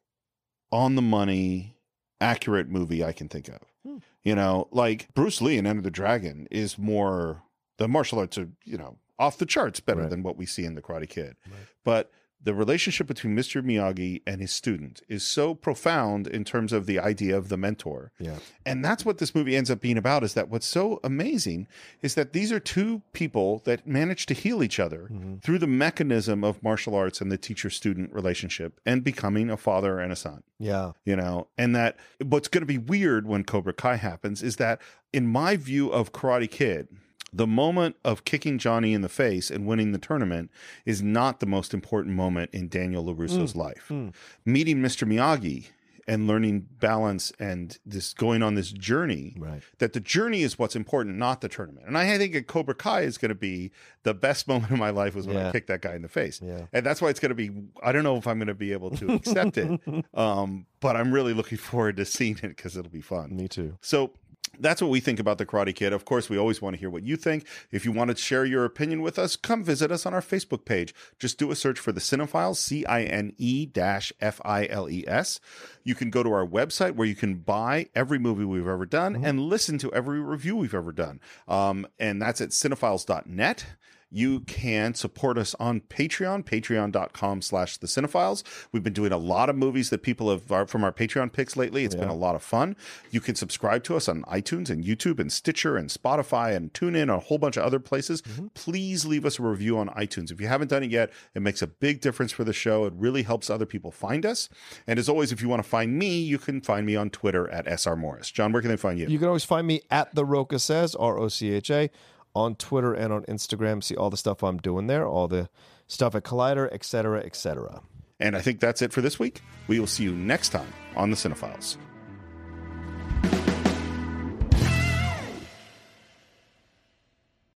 on the money accurate movie I can think of. Hmm. You know, like Bruce Lee in Enter the Dragon is more the martial arts are, you know, off the charts better right. than what we see in The Karate Kid. Right. But the relationship between Mr. Miyagi and his student is so profound in terms of the idea of the mentor. Yeah. And that's what this movie ends up being about is that what's so amazing is that these are two people that manage to heal each other mm-hmm. through the mechanism of martial arts and the teacher student relationship and becoming a father and a son. Yeah. You know, and that what's going to be weird when Cobra Kai happens is that in my view of Karate Kid, the moment of kicking Johnny in the face and winning the tournament is not the most important moment in Daniel LaRusso's mm, life. Mm. Meeting Mr. Miyagi and learning balance and this going on this journey right. that the journey is what's important not the tournament and i think cobra kai is going to be the best moment of my life was when yeah. i kicked that guy in the face yeah. and that's why it's going to be i don't know if i'm going to be able to accept it um, but i'm really looking forward to seeing it because it'll be fun me too so that's what we think about the Karate Kid. Of course, we always want to hear what you think. If you want to share your opinion with us, come visit us on our Facebook page. Just do a search for the Cinephiles, C I N E F I L E S. You can go to our website where you can buy every movie we've ever done mm-hmm. and listen to every review we've ever done. Um, and that's at cinephiles.net you can support us on patreon patreon.com slash the cinephiles we've been doing a lot of movies that people have from our patreon picks lately It's yeah. been a lot of fun you can subscribe to us on itunes and youtube and stitcher and spotify and tune in a whole bunch of other places mm-hmm. please leave us a review on itunes if you haven't done it yet it makes a big difference for the show it really helps other people find us and as always if you want to find me you can find me on twitter at sr morris john where can they find you you can always find me at the roca says r-o-c-h-a on Twitter and on Instagram. See all the stuff I'm doing there, all the stuff at Collider, etc., etc. And I think that's it for this week. We will see you next time on the Cinephiles.